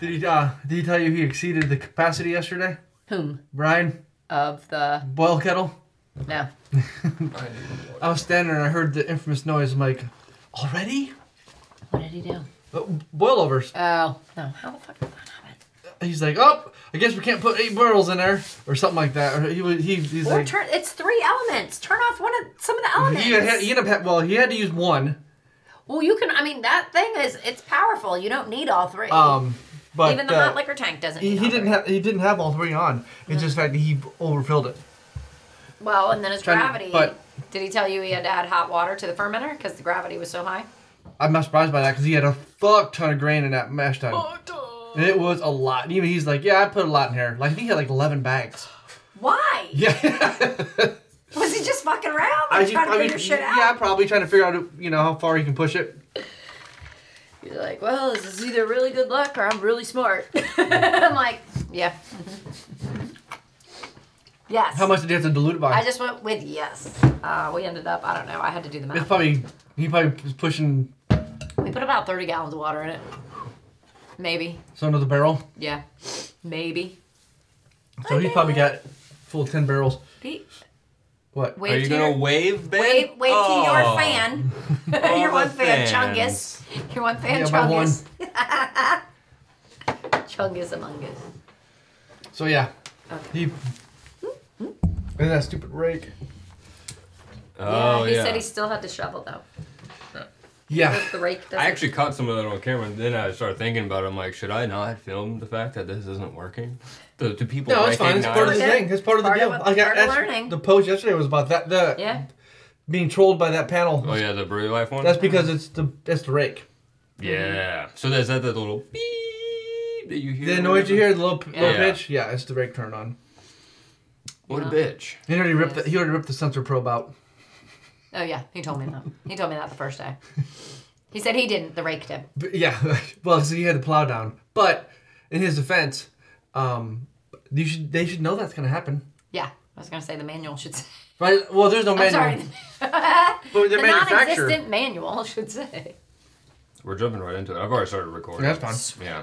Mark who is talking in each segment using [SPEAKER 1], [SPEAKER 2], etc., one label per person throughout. [SPEAKER 1] did, uh, did he tell you he exceeded the capacity yesterday?
[SPEAKER 2] Whom?
[SPEAKER 1] Brian,
[SPEAKER 2] Of the.
[SPEAKER 1] boil kettle.
[SPEAKER 2] No.
[SPEAKER 1] I was standing and I heard the infamous noise. I'm like, already?
[SPEAKER 2] What did he do?
[SPEAKER 1] Uh, boil overs.
[SPEAKER 2] Oh, no. How the fuck did that happen?
[SPEAKER 1] He's like, oh, I guess we can't put eight barrels in there or something like that. Or he was, he, he's
[SPEAKER 3] Or
[SPEAKER 1] like,
[SPEAKER 3] turn. It's three elements. Turn off one of some of the elements.
[SPEAKER 1] he, had, he ended up, ha- well, he had to use one.
[SPEAKER 3] well, you can. I mean, that thing is. It's powerful. You don't need all three.
[SPEAKER 1] Um, but
[SPEAKER 3] Even the
[SPEAKER 1] uh,
[SPEAKER 3] hot liquor tank doesn't.
[SPEAKER 1] he,
[SPEAKER 3] need
[SPEAKER 1] he
[SPEAKER 3] all
[SPEAKER 1] didn't
[SPEAKER 3] three.
[SPEAKER 1] have he didn't have all three on. It's just the fact that he overfilled it.
[SPEAKER 3] Well, and then his
[SPEAKER 1] Trying to-
[SPEAKER 3] gravity.
[SPEAKER 1] but-
[SPEAKER 3] did he tell you he had to add hot water to the fermenter because the gravity was so high?
[SPEAKER 1] I'm not surprised by that because he had a fuck ton of grain in that mash tun.
[SPEAKER 3] Oh.
[SPEAKER 1] And it was a lot. And even he's like, yeah, I put a lot in here. Like I think he had like 11 bags.
[SPEAKER 3] Why?
[SPEAKER 1] Yeah.
[SPEAKER 3] Was he just fucking around?
[SPEAKER 1] I
[SPEAKER 3] Like,
[SPEAKER 1] just-
[SPEAKER 3] trying to
[SPEAKER 1] I mean,
[SPEAKER 3] figure shit out.
[SPEAKER 1] Yeah, probably trying to figure out you know how far he can push it.
[SPEAKER 2] He's like, well, this is either really good luck or I'm really smart.
[SPEAKER 3] I'm like, yeah. yes.
[SPEAKER 1] How much did he have to dilute it by?
[SPEAKER 3] I just went with yes. Uh, we ended up, I don't know, I had to do the
[SPEAKER 1] it's
[SPEAKER 3] math.
[SPEAKER 1] probably he probably was pushing
[SPEAKER 3] We put about 30 gallons of water in it. Maybe.
[SPEAKER 1] some of the barrel,
[SPEAKER 3] Yeah. Maybe.
[SPEAKER 1] so he's probably got full 10 barrels.
[SPEAKER 3] Pete,
[SPEAKER 1] What?
[SPEAKER 3] wave
[SPEAKER 4] Are you
[SPEAKER 3] to
[SPEAKER 4] gonna
[SPEAKER 3] your,
[SPEAKER 4] wave, Ben?
[SPEAKER 3] wave, wave to
[SPEAKER 4] Oh.
[SPEAKER 3] your fan. your
[SPEAKER 4] the
[SPEAKER 3] one fan,
[SPEAKER 4] fans.
[SPEAKER 3] Chungus. Your one fan,
[SPEAKER 1] Yeah, my one.
[SPEAKER 3] Chungus. Chungus among us.
[SPEAKER 1] So yeah,
[SPEAKER 3] Okay.
[SPEAKER 1] he. And that stupid rake.
[SPEAKER 4] Oh
[SPEAKER 3] yeah, he
[SPEAKER 4] yeah.
[SPEAKER 3] said he still had to shovel though.
[SPEAKER 1] Yeah.
[SPEAKER 3] The rake doesn't.
[SPEAKER 4] I actually caught some of that on camera, and then I started thinking about it. I'm like, should I not film the fact that this isn't working? Do, do people
[SPEAKER 1] No, it's fine.
[SPEAKER 4] recognize?
[SPEAKER 1] It's part of the
[SPEAKER 3] Recognize-
[SPEAKER 1] thing. It's part of the
[SPEAKER 3] Part
[SPEAKER 1] deal.
[SPEAKER 3] of what-
[SPEAKER 1] I got
[SPEAKER 3] part of
[SPEAKER 1] that's-
[SPEAKER 3] learning.
[SPEAKER 1] the post yesterday was about that. The
[SPEAKER 3] yeah.
[SPEAKER 1] being trolled by that panel.
[SPEAKER 4] oh yeah, the Brewery Life one.
[SPEAKER 1] That's because it's the that's the rake.
[SPEAKER 4] yeah. So there's that, that little beep that you hear.
[SPEAKER 1] The noise you hear, the low, low
[SPEAKER 4] Yeah.
[SPEAKER 1] pitch. Yeah, it's the rake turned on.
[SPEAKER 4] What a bitch.
[SPEAKER 1] He already ripped. The, he already ripped the sensor probe out.
[SPEAKER 3] Oh yeah, he told me that. He told me that the first day. He said he didn't. The rake did.
[SPEAKER 1] But yeah, well, so he had the plow down. But in his defense, um, you should they should know that's gonna happen.
[SPEAKER 3] Yeah, I was gonna say the manual should. Say.
[SPEAKER 1] Right? Well, there's no
[SPEAKER 3] I'm
[SPEAKER 1] manual.
[SPEAKER 3] sorry.
[SPEAKER 1] But
[SPEAKER 3] the
[SPEAKER 1] the manufacturer.
[SPEAKER 3] non-existent manual should say.
[SPEAKER 4] We're jumping right into it. I've already started recording.
[SPEAKER 1] That's fine.
[SPEAKER 4] Yeah.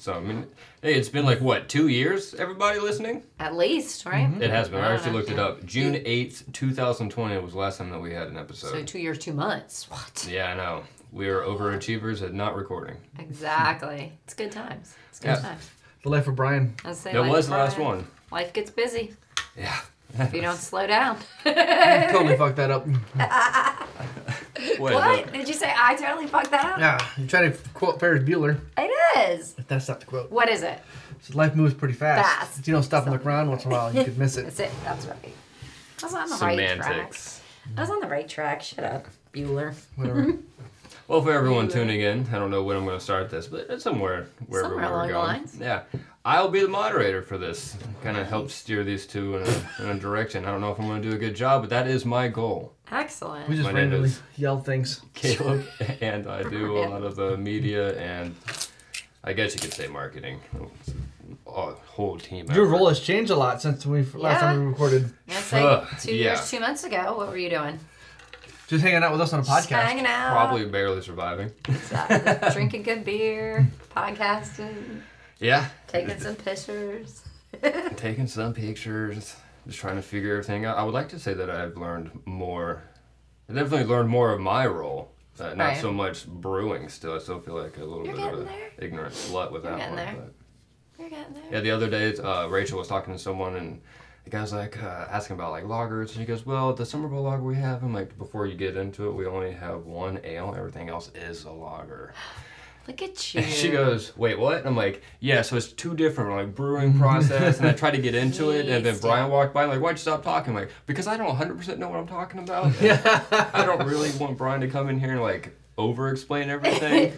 [SPEAKER 4] So I mean, hey, it's been like what two years? Everybody listening?
[SPEAKER 3] At least, right?
[SPEAKER 4] It has been. I actually
[SPEAKER 3] know.
[SPEAKER 4] looked it up. June eighth, two thousand twenty was the last time that we had an
[SPEAKER 3] So
[SPEAKER 4] episode.
[SPEAKER 3] two years, two months. What?
[SPEAKER 4] Yeah, I know. We are overachievers at not recording.
[SPEAKER 3] Exactly. It's good times. It's good
[SPEAKER 4] Yeah.
[SPEAKER 3] times.
[SPEAKER 1] The life of Brian.
[SPEAKER 3] I was saying,
[SPEAKER 4] That
[SPEAKER 3] life
[SPEAKER 4] was
[SPEAKER 3] is
[SPEAKER 4] the last
[SPEAKER 3] hard.
[SPEAKER 4] one.
[SPEAKER 3] Life gets busy
[SPEAKER 4] Yeah.
[SPEAKER 3] if you don't slow down.
[SPEAKER 1] totally fucked that up.
[SPEAKER 4] What?
[SPEAKER 3] what? Did you say I totally fucked that up?
[SPEAKER 1] Yeah, you try to quote Ferris Bueller.
[SPEAKER 3] It is.
[SPEAKER 1] but That's not the quote.
[SPEAKER 3] What is it?
[SPEAKER 1] So life moves pretty fast.
[SPEAKER 3] Fast.
[SPEAKER 1] If you don't stop and look around once in a while, you could miss it.
[SPEAKER 3] That's it. That's right. I was on the right track.
[SPEAKER 4] Semantics.
[SPEAKER 3] I was on the right track. Shut up, Bueller.
[SPEAKER 1] Whatever.
[SPEAKER 4] Well, for everyone tuning in, I don't know when I'm going to start this, but it's somewhere wherever
[SPEAKER 3] Somewhere
[SPEAKER 4] we're
[SPEAKER 3] along the
[SPEAKER 4] going.
[SPEAKER 3] lines.
[SPEAKER 4] Yeah, I'll be the moderator for this. Kind of help steer these two in a, in a direction. I don't know if I'm going to do a good job, but that is my goal.
[SPEAKER 3] Excellent.
[SPEAKER 1] We just
[SPEAKER 4] My name
[SPEAKER 1] randomly
[SPEAKER 4] is-
[SPEAKER 1] yell things.
[SPEAKER 4] Caleb and I do a lot of the media and I guess you could say marketing. It's a whole team.
[SPEAKER 1] Your
[SPEAKER 4] effort.
[SPEAKER 1] role has changed a lot since we last time we recorded.
[SPEAKER 3] I was like,
[SPEAKER 4] Ugh,
[SPEAKER 3] two
[SPEAKER 4] yeah.
[SPEAKER 3] years, two months ago. What were you doing?
[SPEAKER 1] Just hanging out with us on a
[SPEAKER 3] Just
[SPEAKER 1] podcast.
[SPEAKER 3] hanging out,
[SPEAKER 4] Probably barely surviving.
[SPEAKER 3] Exactly. drinking good beer, podcasting,
[SPEAKER 4] Yeah,
[SPEAKER 3] taking some pictures.
[SPEAKER 4] taking some pictures, just trying to figure everything out. I would like to say that I've learned more. I definitely learned more of my role. Uh, not
[SPEAKER 3] Right.
[SPEAKER 4] so much brewing. Still, I still feel like a little
[SPEAKER 3] You're
[SPEAKER 4] bit of
[SPEAKER 3] getting
[SPEAKER 4] an
[SPEAKER 3] there.
[SPEAKER 4] ignorant slut with that
[SPEAKER 3] getting
[SPEAKER 4] one.
[SPEAKER 3] there.
[SPEAKER 4] but-
[SPEAKER 3] You're getting there.
[SPEAKER 4] yeah, the other day, uh, Rachel was talking to someone, and the guy's like uh, asking about like lagers, and she goes, "Well, the Summer Bowl lager we have." I'm like, "Before you get into it, we only have one ale. Everything else is a lager."
[SPEAKER 3] Look at you.
[SPEAKER 4] And she goes, "Wait, what?" And I'm like, "Yeah, so it's two different like brewing process." and I tried to get into it, and then
[SPEAKER 3] Jeez.
[SPEAKER 4] Brian walked by, like, "Why'd you stop talking?" I'm like, because I don't 100 percent know what I'm talking about. I don't really want Brian to come in here and like over-explain everything.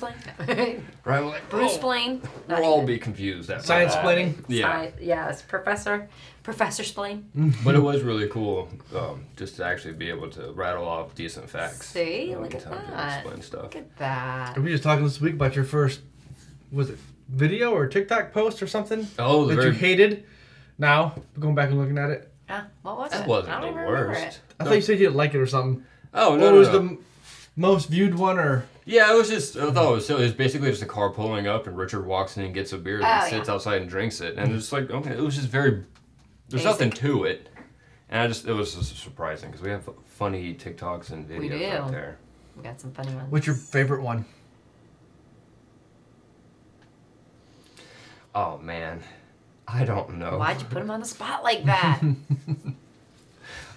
[SPEAKER 3] Mansplain.
[SPEAKER 4] Right? I'm like,
[SPEAKER 3] Bruce
[SPEAKER 4] "Bro,
[SPEAKER 3] Blaine.
[SPEAKER 4] We'll all be confused. after
[SPEAKER 1] Science
[SPEAKER 4] that."
[SPEAKER 1] planning.
[SPEAKER 4] Yeah.
[SPEAKER 3] yes, Professor. Professor Splain.
[SPEAKER 4] But it was really cool um, just to actually be able to rattle off decent facts.
[SPEAKER 3] See?
[SPEAKER 4] Um,
[SPEAKER 3] Look at
[SPEAKER 4] to help you
[SPEAKER 3] that.
[SPEAKER 4] Explain stuff.
[SPEAKER 3] Look at that.
[SPEAKER 1] We were just talking this week about your first, was it video or TikTok post or something
[SPEAKER 4] Oh, the
[SPEAKER 1] that
[SPEAKER 4] very,
[SPEAKER 1] you hated? Now, going back and looking at it,
[SPEAKER 3] Uh, what was it?
[SPEAKER 4] that
[SPEAKER 3] I
[SPEAKER 4] wasn't
[SPEAKER 3] don't
[SPEAKER 4] the
[SPEAKER 3] even remember
[SPEAKER 4] worst.
[SPEAKER 3] it.
[SPEAKER 1] I thought you said you didn't like it or something.
[SPEAKER 4] Oh
[SPEAKER 1] What
[SPEAKER 4] no, no,
[SPEAKER 1] was
[SPEAKER 4] no.
[SPEAKER 1] the m- most viewed one or
[SPEAKER 4] Yeah, it was just, I thought it was silly. It was basically just a car pulling up and Richard walks in and gets a beer and
[SPEAKER 3] Oh,
[SPEAKER 4] sits outside and drinks it. And it's like, okay, it was just very, there's nothing to it. And I just, it was just surprising because we have funny TikToks and videos out
[SPEAKER 3] do.
[SPEAKER 4] there.
[SPEAKER 3] We got some funny ones.
[SPEAKER 1] What's your favorite one?
[SPEAKER 4] Oh, man. I don't know.
[SPEAKER 3] Why'd you put him on the spot like that?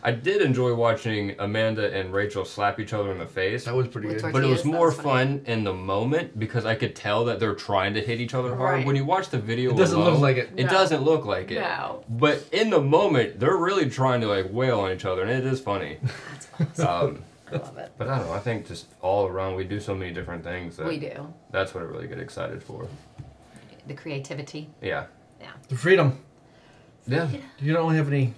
[SPEAKER 4] I did enjoy watching Amanda and Rachel slap each other in the face.
[SPEAKER 1] That was pretty
[SPEAKER 3] With
[SPEAKER 1] good.
[SPEAKER 3] tor-
[SPEAKER 4] But it was
[SPEAKER 3] Yes, that
[SPEAKER 4] more
[SPEAKER 3] was
[SPEAKER 4] fun in the moment because I could tell that they're trying to hit each other hard.
[SPEAKER 3] Right.
[SPEAKER 4] When you watch the video,
[SPEAKER 1] It doesn't look
[SPEAKER 4] alone,
[SPEAKER 1] like it.
[SPEAKER 4] It
[SPEAKER 2] No.
[SPEAKER 4] doesn't look like it.
[SPEAKER 2] No.
[SPEAKER 4] But in the moment, they're really trying to like wail on each other, and it is funny. um,
[SPEAKER 3] I love it.
[SPEAKER 4] but I don't know. I think just all around, we do so many different things that
[SPEAKER 3] We do.
[SPEAKER 4] that's what I really get excited for.
[SPEAKER 3] The creativity.
[SPEAKER 4] Yeah.
[SPEAKER 1] The freedom.
[SPEAKER 4] Yeah.
[SPEAKER 1] You don't have any.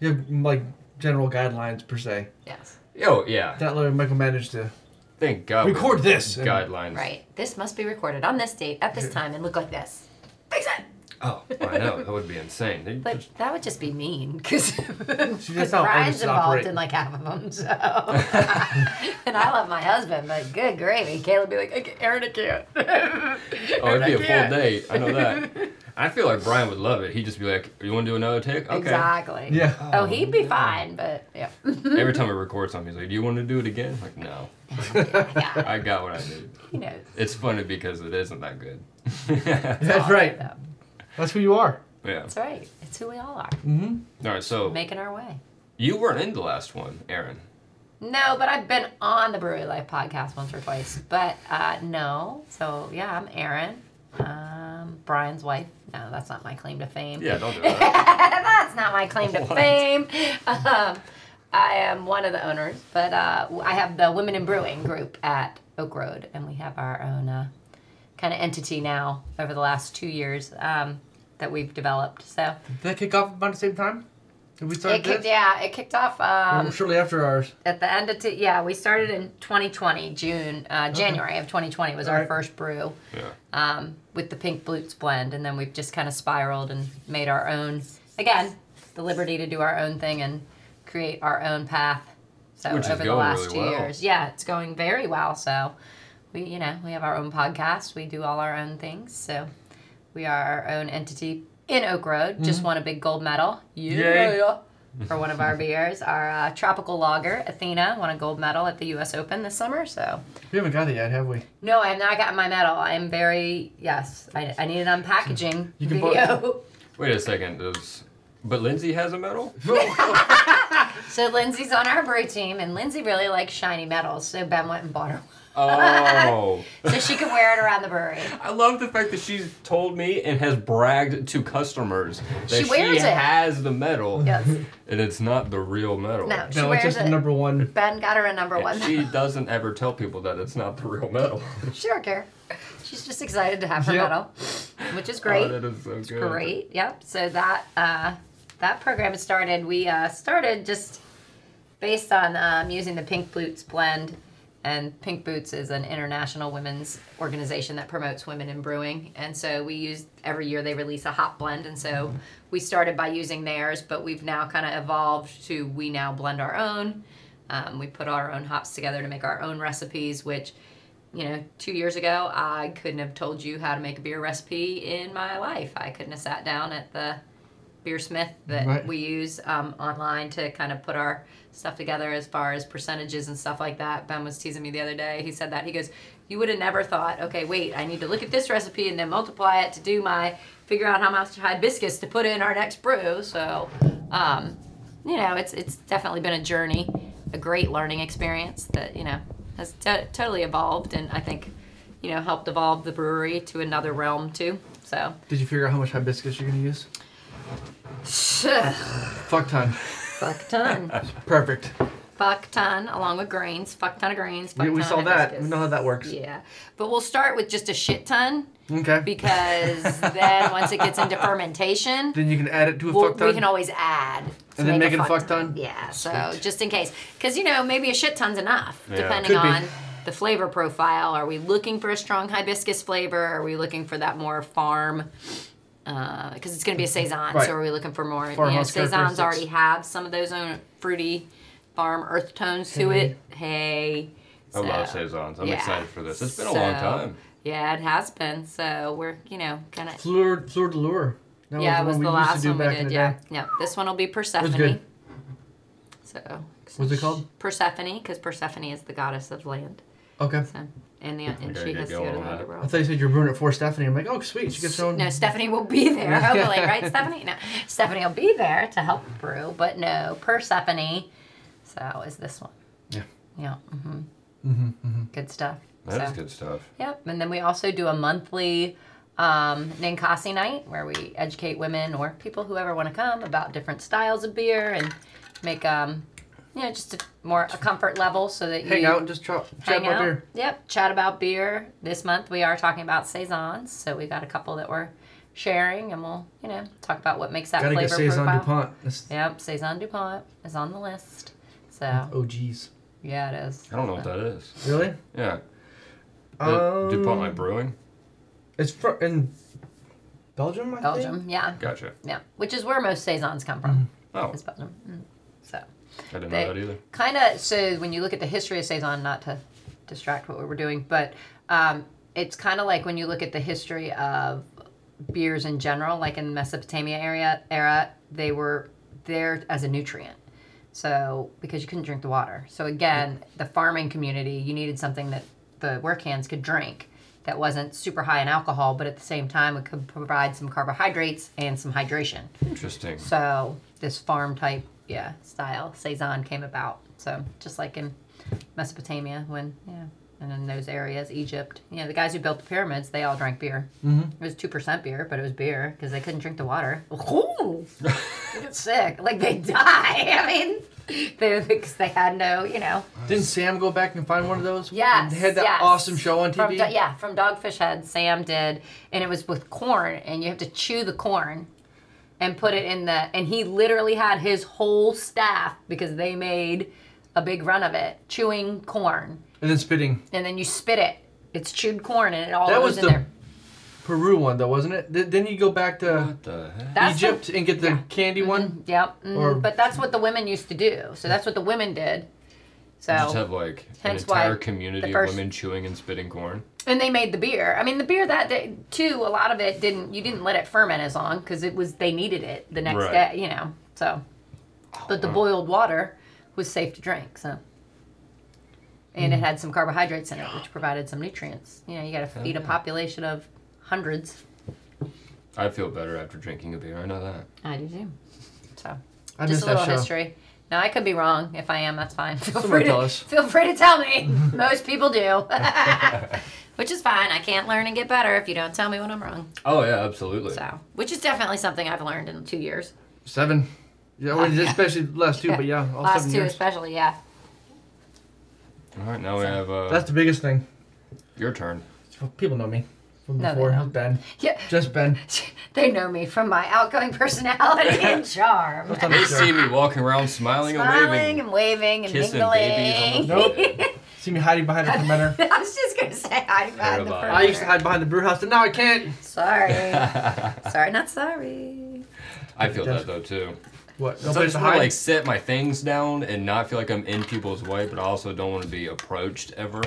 [SPEAKER 1] You have mm, like general guidelines per se.
[SPEAKER 3] Yes.
[SPEAKER 4] Oh yeah.
[SPEAKER 1] That little Michael managed to.
[SPEAKER 4] Thank God. we-
[SPEAKER 1] Record this.
[SPEAKER 4] guidelines.
[SPEAKER 3] Right. This must be recorded on this date at this time and look like this. Fix it.
[SPEAKER 4] Oh, I know. That would be insane. They
[SPEAKER 3] But
[SPEAKER 4] just-
[SPEAKER 3] that would just be mean because
[SPEAKER 1] that's how artists
[SPEAKER 3] Brian's involved
[SPEAKER 1] operate.
[SPEAKER 3] in like half of them. So, and I love my husband, but good gravy, Caleb be like, I can't, Aaron, I can't.
[SPEAKER 4] oh, it'd be a
[SPEAKER 3] Yeah.
[SPEAKER 4] full day. I know that. I feel like Brian would love it. He'd just be like, "You want to do another take?" Okay.
[SPEAKER 3] Exactly.
[SPEAKER 1] Yeah.
[SPEAKER 3] Oh, he'd be fine, but yeah,
[SPEAKER 4] Every time I record something, he's like, "Do you want to do it again?" I'm like, no,
[SPEAKER 3] yeah,
[SPEAKER 4] I got what I needed.
[SPEAKER 3] he knows.
[SPEAKER 4] It's funny because it isn't that good.
[SPEAKER 1] That's right.
[SPEAKER 3] Though.
[SPEAKER 1] That's who you are.
[SPEAKER 4] yeah.
[SPEAKER 3] That's right. It's who we all are,
[SPEAKER 1] Mm.
[SPEAKER 4] All right. So
[SPEAKER 3] making our way.
[SPEAKER 4] you weren't in the last one, Aaron.
[SPEAKER 3] No, but I've been on the Brewery Life podcast once or twice. But uh, no, so yeah, I'm Aaron, um, Brian's wife. No, that's not my claim to fame.
[SPEAKER 4] Yeah, don't do that.
[SPEAKER 3] that's not my claim to
[SPEAKER 4] What?
[SPEAKER 3] fame. Um, I am one of the owners, but uh, I have the Women in Brewing group at Oak Road, and we have our own uh, kind of entity now over the last two years um, that we've developed. So
[SPEAKER 1] Did that kick off about the same time? Did we start
[SPEAKER 3] it kicked,
[SPEAKER 1] this?
[SPEAKER 3] yeah, it kicked off um,
[SPEAKER 1] Or shortly after ours.
[SPEAKER 3] at the end of t- yeah. We started in 2020, June, uh, January of 2020 was our
[SPEAKER 1] Alright.
[SPEAKER 3] first brew.
[SPEAKER 4] yeah.
[SPEAKER 3] um, with the Pink Blues blend, and then we've just kind of spiraled and made our own. Again, the liberty to do our own thing and create our own path. So
[SPEAKER 4] Which is
[SPEAKER 3] over the
[SPEAKER 4] going
[SPEAKER 3] last
[SPEAKER 4] really
[SPEAKER 3] two
[SPEAKER 4] well.
[SPEAKER 3] years, yeah, it's going very well. So we, you know, we have our own podcast. We do all our own things. So we are our own entity in Oak Road.
[SPEAKER 4] Mm-hmm.
[SPEAKER 3] Just won a big gold medal.
[SPEAKER 1] Yay.
[SPEAKER 3] Yeah. For one of our beers, our uh, tropical lager Athena won a gold medal at the U.S. Open this summer. So
[SPEAKER 1] We haven't got it yet, have we?
[SPEAKER 3] no, I have not gotten my medal. I'm very yes. I, I need an unpackaging
[SPEAKER 1] You can
[SPEAKER 3] video.
[SPEAKER 4] Wait a second. Does but Lindsay has a medal?
[SPEAKER 3] so Lindsay's on our brew team, and Lindsay really likes shiny medals. So Ben went and bought her, one.
[SPEAKER 4] Oh,
[SPEAKER 3] so she could wear it around the brewery.
[SPEAKER 4] I love the fact that she's told me and has bragged to customers that she,
[SPEAKER 3] She wears it.
[SPEAKER 4] has the medal,
[SPEAKER 3] Yes.
[SPEAKER 4] and it's not the real medal.
[SPEAKER 3] No, she
[SPEAKER 1] No, it's
[SPEAKER 3] wears
[SPEAKER 1] just
[SPEAKER 3] it.
[SPEAKER 1] the number one.
[SPEAKER 3] ben got her a number
[SPEAKER 4] And
[SPEAKER 3] one.
[SPEAKER 4] she doesn't ever tell people that it's not the real medal.
[SPEAKER 3] she don't care. She's just excited to have her
[SPEAKER 1] Yep.
[SPEAKER 3] medal, which is great.
[SPEAKER 4] Oh, that is so good.
[SPEAKER 3] Great. Yep. So that uh, that program started. We uh, started just based on um, using the Pink Boots blend, and Pink Boots is an international women's organization that promotes women in brewing. And so we use every year they release a hop blend, and so we started by using theirs, but we've now kind of evolved to we now blend our own. Um, we put our own hops together to make our own recipes, which you know, two years ago, I couldn't have told you how to make a beer recipe in my life. I couldn't have sat down at the beersmith that
[SPEAKER 1] Right.
[SPEAKER 3] we use um, online to kind of put our stuff together as far as percentages and stuff like that. Ben was teasing me the other day. He said that. He goes, You would have never thought, okay, wait, I need to look at this recipe and then multiply it to do my, figure out how much hibiscus to put in our next brew. So, um, you know, it's it's definitely been a journey, a great learning experience that you know has to- totally evolved, and I think you know helped evolve the brewery to another realm too. So
[SPEAKER 1] Did you figure out how much hibiscus you're gonna use? Fuck ton.
[SPEAKER 3] fuck ton,
[SPEAKER 1] Perfect.
[SPEAKER 3] fuck ton, along with grains, fuck ton of grains. Fuck
[SPEAKER 1] We, we
[SPEAKER 3] ton
[SPEAKER 1] saw
[SPEAKER 3] of
[SPEAKER 1] that. We
[SPEAKER 3] hibiscus.
[SPEAKER 1] know how that works.
[SPEAKER 3] Yeah, but we'll start with just a shit ton
[SPEAKER 1] Okay.
[SPEAKER 3] because then once it gets into fermentation,
[SPEAKER 1] then you can add it to a
[SPEAKER 3] Well,
[SPEAKER 1] fuck ton.
[SPEAKER 3] we can always add. to
[SPEAKER 1] And then make it a fuck ton?
[SPEAKER 3] Yeah, so just in case. Because, you know, maybe a shit ton's enough,
[SPEAKER 4] Yeah.
[SPEAKER 3] depending
[SPEAKER 1] Could be.
[SPEAKER 3] on the flavor profile. Are we looking for a strong hibiscus flavor? Are we looking for that more farm? Because it's going to be a Saison,
[SPEAKER 1] Right.
[SPEAKER 3] so are we looking for more? You know,
[SPEAKER 1] Farmhouse
[SPEAKER 3] Saisons
[SPEAKER 1] characteristics. Mm-hmm.
[SPEAKER 3] already have some of those own fruity farm earth tones to it. Hay.
[SPEAKER 4] I love
[SPEAKER 3] So,
[SPEAKER 4] saisons. I'm
[SPEAKER 3] yeah.
[SPEAKER 4] excited for this. It's been a long
[SPEAKER 3] So-
[SPEAKER 4] time.
[SPEAKER 3] Yeah, it has been. So we're, you know, kind of.
[SPEAKER 1] Fleur, Fleur de Lure. That
[SPEAKER 3] Yeah, it was
[SPEAKER 1] one
[SPEAKER 3] the
[SPEAKER 1] we used to
[SPEAKER 3] last
[SPEAKER 1] do
[SPEAKER 3] one we
[SPEAKER 1] back in
[SPEAKER 3] did.
[SPEAKER 1] the
[SPEAKER 3] Yeah.
[SPEAKER 1] day.
[SPEAKER 3] No, this one will be Persephone.
[SPEAKER 1] good.
[SPEAKER 3] So.
[SPEAKER 1] What's it called?
[SPEAKER 3] Persephone, because Persephone is the goddess of land.
[SPEAKER 1] Okay.
[SPEAKER 3] So, and the and
[SPEAKER 4] gotta
[SPEAKER 3] she
[SPEAKER 4] get
[SPEAKER 3] has to
[SPEAKER 4] going
[SPEAKER 3] go to
[SPEAKER 4] on
[SPEAKER 3] the
[SPEAKER 4] that.
[SPEAKER 3] underworld.
[SPEAKER 1] I thought you said you're brewing it for Stephanie. I'm like, oh, sweet. She gets her own.
[SPEAKER 3] No, Stephanie will be there, hopefully, right, Stephanie? No, Stephanie will be there to help brew, but no, Persephone. So is this one?
[SPEAKER 4] Yeah.
[SPEAKER 3] Yeah. Mm-hmm.
[SPEAKER 1] mm-hmm.
[SPEAKER 3] Good stuff.
[SPEAKER 4] That is
[SPEAKER 3] So,
[SPEAKER 4] good stuff.
[SPEAKER 3] Yep. And then we also do a monthly um, Ninkasi night where we educate women or people whoever want to come about different styles of beer and make um, you know, just a, more a comfort level so that
[SPEAKER 1] Hang
[SPEAKER 3] you
[SPEAKER 1] out and just chop, chat
[SPEAKER 3] hang
[SPEAKER 1] about
[SPEAKER 3] out.
[SPEAKER 1] beer.
[SPEAKER 3] Yep, chat about beer. This month we are talking about saisons, so we got a couple that we're sharing, and we'll you know talk about what makes that
[SPEAKER 1] Gotta
[SPEAKER 3] flavor
[SPEAKER 1] get Saison
[SPEAKER 3] profile.
[SPEAKER 1] DuPont. That's,
[SPEAKER 3] Yep, saison Dupont is on the list. So
[SPEAKER 1] oh, geez.
[SPEAKER 3] yeah, it is.
[SPEAKER 4] I don't know what that is.
[SPEAKER 1] Really?
[SPEAKER 4] Yeah.
[SPEAKER 1] Um,
[SPEAKER 4] DuPont like brewing?
[SPEAKER 1] It's fr- in Belgium, I think?
[SPEAKER 3] Belgium, yeah,
[SPEAKER 4] Gotcha.
[SPEAKER 3] yeah, which is where most saisons come
[SPEAKER 1] Mm-hmm.
[SPEAKER 3] from.
[SPEAKER 4] Oh,
[SPEAKER 3] Is Belgium. Mm. So
[SPEAKER 4] I didn't
[SPEAKER 3] they-
[SPEAKER 4] know that either.
[SPEAKER 3] kind of so when you look at the history of saison, not to distract what we were doing, but um, it's kind of like when you look at the history of beers in general, like in the Mesopotamia area era, they were there as a nutrient. So because you couldn't drink the water. So again, the farming community, you needed something that the work hands could drink that wasn't super high in alcohol, but at the same time it could provide some carbohydrates and some hydration.
[SPEAKER 4] Interesting.
[SPEAKER 3] So this farm type, yeah, style saison came about. So just like in Mesopotamia, when yeah, and in those areas, Egypt, you know, the guys who built the pyramids, they all drank beer. Mm-hmm. It was two percent beer, but it was beer because they couldn't drink the water. Ooh, they get sick, like they die. I mean. They, because they had no, you know.
[SPEAKER 1] Didn't Sam go back and find one of those?
[SPEAKER 3] Yes.
[SPEAKER 1] They had that
[SPEAKER 3] yes.
[SPEAKER 1] awesome show on
[SPEAKER 3] From
[SPEAKER 1] TV.
[SPEAKER 3] Do- yeah, from Dogfish Head, Sam did, and it was with corn, and you have to chew the corn and put it in the and he literally had his whole staff because they made a big run of it chewing corn
[SPEAKER 1] And then spitting.
[SPEAKER 3] and then you spit it it's chewed corn and it all
[SPEAKER 1] That
[SPEAKER 3] goes
[SPEAKER 1] was
[SPEAKER 3] in
[SPEAKER 1] the
[SPEAKER 3] there
[SPEAKER 1] Peru one, though, wasn't it? Th- didn't you go back to
[SPEAKER 4] What the heck?
[SPEAKER 3] that's the-
[SPEAKER 1] Egypt and get the candy one?
[SPEAKER 3] yep mm,
[SPEAKER 1] Or-
[SPEAKER 3] but that's what the women used to do so that's what the women did so
[SPEAKER 4] You just have like an
[SPEAKER 3] Hence
[SPEAKER 4] entire
[SPEAKER 3] why
[SPEAKER 4] community
[SPEAKER 3] the first-
[SPEAKER 4] of women chewing and spitting corn.
[SPEAKER 3] and they made the beer. I mean, the beer that day too. A lot of it didn't. You didn't let it ferment as long because it was they needed it the next
[SPEAKER 4] Right.
[SPEAKER 3] day. You know, so. But the boiled water was safe to drink. So. And
[SPEAKER 1] Mm.
[SPEAKER 3] it had some carbohydrates in it, which provided some nutrients. You know, you got to feed a population of hundreds.
[SPEAKER 4] I feel better after drinking a beer. I know that.
[SPEAKER 3] I do too. So
[SPEAKER 1] I
[SPEAKER 3] Mm-hmm. just
[SPEAKER 1] missed
[SPEAKER 3] a little
[SPEAKER 1] that show.
[SPEAKER 3] history. Now I could be wrong. If I am, that's fine. Feel
[SPEAKER 1] Somebody
[SPEAKER 3] free to
[SPEAKER 1] tell us.
[SPEAKER 3] feel free to tell me. Most people do, which is fine. I can't learn and get better if you don't tell me when I'm wrong.
[SPEAKER 4] Oh yeah, absolutely.
[SPEAKER 3] So, which is definitely something I've learned in two years.
[SPEAKER 1] Seven. Yeah, well, especially the last two, but yeah, all
[SPEAKER 3] Last
[SPEAKER 1] seven
[SPEAKER 3] two,
[SPEAKER 1] years.
[SPEAKER 3] especially, yeah.
[SPEAKER 4] All right, now we have uh,
[SPEAKER 1] That's the biggest thing.
[SPEAKER 4] your turn.
[SPEAKER 1] People know me from
[SPEAKER 3] No, they
[SPEAKER 1] before.
[SPEAKER 3] don't.
[SPEAKER 1] Ben.
[SPEAKER 3] Yeah,
[SPEAKER 1] Just Ben.
[SPEAKER 3] they know me from my outgoing personality and charm.
[SPEAKER 1] That's not
[SPEAKER 4] They
[SPEAKER 1] a
[SPEAKER 4] see
[SPEAKER 1] joke.
[SPEAKER 4] me walking around smiling, and
[SPEAKER 3] Smiling
[SPEAKER 4] waving,
[SPEAKER 3] and waving and
[SPEAKER 4] kissing
[SPEAKER 3] mingling.
[SPEAKER 4] babies on the forehead.
[SPEAKER 1] See me hiding behind the perimeter.
[SPEAKER 3] I was just gonna say hiding behind the
[SPEAKER 4] Terrible.
[SPEAKER 3] perimeter.
[SPEAKER 1] I used to hide behind the brew house, and now I can't.
[SPEAKER 3] Sorry, sorry, not sorry.
[SPEAKER 4] I feel that though too.
[SPEAKER 1] What?
[SPEAKER 4] So I
[SPEAKER 1] Nobody
[SPEAKER 4] just
[SPEAKER 1] to
[SPEAKER 4] want to
[SPEAKER 1] hide.
[SPEAKER 4] like set my things down and not feel like I'm in people's way, but I also don't want to be approached ever.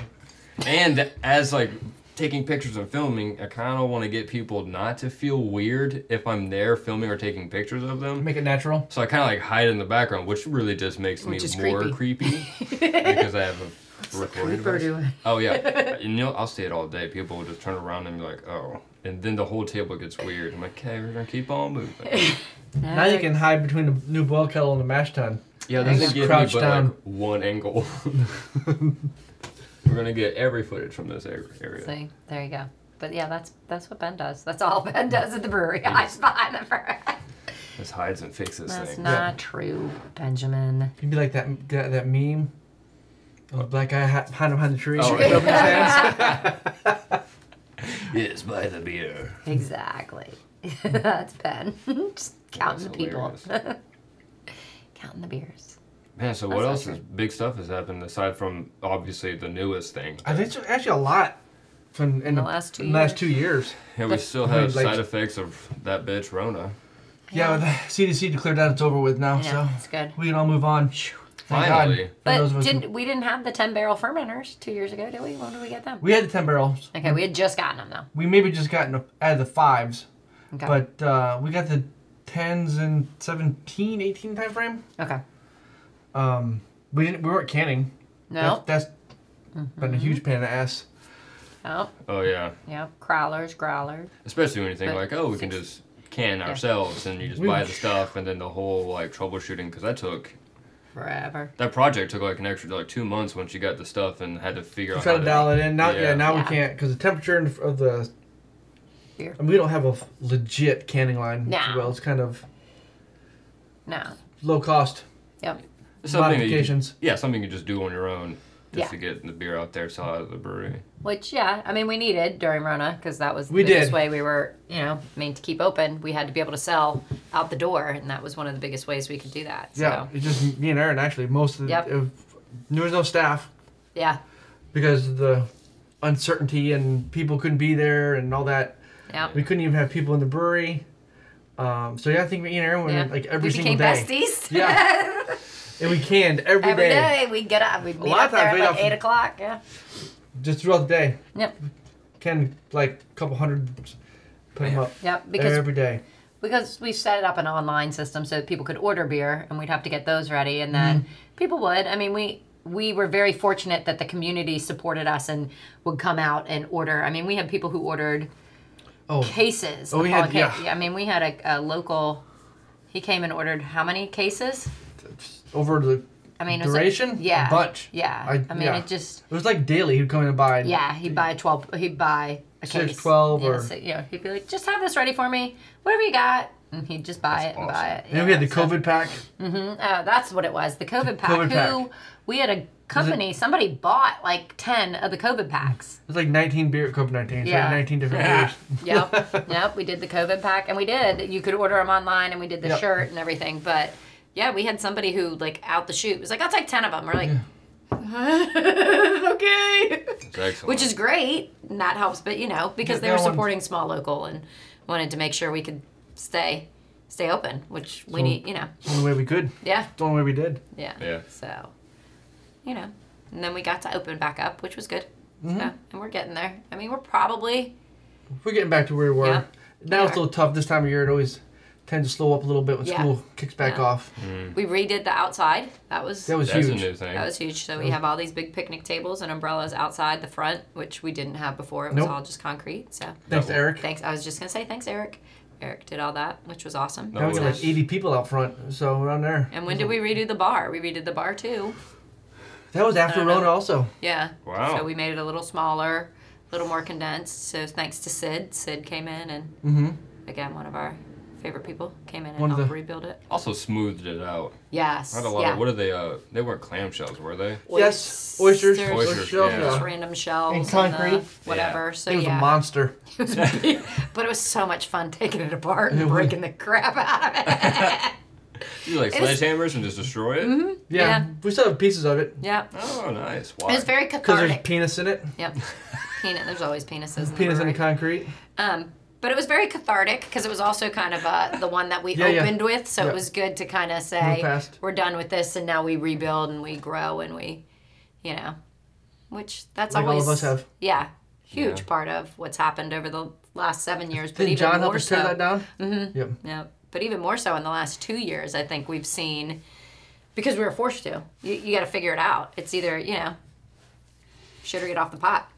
[SPEAKER 4] And as like taking pictures and filming, I kind of want to get people not to feel weird if I'm there filming or taking pictures of them.
[SPEAKER 1] Make it natural.
[SPEAKER 4] So I kind of like hide in the background, which really just makes
[SPEAKER 3] Which is
[SPEAKER 4] me more creepy, because I have a recording device. Oh yeah, you know I'll say it all day. People will just turn around and be like, "Oh," and then the whole table gets weird. I'm like, "Okay, we're gonna keep on moving."
[SPEAKER 1] Now you can hide between the new boil kettle and the mash tun.
[SPEAKER 4] Yeah, this is
[SPEAKER 1] Just
[SPEAKER 4] give me
[SPEAKER 1] crouch
[SPEAKER 4] but like
[SPEAKER 1] down.
[SPEAKER 4] one angle. we're gonna get every footage from this ar- area.
[SPEAKER 3] See, there you go. But yeah, that's that's what Ben does. That's all Ben does at the brewery. Hides behind the perimeter.
[SPEAKER 4] This hides and fixes
[SPEAKER 3] That's
[SPEAKER 4] thing.
[SPEAKER 3] not true, Benjamin.
[SPEAKER 1] You'd be like that that, that meme. of The black guy hi- hiding behind the tree.
[SPEAKER 4] Oh,
[SPEAKER 1] Open his hands.
[SPEAKER 4] Yes, by the beer.
[SPEAKER 3] Exactly. That's Ben. Just counting the
[SPEAKER 4] That's
[SPEAKER 3] people,
[SPEAKER 4] hilarious.
[SPEAKER 3] counting the beers.
[SPEAKER 4] Man, so what
[SPEAKER 3] That's
[SPEAKER 4] else
[SPEAKER 3] not
[SPEAKER 4] is big stuff has happened aside from obviously the newest thing?
[SPEAKER 1] I think it's actually a lot. From, in,
[SPEAKER 3] the last two
[SPEAKER 1] in the last two years.
[SPEAKER 4] Yeah, we still
[SPEAKER 1] I mean,
[SPEAKER 4] have
[SPEAKER 1] like-
[SPEAKER 4] side effects of that bitch Rona.
[SPEAKER 1] Yeah, well, the CDC declared that it's over with now,
[SPEAKER 3] Yeah,
[SPEAKER 1] so
[SPEAKER 3] it's good.
[SPEAKER 1] we can all move on. Thank
[SPEAKER 4] Finally.
[SPEAKER 1] God. for those of
[SPEAKER 3] But
[SPEAKER 1] us who-
[SPEAKER 3] didn't we didn't have the ten barrel fermenters two years ago, did we? When did we get them?
[SPEAKER 1] we had the ten barrels.
[SPEAKER 3] Okay, we had just gotten them though.
[SPEAKER 1] We maybe just gotten a, out of the fives,
[SPEAKER 3] Okay.
[SPEAKER 1] but uh, we got the tens in 17, 18 time frame.
[SPEAKER 3] okay.
[SPEAKER 1] Um, we didn't. We weren't canning.
[SPEAKER 3] No. Mm-hmm.
[SPEAKER 1] That's, that's been a huge pain in the ass.
[SPEAKER 3] Oh,
[SPEAKER 4] Oh yeah,
[SPEAKER 3] yeah. Crawlers, growlers.
[SPEAKER 4] especially when you think
[SPEAKER 3] But
[SPEAKER 4] like, oh, we can just can ourselves, and you just
[SPEAKER 1] We-
[SPEAKER 4] buy the stuff, and then the whole like troubleshooting because that took
[SPEAKER 3] Forever.
[SPEAKER 4] that project took like an extra like two months once you got the stuff and had to figure out.
[SPEAKER 1] Try
[SPEAKER 4] how
[SPEAKER 1] to dial it in. Now, yeah,
[SPEAKER 4] Yeah.
[SPEAKER 1] now
[SPEAKER 3] Yeah.
[SPEAKER 1] we can't because the temperature of the.
[SPEAKER 3] Beer.
[SPEAKER 1] I mean, we don't have a f- legit canning line. if you
[SPEAKER 3] No.
[SPEAKER 1] will. it's kind of
[SPEAKER 3] No.
[SPEAKER 1] low cost
[SPEAKER 3] Yep.
[SPEAKER 4] It's something that you-
[SPEAKER 1] modifications.
[SPEAKER 4] yeah, something you just do on your own just
[SPEAKER 3] Yeah.
[SPEAKER 4] to get the beer out there, sell it at the brewery.
[SPEAKER 3] Which yeah, I mean we needed during Rona because that was the
[SPEAKER 1] We
[SPEAKER 3] biggest
[SPEAKER 1] did.
[SPEAKER 3] way we were, you know, I mean to keep open. We had to be able to sell out the door, and that was one of the biggest ways we could do that. So,
[SPEAKER 1] Yeah, it's just me and Aaron actually. Most of the,
[SPEAKER 3] Yep.
[SPEAKER 1] if- there was no staff
[SPEAKER 3] yeah,
[SPEAKER 1] because of the uncertainty and people couldn't be there and all that.
[SPEAKER 3] yeah.
[SPEAKER 1] We couldn't even have people in the brewery. Um, so yeah, I think me and Aaron went
[SPEAKER 3] yeah.
[SPEAKER 1] like every
[SPEAKER 3] we
[SPEAKER 1] single
[SPEAKER 3] became
[SPEAKER 1] day,
[SPEAKER 3] besties.
[SPEAKER 1] Yeah. and we canned every
[SPEAKER 3] Every
[SPEAKER 1] day,
[SPEAKER 3] day we'd get up, we'd meet
[SPEAKER 1] lot
[SPEAKER 3] up
[SPEAKER 1] of times
[SPEAKER 3] there at
[SPEAKER 1] we'd
[SPEAKER 3] like
[SPEAKER 1] have to-
[SPEAKER 3] eight o'clock. Yeah.
[SPEAKER 1] just throughout the day.
[SPEAKER 3] Yep.
[SPEAKER 1] Canned like a couple hundred, put them up
[SPEAKER 3] Yep. Because
[SPEAKER 1] every day.
[SPEAKER 3] because we set it up an online system so that people could order beer and we'd have to get those ready and then people would i mean we we were very fortunate that the community supported us and would come out and order i mean we had people who ordered
[SPEAKER 1] Oh.
[SPEAKER 3] cases
[SPEAKER 1] Oh, we
[SPEAKER 3] upon
[SPEAKER 1] had- yeah.
[SPEAKER 3] i mean we had a, a local he came and ordered how many cases
[SPEAKER 1] Over the
[SPEAKER 3] i mean it was like-
[SPEAKER 1] duration,
[SPEAKER 3] yeah
[SPEAKER 1] a bunch.
[SPEAKER 3] yeah
[SPEAKER 1] I-
[SPEAKER 3] i, mean
[SPEAKER 1] yeah.
[SPEAKER 3] it just
[SPEAKER 1] It was like daily. He'd come in and buy.
[SPEAKER 3] yeah, he'd buy a twelve. He'd buy a
[SPEAKER 1] Six,
[SPEAKER 3] case.
[SPEAKER 1] 12
[SPEAKER 3] yeah,
[SPEAKER 1] or-
[SPEAKER 3] so, you know, he'd be like, "Just have this ready for me, whatever you got," and he'd just buy
[SPEAKER 4] That's
[SPEAKER 3] it and buy
[SPEAKER 4] awesome.
[SPEAKER 3] it.
[SPEAKER 1] And then we had the
[SPEAKER 3] Yeah, so-
[SPEAKER 1] COVID pack.
[SPEAKER 3] Oh, that's what it was. The COVID pack.
[SPEAKER 1] COVID
[SPEAKER 3] who
[SPEAKER 1] pack.
[SPEAKER 3] we had a company. Somebody bought like ten of the COVID packs.
[SPEAKER 1] It was like 19 beer COVID 19. So we had
[SPEAKER 3] Yeah.
[SPEAKER 1] 19 different
[SPEAKER 4] Yeah.
[SPEAKER 1] beers.
[SPEAKER 3] Yep, yep. We did the COVID pack, and we did. You could order them online, and we did the
[SPEAKER 1] Yep.
[SPEAKER 3] shirt and everything. But yeah, we had somebody who like out the chute was like, "I'll take ten of them." We're like, okay,
[SPEAKER 4] It's excellent.
[SPEAKER 3] which is great. And that helps, but you know, because
[SPEAKER 1] Yeah,
[SPEAKER 3] they
[SPEAKER 1] that
[SPEAKER 3] were
[SPEAKER 1] one-
[SPEAKER 3] supporting small local and wanted to make sure we could stay stay open, which we
[SPEAKER 1] So-
[SPEAKER 3] need. You know,
[SPEAKER 1] It's the only way we could.
[SPEAKER 3] yeah.
[SPEAKER 1] It's the only way we did.
[SPEAKER 3] Yeah.
[SPEAKER 4] Yeah.
[SPEAKER 3] So, you know, and then we got to open back up, which was good. So, and we're getting there. I mean, we're probably
[SPEAKER 1] We're getting back to where we were.
[SPEAKER 3] Yeah.
[SPEAKER 1] Now it's a little tough. This time of year, it always tends to slow up a little bit when
[SPEAKER 3] Yeah.
[SPEAKER 1] school kicks back
[SPEAKER 3] Yeah.
[SPEAKER 1] off.
[SPEAKER 3] we redid the outside. That was
[SPEAKER 1] That was
[SPEAKER 4] That's
[SPEAKER 1] huge.
[SPEAKER 4] a new thing.
[SPEAKER 3] that was huge. So we have all these big picnic tables and umbrellas outside the front, which we didn't have before. It was
[SPEAKER 1] Nope.
[SPEAKER 3] all just concrete. So
[SPEAKER 1] Thanks, to
[SPEAKER 4] That-
[SPEAKER 1] Eric.
[SPEAKER 3] thanks. I was just gonna say thanks, Eric. Eric did all that, which was awesome.
[SPEAKER 4] That
[SPEAKER 1] Now we got like
[SPEAKER 4] was-
[SPEAKER 1] 80 people out front. So around there.
[SPEAKER 3] And when did we redo the bar? We redid the bar too.
[SPEAKER 1] That was after
[SPEAKER 3] I don't know.
[SPEAKER 1] Rona also.
[SPEAKER 3] Yeah.
[SPEAKER 4] Wow.
[SPEAKER 3] So we made it a little smaller, a little more condensed. So thanks to Sid. Sid came in and
[SPEAKER 1] Mm-hmm.
[SPEAKER 3] again, one of our favorite people came in and
[SPEAKER 1] One of
[SPEAKER 3] helped
[SPEAKER 1] the-
[SPEAKER 3] rebuild it.
[SPEAKER 4] also smoothed it out.
[SPEAKER 3] Yes.
[SPEAKER 4] I had a lot
[SPEAKER 3] yeah.
[SPEAKER 4] of what are they? Uh, they weren't clamshells, were they?
[SPEAKER 1] Yes. Oysters.
[SPEAKER 4] Oysters,
[SPEAKER 1] shells,
[SPEAKER 4] yeah.
[SPEAKER 3] Just
[SPEAKER 1] yeah.
[SPEAKER 3] random shells
[SPEAKER 1] And
[SPEAKER 3] and
[SPEAKER 1] concrete.
[SPEAKER 3] the whatever. So
[SPEAKER 1] It was
[SPEAKER 3] yeah,
[SPEAKER 1] a monster.
[SPEAKER 3] It was big, but it was so much fun taking it apart
[SPEAKER 1] It
[SPEAKER 3] and
[SPEAKER 1] was.
[SPEAKER 3] breaking the crap out of it.
[SPEAKER 4] You like
[SPEAKER 3] It was-
[SPEAKER 4] sledgehammers and just destroy it?
[SPEAKER 1] Yeah.
[SPEAKER 3] Yeah.
[SPEAKER 1] We still have pieces of it
[SPEAKER 3] yeah,
[SPEAKER 4] Oh, nice.
[SPEAKER 3] it
[SPEAKER 4] Why?
[SPEAKER 3] was very
[SPEAKER 1] because there's
[SPEAKER 3] cathartic.
[SPEAKER 1] penis in it.
[SPEAKER 3] Yep, peanut. There's always penises.
[SPEAKER 1] Penis
[SPEAKER 3] In the
[SPEAKER 1] in the
[SPEAKER 3] brewery.
[SPEAKER 1] concrete.
[SPEAKER 3] Um, but it was very cathartic because it was also kind of uh, the one that we
[SPEAKER 1] Yeah, yeah.
[SPEAKER 3] opened with, so
[SPEAKER 1] Yeah.
[SPEAKER 3] it was good to kind of
[SPEAKER 1] Move
[SPEAKER 3] say
[SPEAKER 1] past.
[SPEAKER 3] we're done with this, and now we rebuild and we grow and we, you know, which that's
[SPEAKER 1] Like all
[SPEAKER 3] always
[SPEAKER 1] of us have.
[SPEAKER 3] yeah, huge
[SPEAKER 4] Yeah.
[SPEAKER 3] part of what's happened over the last seven years. But
[SPEAKER 1] Didn't
[SPEAKER 3] even
[SPEAKER 1] John help
[SPEAKER 3] more
[SPEAKER 1] us tear
[SPEAKER 3] so,
[SPEAKER 1] that down? Mm-hmm. Yep.
[SPEAKER 3] yeah, but even more so in the last two years, I think we've seen because we were forced to. You, you got to figure it out. It's either you know, shit or get off the pot.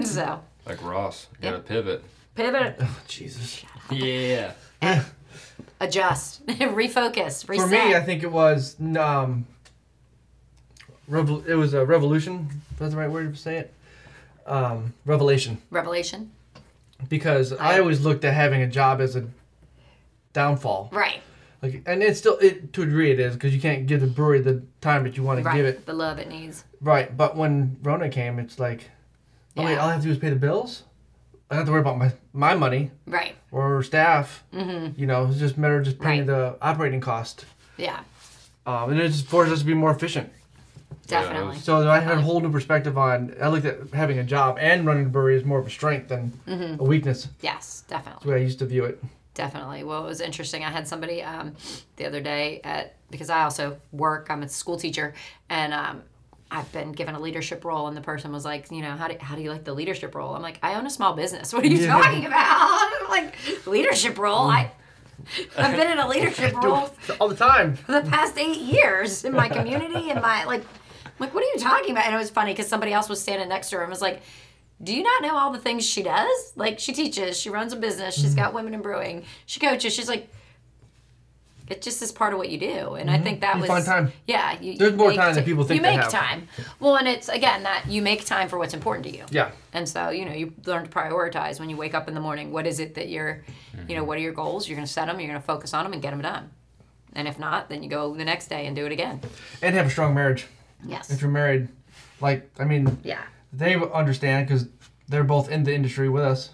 [SPEAKER 3] so
[SPEAKER 4] Like Ross, you
[SPEAKER 3] Yeah.
[SPEAKER 4] gotta pivot.
[SPEAKER 3] pivot,
[SPEAKER 1] Oh, Jesus.
[SPEAKER 4] Yeah.
[SPEAKER 3] adjust, refocus, reset.
[SPEAKER 1] For me, I think it was um, revol- it was a revolution. If that's the right word to say it. Um, revelation,
[SPEAKER 3] Revelation.
[SPEAKER 1] because I,
[SPEAKER 3] I-
[SPEAKER 1] always looked at having a job as a downfall.
[SPEAKER 3] Right.
[SPEAKER 1] Like, and it's still it to a degree it is because you can't give the brewery the time that you want to
[SPEAKER 3] Right.
[SPEAKER 1] give it.
[SPEAKER 3] The love it needs.
[SPEAKER 1] Right, but when Rona came, it's like, oh wait,
[SPEAKER 3] Yeah.
[SPEAKER 1] all I have to do is pay the bills. I don't have to worry about my my money
[SPEAKER 3] Right.
[SPEAKER 1] or staff. You know, it's just a matter of just paying
[SPEAKER 3] Mm-hmm.
[SPEAKER 1] the
[SPEAKER 3] Right.
[SPEAKER 1] operating cost.
[SPEAKER 3] Yeah.
[SPEAKER 1] Um, and it just forces us to be more efficient.
[SPEAKER 3] Definitely.
[SPEAKER 1] So I had a whole new perspective on. I looked at having
[SPEAKER 3] Mm-hmm.
[SPEAKER 1] a job and running a brewery as more of a strength than a weakness.
[SPEAKER 3] Yes.
[SPEAKER 1] That's the
[SPEAKER 3] Definitely.
[SPEAKER 1] way I used to view it.
[SPEAKER 3] Definitely. Well, it was interesting. I had somebody um, the other day at because I also work. I'm a school teacher, and um, I've been given a leadership role, and the person was like, you know, how do how do you like the leadership role? I'm like, I own a small business. What are you
[SPEAKER 1] Yeah. Mm.
[SPEAKER 3] talking about? like leadership role. I I've been in a leadership role
[SPEAKER 1] all the time.
[SPEAKER 3] for the past eight years in my community and my like like what are you talking about and it was funny because somebody else was standing next to her and was like do you not know all the things she does like she teaches she runs a business she's got women in brewing she coaches she's like it just is part of what you do and i think that
[SPEAKER 1] Mm-hmm. You
[SPEAKER 3] was
[SPEAKER 1] find time.
[SPEAKER 3] yeah you,
[SPEAKER 1] There's
[SPEAKER 3] you
[SPEAKER 1] more
[SPEAKER 3] make
[SPEAKER 1] time than
[SPEAKER 3] ti-
[SPEAKER 1] people think
[SPEAKER 3] you
[SPEAKER 1] they
[SPEAKER 3] make
[SPEAKER 1] have.
[SPEAKER 3] time well and it's again that you make time for what's important to you
[SPEAKER 1] Yeah.
[SPEAKER 3] and so, you know, you learn to prioritize when you wake up in the morning. What is it that you're, you
[SPEAKER 1] Mm-hmm.
[SPEAKER 3] know, what are your goals? You're going to set them, you're going to focus on them and get them done. And if not, then you go the next day and do it again.
[SPEAKER 1] And have a strong marriage. If
[SPEAKER 3] Yes.
[SPEAKER 1] you're married, like, I mean,
[SPEAKER 3] Yeah.
[SPEAKER 1] they understand because they're both in the industry with us.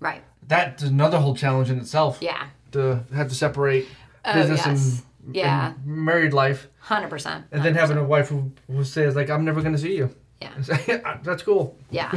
[SPEAKER 3] Right.
[SPEAKER 1] That's another whole challenge in itself.
[SPEAKER 3] Yeah.
[SPEAKER 1] To have to separate
[SPEAKER 3] Oh,
[SPEAKER 1] business
[SPEAKER 3] yes.
[SPEAKER 1] and,
[SPEAKER 3] Yeah.
[SPEAKER 1] and married life.
[SPEAKER 3] 100%.
[SPEAKER 1] And then having a wife who, who says, like, I'm never going to see you.
[SPEAKER 3] Yeah.
[SPEAKER 1] That's cool.
[SPEAKER 3] Yeah.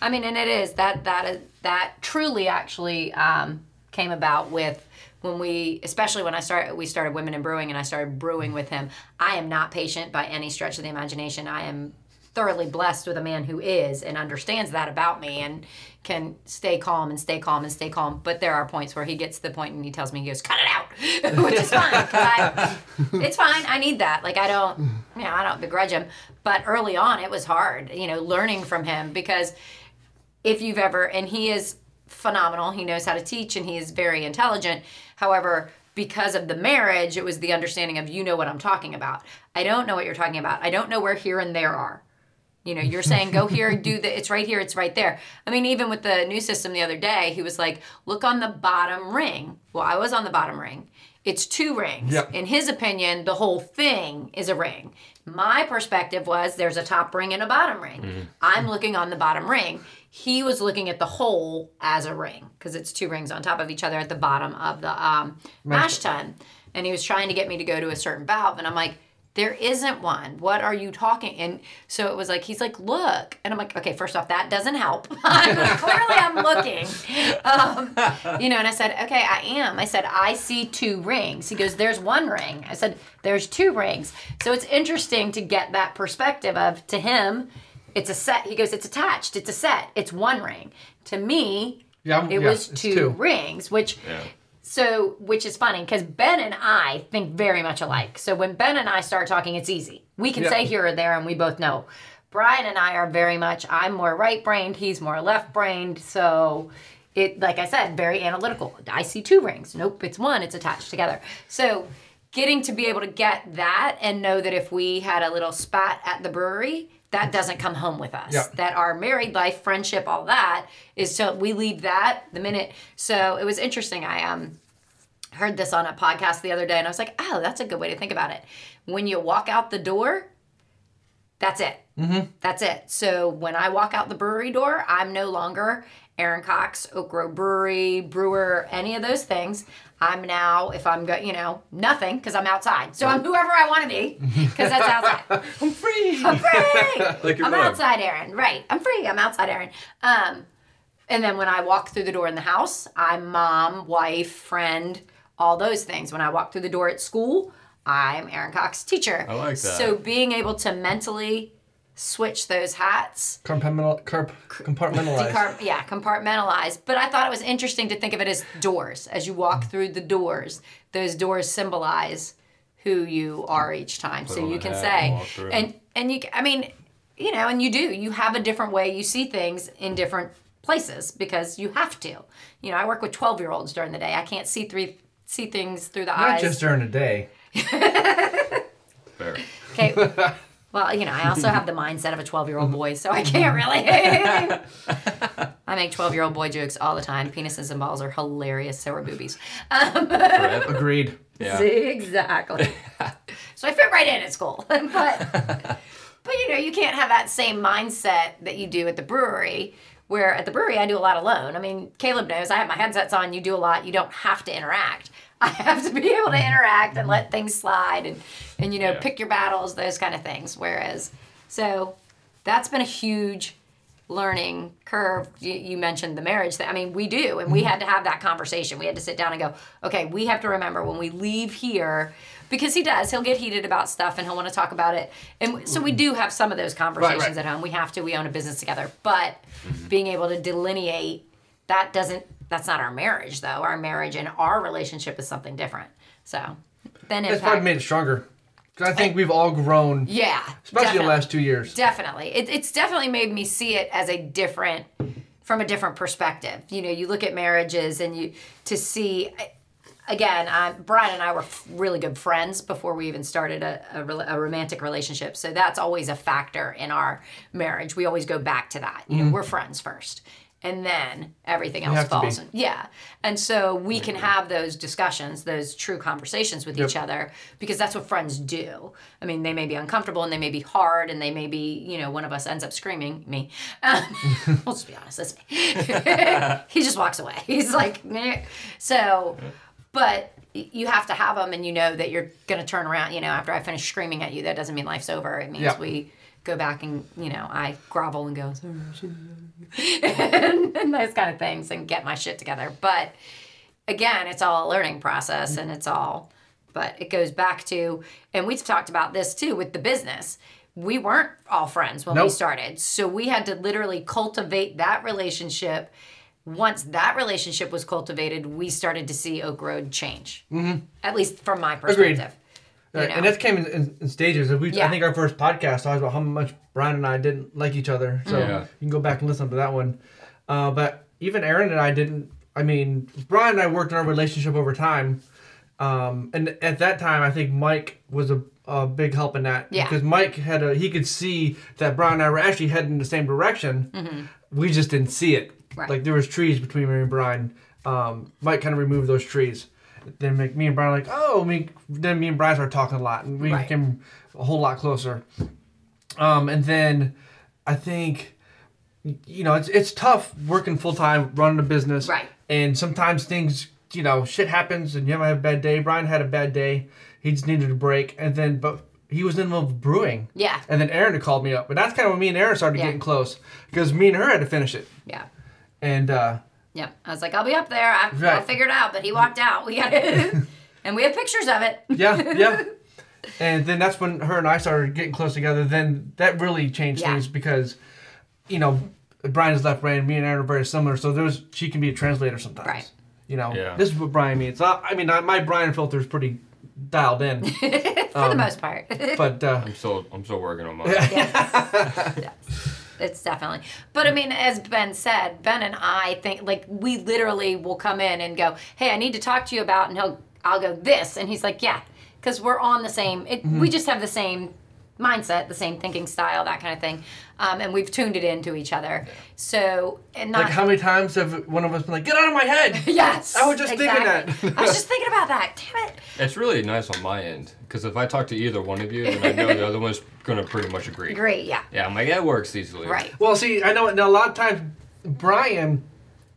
[SPEAKER 3] I mean, and it is that that is that truly actually um, came about with when we, especially when I started, we started Women in Brewing, and I started brewing with him. I am not patient by any stretch of the imagination. I am thoroughly blessed with a man who is and understands that about me and can stay calm and stay calm and stay calm. But there are points where he gets to the point and he tells me, he goes, cut it out, which is fine. 'cause I, it's fine. I need that. Like I don't, you know, I don't begrudge him. But early on, it was hard, you know, learning from him because if you've ever, and he is phenomenal. He knows how to teach and he is very intelligent. However, because of the marriage, it was the understanding of you know what I'm talking about. I don't know what you're talking about. I don't know where here and there are. You know, you're saying go here, do the it's right here, it's right there. I mean, even with the new system the other day, he was like, look on the bottom ring. Well, I was on the bottom ring. It's two rings.
[SPEAKER 1] Yep.
[SPEAKER 3] In his opinion, the whole thing is a ring. My perspective was there's a top ring and a bottom ring. I'm looking on the bottom ring. He was looking at the whole as a ring because it's two rings on top of each other at the bottom of the um, mash tun. And he was trying to get me to go to a certain valve. And I'm like, there isn't one. What are you talking? And so it was like, he's like, look. And I'm like, okay, first off, that doesn't help. I'm like, Clearly, I'm looking. Um, you know, and I said, okay, I am. I said, I see two rings. He goes, there's one ring. I said, there's two rings. So it's interesting to get that perspective of, to him, it's a set. He goes, it's attached. It's a set. It's one ring. To me,
[SPEAKER 1] Yeah. I'm-
[SPEAKER 3] it
[SPEAKER 1] yeah,
[SPEAKER 3] was
[SPEAKER 1] it's
[SPEAKER 3] two, rings, which
[SPEAKER 4] Yeah.
[SPEAKER 3] so which is funny because Ben and I think very much alike. So when Ben and I start talking, it's easy. We can
[SPEAKER 1] Yeah.
[SPEAKER 3] say here or there, and we both know. Brian and I are very much. I'm more right brained. He's more left brained. So. It, like I said, very analytical. I see two rings. Nope, it's one. It's attached together. So, getting to be able to get that and know that if we had a little spat at the brewery, that doesn't come home with us
[SPEAKER 1] Yeah.
[SPEAKER 3] that our married life, friendship, all that is so we leave that the minute. So it was interesting. I um heard this on a podcast the other day and I was like, oh, that's a good way to think about it. When you walk out the door, that's it. Mm-hmm. That's it. So when I walk out the brewery door, I'm no longer Aaron Cox, Oak Grove Brewery, brewer, any of those things. I'm now, if I'm, go, you know, nothing because I'm outside. So I'm whoever I want to be because that's outside.
[SPEAKER 4] I'm free.
[SPEAKER 3] I'm free.
[SPEAKER 4] Like your
[SPEAKER 3] I'm
[SPEAKER 4] mom.
[SPEAKER 3] outside, Aaron. Right. I'm free. I'm outside, Aaron. Um, and then when I walk through the door in the house, I'm mom, wife, friend, all those things. When I walk through the door at school, I'm Aaron Cox, teacher.
[SPEAKER 4] I like that.
[SPEAKER 3] So being able to mentally switch those hats,
[SPEAKER 1] Compartmental, carp, compartmentalized.
[SPEAKER 3] decart- yeah, compartmentalize. But I thought it was interesting to think of it as doors. As you
[SPEAKER 4] Mm-hmm.
[SPEAKER 3] walk through the doors, those doors symbolize who you are each time. so
[SPEAKER 4] on
[SPEAKER 3] you
[SPEAKER 4] the
[SPEAKER 3] can
[SPEAKER 4] hat
[SPEAKER 3] say,
[SPEAKER 4] and walk through.
[SPEAKER 3] and and you, I mean, you know, and you do. You have a different way you see things in different places because you have to. You know, I work with twelve year olds during the day. I can't see three see things through the
[SPEAKER 1] Not
[SPEAKER 3] eyes.
[SPEAKER 1] just during the day.
[SPEAKER 4] Fair.
[SPEAKER 3] Okay. Well, you know, I also have the mindset of a 12 year old boy, so I can't really. I make 12 year old boy jokes all the time. Penises and balls are hilarious, so are boobies. Um,
[SPEAKER 4] Forever.
[SPEAKER 1] Agreed.
[SPEAKER 4] Yeah.
[SPEAKER 3] exactly. so I fit right in at school. but, but, you know, you can't have that same mindset that you do at the brewery, where at the brewery, I do a lot alone. I mean, Caleb knows I have my headsets on, you do a lot, you don't have to interact. I have to be able to interact and let things slide and, and you know,
[SPEAKER 4] Yeah.
[SPEAKER 3] pick your battles, those kind of things. Whereas, so that's been a huge learning curve. You, you mentioned the marriage thing. I mean, we do, and we
[SPEAKER 1] Mm-hmm.
[SPEAKER 3] had to have that conversation. We had to sit down and go, okay, we have to remember when we leave here, because he does. He'll get heated about stuff, and he'll want to talk about it. And so we do have some of those conversations
[SPEAKER 1] Mm-hmm. right. Mm-hmm.
[SPEAKER 3] at home. We have to. We own a business together, but being able to delineate that doesn't. That's not our marriage, though. Our marriage and our relationship is something different. So then,
[SPEAKER 1] That's
[SPEAKER 3] impact.
[SPEAKER 1] probably made it stronger. 'Cause I think we've all grown,
[SPEAKER 3] yeah,
[SPEAKER 1] especially in
[SPEAKER 3] definitely.
[SPEAKER 1] the last two years.
[SPEAKER 3] Definitely. It, it's definitely made me see it as a different, from a different perspective. You know, you look at marriages and you, to see, again, i Brian and I were f- really good friends before we even started a, a, rela- a romantic relationship. So that's always a factor in our marriage. We always go back to that. You know, we're friends first. And then everything else
[SPEAKER 1] Mm-hmm. have to be.
[SPEAKER 3] falls. in. Yeah. And so we can have those discussions, those true conversations with each other, because that's what friends do. I mean, they may be uncomfortable and they may be hard and they may be, you know, one of us ends up screaming, me. Um, we'll just be honest, that's me. he just walks away. He's like, "Meh." so, but y- you have to have them and you know that you're going to turn around. You know, after I finish screaming at you, that doesn't mean life's over. It means
[SPEAKER 1] Yeah.
[SPEAKER 3] we go back and, you know, I grovel and go, sorry, I shouldn't and, and those kind of things and get my shit together. But again, it's all a learning process and it's all, but it goes back to, and we've talked about this too with the business. We weren't all friends when we
[SPEAKER 1] Nope.
[SPEAKER 3] started. So we had to literally cultivate that relationship. Once that relationship was cultivated, we started to see Oak Road change. Mm-hmm. At least from my
[SPEAKER 1] Agreed.
[SPEAKER 3] perspective. You
[SPEAKER 1] Right,
[SPEAKER 3] know?
[SPEAKER 1] Uh, And that came in, in, in stages. We,
[SPEAKER 3] Yeah.
[SPEAKER 1] I think our first podcast talked about how much Brian and I didn't like each other. So
[SPEAKER 3] Mm.
[SPEAKER 4] Yeah.
[SPEAKER 1] you can go back and listen to that one. Uh, but even Aaron and I didn't. I mean, Brian and I worked on our relationship over time. Um, and at that time, I think Mike was a, a big help in that
[SPEAKER 3] Yeah.
[SPEAKER 1] because Mike had a he could see that Brian and I were actually heading in the same direction. We just didn't see it.
[SPEAKER 3] Mm-hmm. Right.
[SPEAKER 1] Like there was trees between me and Brian. Um, Mike kind of removed those trees. Then like, me and Brian were like, oh, me. Then me and Brian started talking a lot, and we
[SPEAKER 3] Right.
[SPEAKER 1] became a whole lot closer. Um, and then I think you know, it's it's tough working full time, running a business.
[SPEAKER 3] Right.
[SPEAKER 1] And sometimes things, you know, shit happens and you might have a bad day. Brian had a bad day. He just needed a break. And then but he was in the middle of brewing.
[SPEAKER 3] Yeah.
[SPEAKER 1] And then Aaron had called me up. But that's kind of when me and Aaron started
[SPEAKER 3] Yeah.
[SPEAKER 1] getting close. Because me and her had to finish it.
[SPEAKER 3] yeah.
[SPEAKER 1] And uh
[SPEAKER 3] Yeah, I was like, I'll be up there. I, I'll
[SPEAKER 1] Right.
[SPEAKER 3] figure it out. But he walked out. We got it, and we have pictures of it.
[SPEAKER 1] yeah, yeah. And then that's when her and I started getting close together. Then that really changed
[SPEAKER 3] Yeah.
[SPEAKER 1] things because, you know, Brian is left brain, me and Aaron are very similar. So there's she can be a translator sometimes.
[SPEAKER 3] Right.
[SPEAKER 1] You know,
[SPEAKER 4] Yeah.
[SPEAKER 1] this is what Brian means. I, I mean, I, my Brian filter is pretty dialed in,
[SPEAKER 3] for
[SPEAKER 1] Um,
[SPEAKER 3] the most part.
[SPEAKER 1] but uh,
[SPEAKER 4] I'm still I'm still working on mine.
[SPEAKER 3] it's definitely. But I mean, as Ben said, Ben and I think like we literally will come in and go, "Hey, I need to talk to you about," and he'll, I'll go this, and he's like, "Yeah," because we're on the same. It,
[SPEAKER 1] Mm-hmm.
[SPEAKER 3] We just have the same mindset, the same thinking style, that kind of thing, um, and we've tuned it into each other. So and not
[SPEAKER 1] like, how many times have one of us been like, "Get out of my head"?
[SPEAKER 3] yes,
[SPEAKER 1] I was just
[SPEAKER 3] exactly.
[SPEAKER 1] thinking that.
[SPEAKER 3] I was just thinking about that. Damn it.
[SPEAKER 4] It's really nice on my end because if I talk to either one of you, then I know the other one's gonna pretty much agree.
[SPEAKER 3] Great. Yeah.
[SPEAKER 4] Yeah, I'm like that works easily.
[SPEAKER 3] Right.
[SPEAKER 1] Well, see, I know now a lot of times, Brian,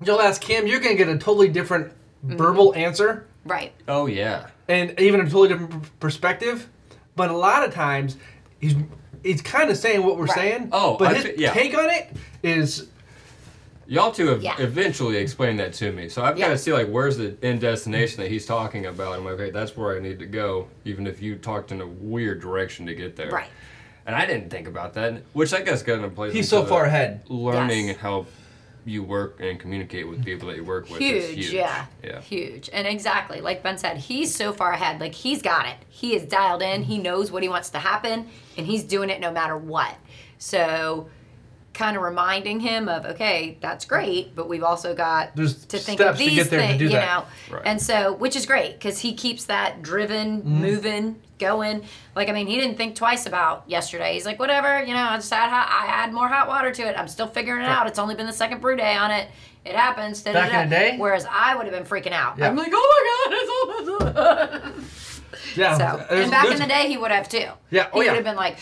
[SPEAKER 1] you'll ask him, you're gonna get a totally different
[SPEAKER 3] Mm-hmm.
[SPEAKER 1] verbal answer.
[SPEAKER 3] Right.
[SPEAKER 4] Oh yeah.
[SPEAKER 1] and even a totally different p- perspective. But a lot of times, he's he's kind of saying what we're
[SPEAKER 3] Right.
[SPEAKER 1] saying.
[SPEAKER 4] Oh,
[SPEAKER 1] but
[SPEAKER 4] I
[SPEAKER 1] his
[SPEAKER 4] fe- yeah.
[SPEAKER 1] take on it is
[SPEAKER 4] Y'all two have
[SPEAKER 3] Yeah.
[SPEAKER 4] eventually explained that to me, so I've
[SPEAKER 3] Yeah.
[SPEAKER 4] got to see like where's the end destination that he's talking about. I'm like, okay, that's where I need to go, even if you talked in a weird direction to get there.
[SPEAKER 3] Right.
[SPEAKER 4] And I didn't think about that, which I guess kind of plays.
[SPEAKER 1] he's
[SPEAKER 4] into
[SPEAKER 1] so
[SPEAKER 4] the
[SPEAKER 1] far ahead.
[SPEAKER 4] Learning
[SPEAKER 3] Yes.
[SPEAKER 4] how you work and communicate with people that you work with
[SPEAKER 3] huge,
[SPEAKER 4] is huge.
[SPEAKER 3] yeah,
[SPEAKER 4] Yeah.
[SPEAKER 3] huge, and exactly like Ben said, he's so far ahead. Like he's got it. He is dialed in. He knows what he wants to happen, and he's doing it no matter what. So, kind of reminding him of, okay, that's great, but we've also got
[SPEAKER 1] There's
[SPEAKER 3] to think of
[SPEAKER 1] steps to
[SPEAKER 3] these
[SPEAKER 1] get there to
[SPEAKER 3] things,
[SPEAKER 1] do
[SPEAKER 3] you
[SPEAKER 1] that.
[SPEAKER 3] know.
[SPEAKER 4] Right.
[SPEAKER 3] And so, which is great because he keeps that driven,
[SPEAKER 1] Mm-hmm.
[SPEAKER 3] moving, going. Like I mean, he didn't think twice about yesterday. He's like, whatever, you know. I just add hot, I add more hot water to it. I'm still figuring it out. It's only been the second brew day on it. It happens. da, da,
[SPEAKER 1] Back in the
[SPEAKER 3] da."
[SPEAKER 1] day?
[SPEAKER 3] Whereas I would have been freaking out.
[SPEAKER 1] Yeah.
[SPEAKER 3] I'm like, oh my god, it's almost.
[SPEAKER 1] Yeah.
[SPEAKER 3] So,
[SPEAKER 1] there's-
[SPEAKER 3] and back in
[SPEAKER 1] there's-
[SPEAKER 3] the day, he would have too.
[SPEAKER 1] Yeah, oh
[SPEAKER 3] he
[SPEAKER 1] yeah.
[SPEAKER 3] would have been like,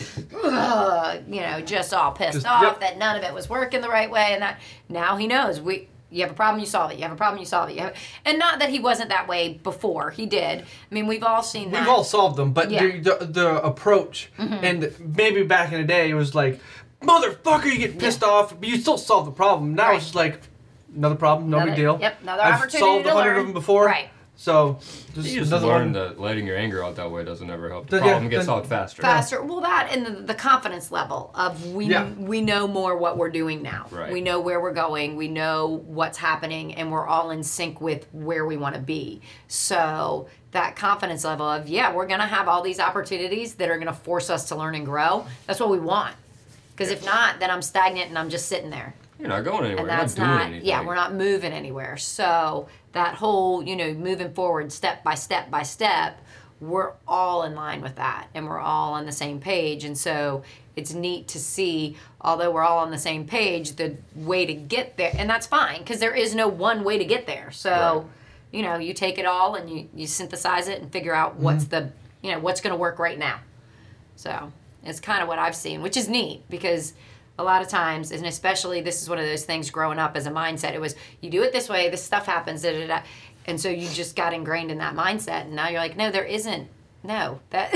[SPEAKER 3] "Ugh," you know, just all pissed
[SPEAKER 1] Just-
[SPEAKER 3] off
[SPEAKER 1] yep.
[SPEAKER 3] that none of it was working the right way, and that now he knows we. You have a problem, you solve it. You have a problem, you solve it. You have, and not that he wasn't that way before. He did. I mean, we've all seen that.
[SPEAKER 1] We've all solved them, but
[SPEAKER 3] Yeah. Mm-hmm.
[SPEAKER 1] the, the the approach and maybe back in the day it was like motherfucker, you get pissed off, but you still solve the problem. Now
[SPEAKER 3] Right.
[SPEAKER 1] it's just like, another problem, no
[SPEAKER 3] Another-
[SPEAKER 1] big deal.
[SPEAKER 3] Yep, another
[SPEAKER 1] I've
[SPEAKER 3] opportunity
[SPEAKER 1] solved
[SPEAKER 3] to
[SPEAKER 1] a hundred
[SPEAKER 3] learn.
[SPEAKER 1] of them before.
[SPEAKER 3] Right.
[SPEAKER 1] So just
[SPEAKER 4] You just
[SPEAKER 1] another
[SPEAKER 4] learn
[SPEAKER 1] one.
[SPEAKER 4] that letting your anger out that way doesn't ever help. The
[SPEAKER 1] Then, yeah,
[SPEAKER 4] problem gets
[SPEAKER 1] then-
[SPEAKER 4] solved faster.
[SPEAKER 1] faster.
[SPEAKER 3] faster. Well, that and the, the confidence level of we
[SPEAKER 1] Yeah.
[SPEAKER 3] we know more what we're doing now.
[SPEAKER 4] Right.
[SPEAKER 3] We know where we're going. We know what's happening, and we're all in sync with where we want to be. So that confidence level of yeah, we're gonna have all these opportunities that are gonna force us to learn and grow. That's what we want. Because if not, then I'm stagnant and I'm just sitting there
[SPEAKER 4] You're not going
[SPEAKER 3] and
[SPEAKER 4] anywhere. You're
[SPEAKER 3] that's
[SPEAKER 4] not doing
[SPEAKER 3] not
[SPEAKER 4] anything.
[SPEAKER 3] yeah we're not moving anywhere so that whole you know moving forward step by step by step we're all in line with that and we're all on the same page and so it's neat to see although we're all on the same page the way to get there and that's fine because there is no one way to get there so
[SPEAKER 4] Right.
[SPEAKER 3] you know you take it all and you, you synthesize it and figure out what's
[SPEAKER 4] Mm-hmm.
[SPEAKER 3] the you know what's going to work right now so it's kind of what I've seen, which is neat because a lot of times, and especially this is one of those things growing up as a mindset, it was you do it this way, this stuff happens, da da da. And so you just got ingrained in that mindset. And now you're like, no, there isn't. No, that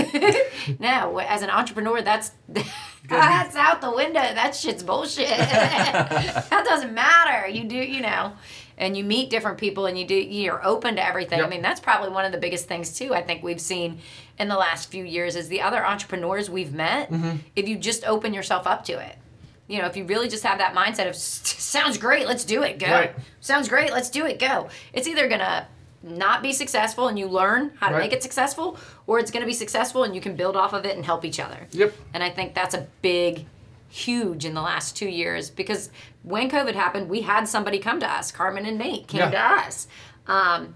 [SPEAKER 3] no. As an entrepreneur, that's that's out the window. That shit's bullshit. that doesn't matter. You do, you know, and you meet different people, and you do. You're open to everything. I
[SPEAKER 1] Yep.
[SPEAKER 3] mean, that's probably one of the biggest things too. I think we've seen in the last few years is the other entrepreneurs we've met.
[SPEAKER 1] Mm-hmm.
[SPEAKER 3] If you just open yourself up to it, you know, if you really just have that mindset of sounds great, let's do it, go.
[SPEAKER 1] Right.
[SPEAKER 3] Sounds great, let's do it, go. It's either gonna not be successful and you learn how to
[SPEAKER 1] Right.
[SPEAKER 3] make it successful, or it's gonna be successful and you can build off of it and help each other.
[SPEAKER 1] Yep.
[SPEAKER 3] And I think that's a big, huge in the last two years because when COVID happened, we had somebody come to us. Carmen and Nate came
[SPEAKER 1] Yeah.
[SPEAKER 3] to us. Um,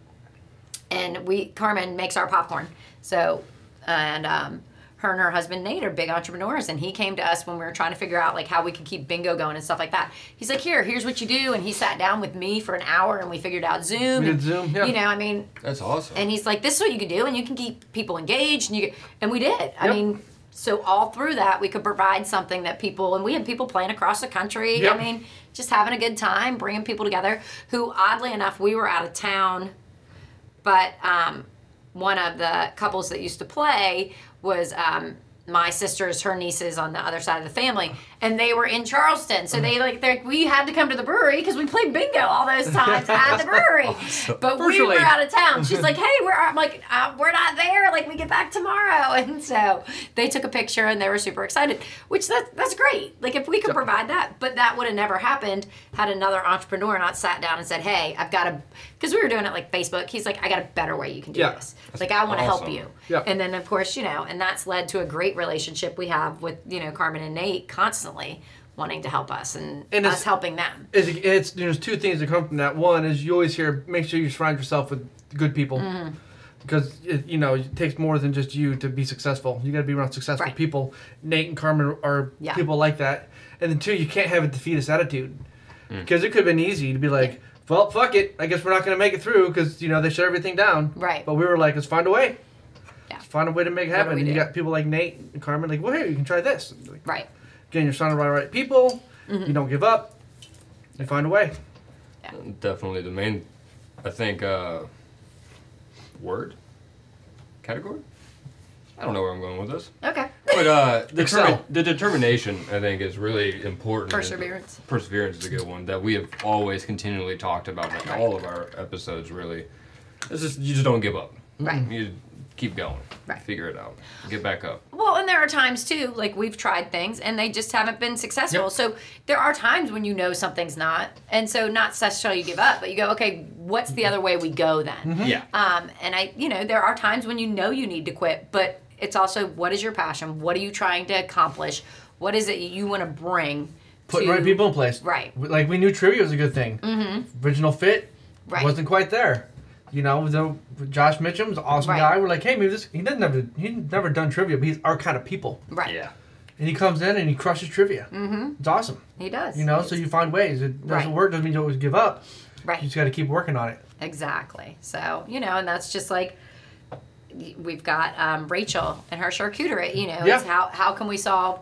[SPEAKER 3] and we, Carmen makes our popcorn. So, and um, her and her husband Nate are big entrepreneurs. And he came to us when we were trying to figure out like how we could keep bingo going and stuff like that. He's like, here, here's what you do. And he sat down with me for an hour and we figured out Zoom.
[SPEAKER 1] We did
[SPEAKER 3] and,
[SPEAKER 1] Zoom, yeah.
[SPEAKER 3] You know, I mean,
[SPEAKER 4] That's awesome.
[SPEAKER 3] and he's like, "This is what you can do, and you can keep people engaged." And you and we did. I
[SPEAKER 1] Yep.
[SPEAKER 3] mean, so all through that, we could provide something that people and we had people playing across the country.
[SPEAKER 1] Yep.
[SPEAKER 3] I mean, just having a good time, bringing people together. Who, oddly enough, we were out of town, but um, one of the couples that used to play was. Um, my sisters, her nieces on the other side of the family, and they were in Charleston. So they like, they're like we had to come to the brewery because we played bingo all those times at the brewery. But we were
[SPEAKER 1] Virtually.
[SPEAKER 3] out out of town. She's like, hey, we're I'm like, uh, we're not there. Like, we get back tomorrow. And so they took a picture and they were super excited, which that, that's great. Like, if we could provide that, but that would have never happened had another entrepreneur not sat down and said, hey, I've got a, because we were doing it like Facebook. He's like, I got a better way you can do
[SPEAKER 1] Yeah.
[SPEAKER 3] this. Like, I want to help
[SPEAKER 4] awesome.
[SPEAKER 3] you.
[SPEAKER 1] Yeah.
[SPEAKER 3] And then, of course, you know, and that's led to a great relationship we have with, you know, Carmen and Nate constantly wanting to help us and,
[SPEAKER 1] And it's-
[SPEAKER 3] us helping them.
[SPEAKER 1] It's, it's there's two things that come from that. One is you always hear make sure you surround yourself with good people
[SPEAKER 3] Mm-hmm.
[SPEAKER 1] because it, you know it takes more than just you to be successful. You got to be around successful
[SPEAKER 3] Right.
[SPEAKER 1] people. Nate and Carmen are
[SPEAKER 3] Yeah.
[SPEAKER 1] people like that. And then two, you can't have a defeatist attitude because it could have been easy to be like, well, fuck it, I guess we're not gonna make it through because you know they shut everything down.
[SPEAKER 3] Right.
[SPEAKER 1] But we were like, let's find a way.
[SPEAKER 3] Yeah.
[SPEAKER 1] Let's find a way to make it
[SPEAKER 3] What do
[SPEAKER 1] happen.
[SPEAKER 3] we
[SPEAKER 1] And you
[SPEAKER 3] do?
[SPEAKER 1] got people like Nate and Carmen like, well, here you can try this. And like,
[SPEAKER 3] Right.
[SPEAKER 1] Again, you're surrounded by the right people. You don't give up. You find a way.
[SPEAKER 4] Definitely the main, I think, uh, word? Category? I don't know where I'm going with this.
[SPEAKER 3] Okay.
[SPEAKER 4] But uh, the,
[SPEAKER 1] Excel.
[SPEAKER 4] determi- the determination, I think, is really important.
[SPEAKER 3] Perseverance.
[SPEAKER 4] Perseverance is a good one that we have always continually talked about in all of our episodes, really. It's just, you just don't give up.
[SPEAKER 3] Right.
[SPEAKER 4] You keep going.
[SPEAKER 3] Right.
[SPEAKER 4] Figure it out. Get back up.
[SPEAKER 3] Well, and there are times too, like we've tried things and they just haven't been successful.
[SPEAKER 1] Yep.
[SPEAKER 3] So there are times when you know something's not, and so not necessarily you give up, but you go, okay, what's the other way we go then?
[SPEAKER 1] Mm-hmm.
[SPEAKER 4] Yeah.
[SPEAKER 3] Um, and I, you know, there are times when you know you need to quit, but it's also what is your passion? What are you trying to accomplish? What is it you want to bring?
[SPEAKER 1] putting
[SPEAKER 3] to,
[SPEAKER 1] right people in place.
[SPEAKER 3] Right.
[SPEAKER 1] W- Like we knew trivia was a good thing. Mm-hmm. Original fit
[SPEAKER 3] Right.
[SPEAKER 1] wasn't quite there. You know, though Josh Mitchum's an awesome
[SPEAKER 3] Right.
[SPEAKER 1] guy. We're like, hey, maybe this he doesn't have he's never done trivia, but he's our kind of people.
[SPEAKER 3] Right.
[SPEAKER 4] Yeah.
[SPEAKER 1] And he comes in and he crushes trivia. Mm-hmm. It's awesome.
[SPEAKER 3] He does.
[SPEAKER 1] You know, so you find ways. It doesn't
[SPEAKER 3] Right.
[SPEAKER 1] work doesn't mean you always give up.
[SPEAKER 3] right.
[SPEAKER 1] You just got to keep working on it.
[SPEAKER 3] Exactly. So, you know, and that's just like we've got um, Rachel and her charcuterie, you know,
[SPEAKER 1] Yeah.
[SPEAKER 3] it's how, how can we solve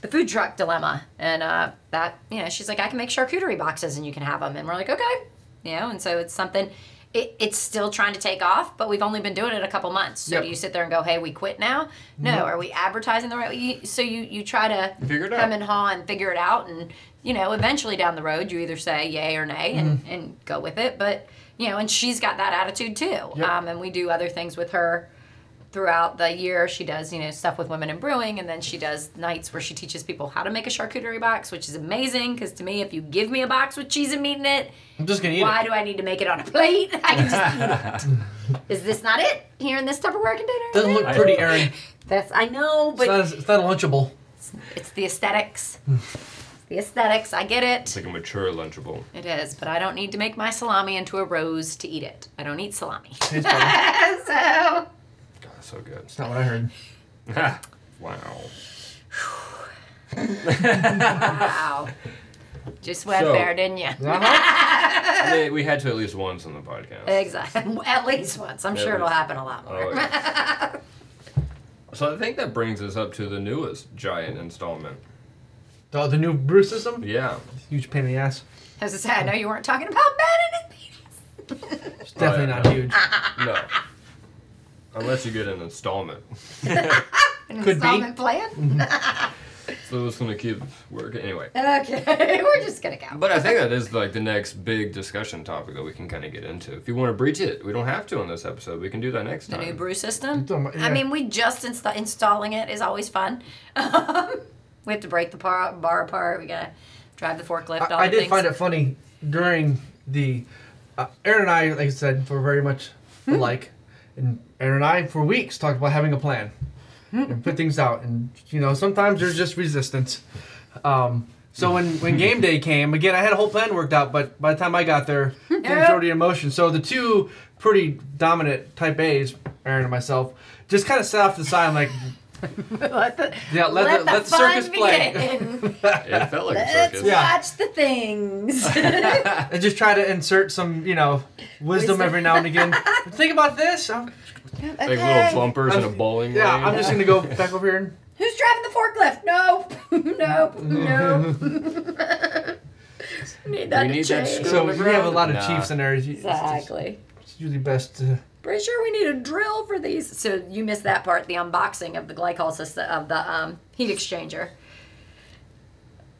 [SPEAKER 3] the food truck dilemma? And uh, that, you know, she's like, I can make charcuterie boxes and you can have them. And we're like, okay, you know, and so it's something. it, it's still trying to take off, but we've only been doing it a couple months. So
[SPEAKER 1] Yep.
[SPEAKER 3] do you sit there and go, "Hey, we quit now"? No. Are we advertising the right? You, so you you try to
[SPEAKER 4] Figure it
[SPEAKER 3] hem
[SPEAKER 4] out.
[SPEAKER 3] and haw and figure it out, and you know, eventually down the road, you either say yay or nay and and go with it. But you know, and she's got that attitude too.
[SPEAKER 1] Yep.
[SPEAKER 3] Um, and we do other things with her throughout the year. She does, you know, stuff with women in brewing, and then she does nights where she teaches people how to make a charcuterie box, which is amazing. Because to me, if you give me a box with cheese and meat in it,
[SPEAKER 1] I'm just gonna eat
[SPEAKER 3] why
[SPEAKER 1] it.
[SPEAKER 3] do I need to make it on a plate? I can just eat it. Is this not it here in this Tupperware
[SPEAKER 1] Doesn't
[SPEAKER 3] container?
[SPEAKER 1] look pretty, Aaron.
[SPEAKER 3] That's I know,
[SPEAKER 1] It's
[SPEAKER 3] but
[SPEAKER 1] not, it's not lunchable.
[SPEAKER 3] it's the aesthetics. It's the aesthetics. I get
[SPEAKER 4] It's
[SPEAKER 3] it.
[SPEAKER 4] like a mature lunchable.
[SPEAKER 3] It is, but I don't need to make my salami into a rose to eat it. I don't eat salami.
[SPEAKER 1] Tastes better.
[SPEAKER 3] so
[SPEAKER 4] God, so good.
[SPEAKER 1] It's not what I heard.
[SPEAKER 4] wow.
[SPEAKER 3] wow. Just went
[SPEAKER 4] So-
[SPEAKER 3] there, didn't you?
[SPEAKER 1] Uh-huh.
[SPEAKER 4] I mean, we had to at least once on the podcast.
[SPEAKER 3] Exactly. At least once. I'm
[SPEAKER 4] At
[SPEAKER 3] sure it'll
[SPEAKER 4] least.
[SPEAKER 3] happen a lot more.
[SPEAKER 4] Oh, yeah. so I think that brings us up to the newest giant installment.
[SPEAKER 1] Oh, the new brew system?
[SPEAKER 4] Yeah.
[SPEAKER 1] Huge pain in the ass.
[SPEAKER 3] As I said, I know you weren't talking about Ben and his penis.
[SPEAKER 1] It's definitely
[SPEAKER 4] Oh, yeah,
[SPEAKER 1] not huge.
[SPEAKER 4] No. Unless you get an installment.
[SPEAKER 3] An
[SPEAKER 1] Could be.
[SPEAKER 3] installment plan?
[SPEAKER 4] So it's gonna keep working anyway.
[SPEAKER 3] Okay, we're just gonna go.
[SPEAKER 4] But I think that is like the next big discussion topic that we can kind of get into. If you want to breach it, we don't have to on this episode. We can do that next
[SPEAKER 3] The
[SPEAKER 4] time.
[SPEAKER 3] new brew system.
[SPEAKER 1] You're talking about-
[SPEAKER 3] I
[SPEAKER 1] yeah.
[SPEAKER 3] mean, we just insta- installing it is always fun. Um, we have to break the par- bar apart. We gotta drive the forklift. All
[SPEAKER 1] I, I
[SPEAKER 3] the
[SPEAKER 1] did
[SPEAKER 3] things.
[SPEAKER 1] find it funny during the uh, Aaron and I, like I said, were very much alike, and Aaron and I for weeks talked about having a plan and put things out, and you know sometimes there's just resistance. Um, so when when game day came, again I had a whole plan worked out, but by the time I got there, things were already in motion. So the two pretty dominant Type A's, Aaron and myself, just kind of sat off to the side like.
[SPEAKER 3] let the,
[SPEAKER 1] Yeah, let, the, let the
[SPEAKER 3] fun
[SPEAKER 1] circus play.
[SPEAKER 3] begin.
[SPEAKER 4] it felt like a
[SPEAKER 3] Let's
[SPEAKER 4] circus.
[SPEAKER 1] Yeah.
[SPEAKER 3] watch the things.
[SPEAKER 1] and just try to insert some, you know, wisdom,
[SPEAKER 3] Wisdom.
[SPEAKER 1] every now and again. Think about this. I'm,
[SPEAKER 4] Like
[SPEAKER 3] Okay.
[SPEAKER 4] little bumpers in a
[SPEAKER 1] I'm-
[SPEAKER 4] bowling
[SPEAKER 1] yeah,
[SPEAKER 4] lane.
[SPEAKER 1] I'm just gonna go back over here. And,
[SPEAKER 3] Who's driving the forklift? No, no, no. need that
[SPEAKER 4] We
[SPEAKER 3] to
[SPEAKER 4] need that
[SPEAKER 3] change.
[SPEAKER 4] Go
[SPEAKER 1] so
[SPEAKER 4] on the
[SPEAKER 1] we have a
[SPEAKER 4] ground.
[SPEAKER 1] lot of
[SPEAKER 4] Nah.
[SPEAKER 1] chiefs in there. It's- it's-
[SPEAKER 3] Exactly.
[SPEAKER 1] It's usually best to.
[SPEAKER 3] Pretty sure we need a drill for these. So you missed that part, the unboxing of the glycol system of the um, heat exchanger.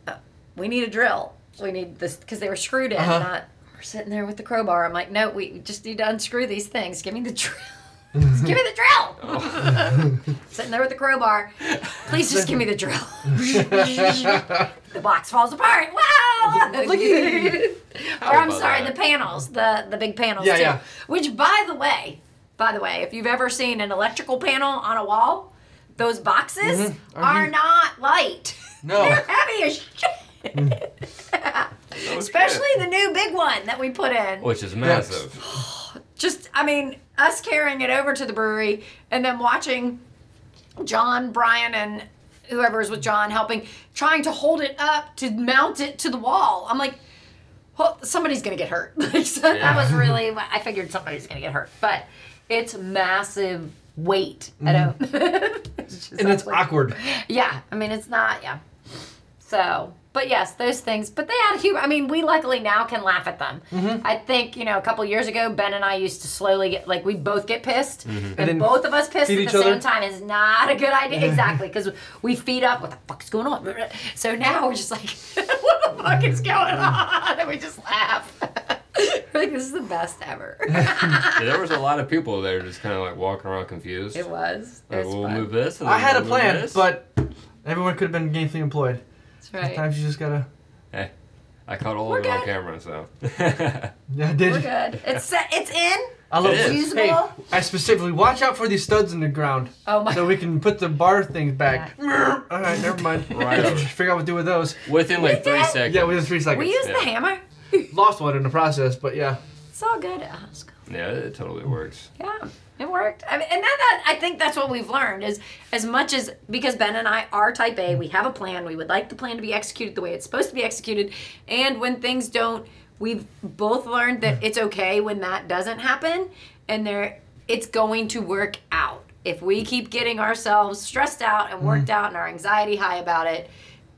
[SPEAKER 3] Uh, we need a drill. We need this because they were screwed in.
[SPEAKER 1] Uh-huh.
[SPEAKER 3] Not we're sitting there with the crowbar. I'm like, no, we just need to unscrew these things. Give me the drill. Just give me the drill. Sitting there with the crowbar. Please just give me the drill. the box falls apart. Wow. or I'm
[SPEAKER 4] about
[SPEAKER 3] sorry,
[SPEAKER 4] that?
[SPEAKER 3] the panels, the the big panels
[SPEAKER 1] Yeah,
[SPEAKER 3] too.
[SPEAKER 1] yeah.
[SPEAKER 3] Which, by the way, by the way, if you've ever seen an electrical panel on a wall, those boxes
[SPEAKER 1] Are
[SPEAKER 3] are
[SPEAKER 1] you-
[SPEAKER 3] not light.
[SPEAKER 1] Mm-hmm. No. Mm.
[SPEAKER 3] They're heavy as shit.
[SPEAKER 4] Oh,
[SPEAKER 3] Especially
[SPEAKER 4] shit.
[SPEAKER 3] the new big one that we put in.
[SPEAKER 4] Which is massive.
[SPEAKER 3] Just, I mean, us carrying it over to the brewery and then watching John, Brian, and whoever is with John helping, trying to hold it up to mount it to the wall. I'm like, well, somebody's gonna get hurt. Like, so that
[SPEAKER 4] Yeah.
[SPEAKER 3] was really what- I figured somebody's gonna get hurt, but it's massive weight. I don't. It's just
[SPEAKER 1] Mm. And it's
[SPEAKER 3] like-
[SPEAKER 1] awkward.
[SPEAKER 3] Yeah, I mean it's not. Yeah. So, but yes, those things. But they had humor. I mean, we luckily now can laugh at them.
[SPEAKER 1] Mm-hmm.
[SPEAKER 3] I think you know a couple years ago, Ben and I used to slowly get like we both get pissed, and,
[SPEAKER 1] Mm-hmm. then
[SPEAKER 3] both of us pissed at
[SPEAKER 1] feed
[SPEAKER 3] the
[SPEAKER 1] each
[SPEAKER 3] same
[SPEAKER 1] other?
[SPEAKER 3] time is not a good idea. Exactly, because we feed up. What the fuck is going on? So now we're just like, what the fuck is going on? And we just laugh. we're like, this is the best ever.
[SPEAKER 4] there was a lot of people there just kind of like walking around confused.
[SPEAKER 3] it was. It
[SPEAKER 4] Like,
[SPEAKER 3] was
[SPEAKER 4] we'll
[SPEAKER 3] fun.
[SPEAKER 4] move this. and
[SPEAKER 1] I
[SPEAKER 4] then
[SPEAKER 1] had a
[SPEAKER 4] we'll move
[SPEAKER 1] plan,
[SPEAKER 4] this.
[SPEAKER 1] but everyone could have been gainfully employed.
[SPEAKER 3] That's right.
[SPEAKER 1] Sometimes you just gotta.
[SPEAKER 4] Hey, I caught all
[SPEAKER 3] We're
[SPEAKER 4] of it on
[SPEAKER 3] good.
[SPEAKER 4] camera, so.
[SPEAKER 1] Yeah, I
[SPEAKER 3] We're
[SPEAKER 1] did.
[SPEAKER 3] good. It's set. It's in.
[SPEAKER 1] I love
[SPEAKER 4] It is.
[SPEAKER 3] Usable.
[SPEAKER 1] Hey, I specifically watch out for these studs in the ground.
[SPEAKER 3] Oh my-
[SPEAKER 1] So we can put the bar things back. All right, never mind.
[SPEAKER 4] Right.
[SPEAKER 1] Figure out what to do with those.
[SPEAKER 4] Within like three
[SPEAKER 3] did.
[SPEAKER 4] seconds.
[SPEAKER 1] Yeah, within three seconds.
[SPEAKER 3] We used
[SPEAKER 4] Yeah.
[SPEAKER 3] the hammer.
[SPEAKER 1] Lost one in the process, but yeah.
[SPEAKER 3] It's all good. Uh, it's good.
[SPEAKER 4] Yeah, it totally
[SPEAKER 3] Mm-hmm.
[SPEAKER 4] works.
[SPEAKER 3] Yeah, it worked. I mean, and then that, I think that's what we've learned is as much as because Ben and I are type A, we have a plan. We would like the plan to be executed the way it's supposed to be executed. And when things don't, we've both learned that it's okay when that doesn't happen, and there it's going to work out. If we keep getting
[SPEAKER 1] Mm.
[SPEAKER 3] ourselves stressed out and worked out and our anxiety high about it,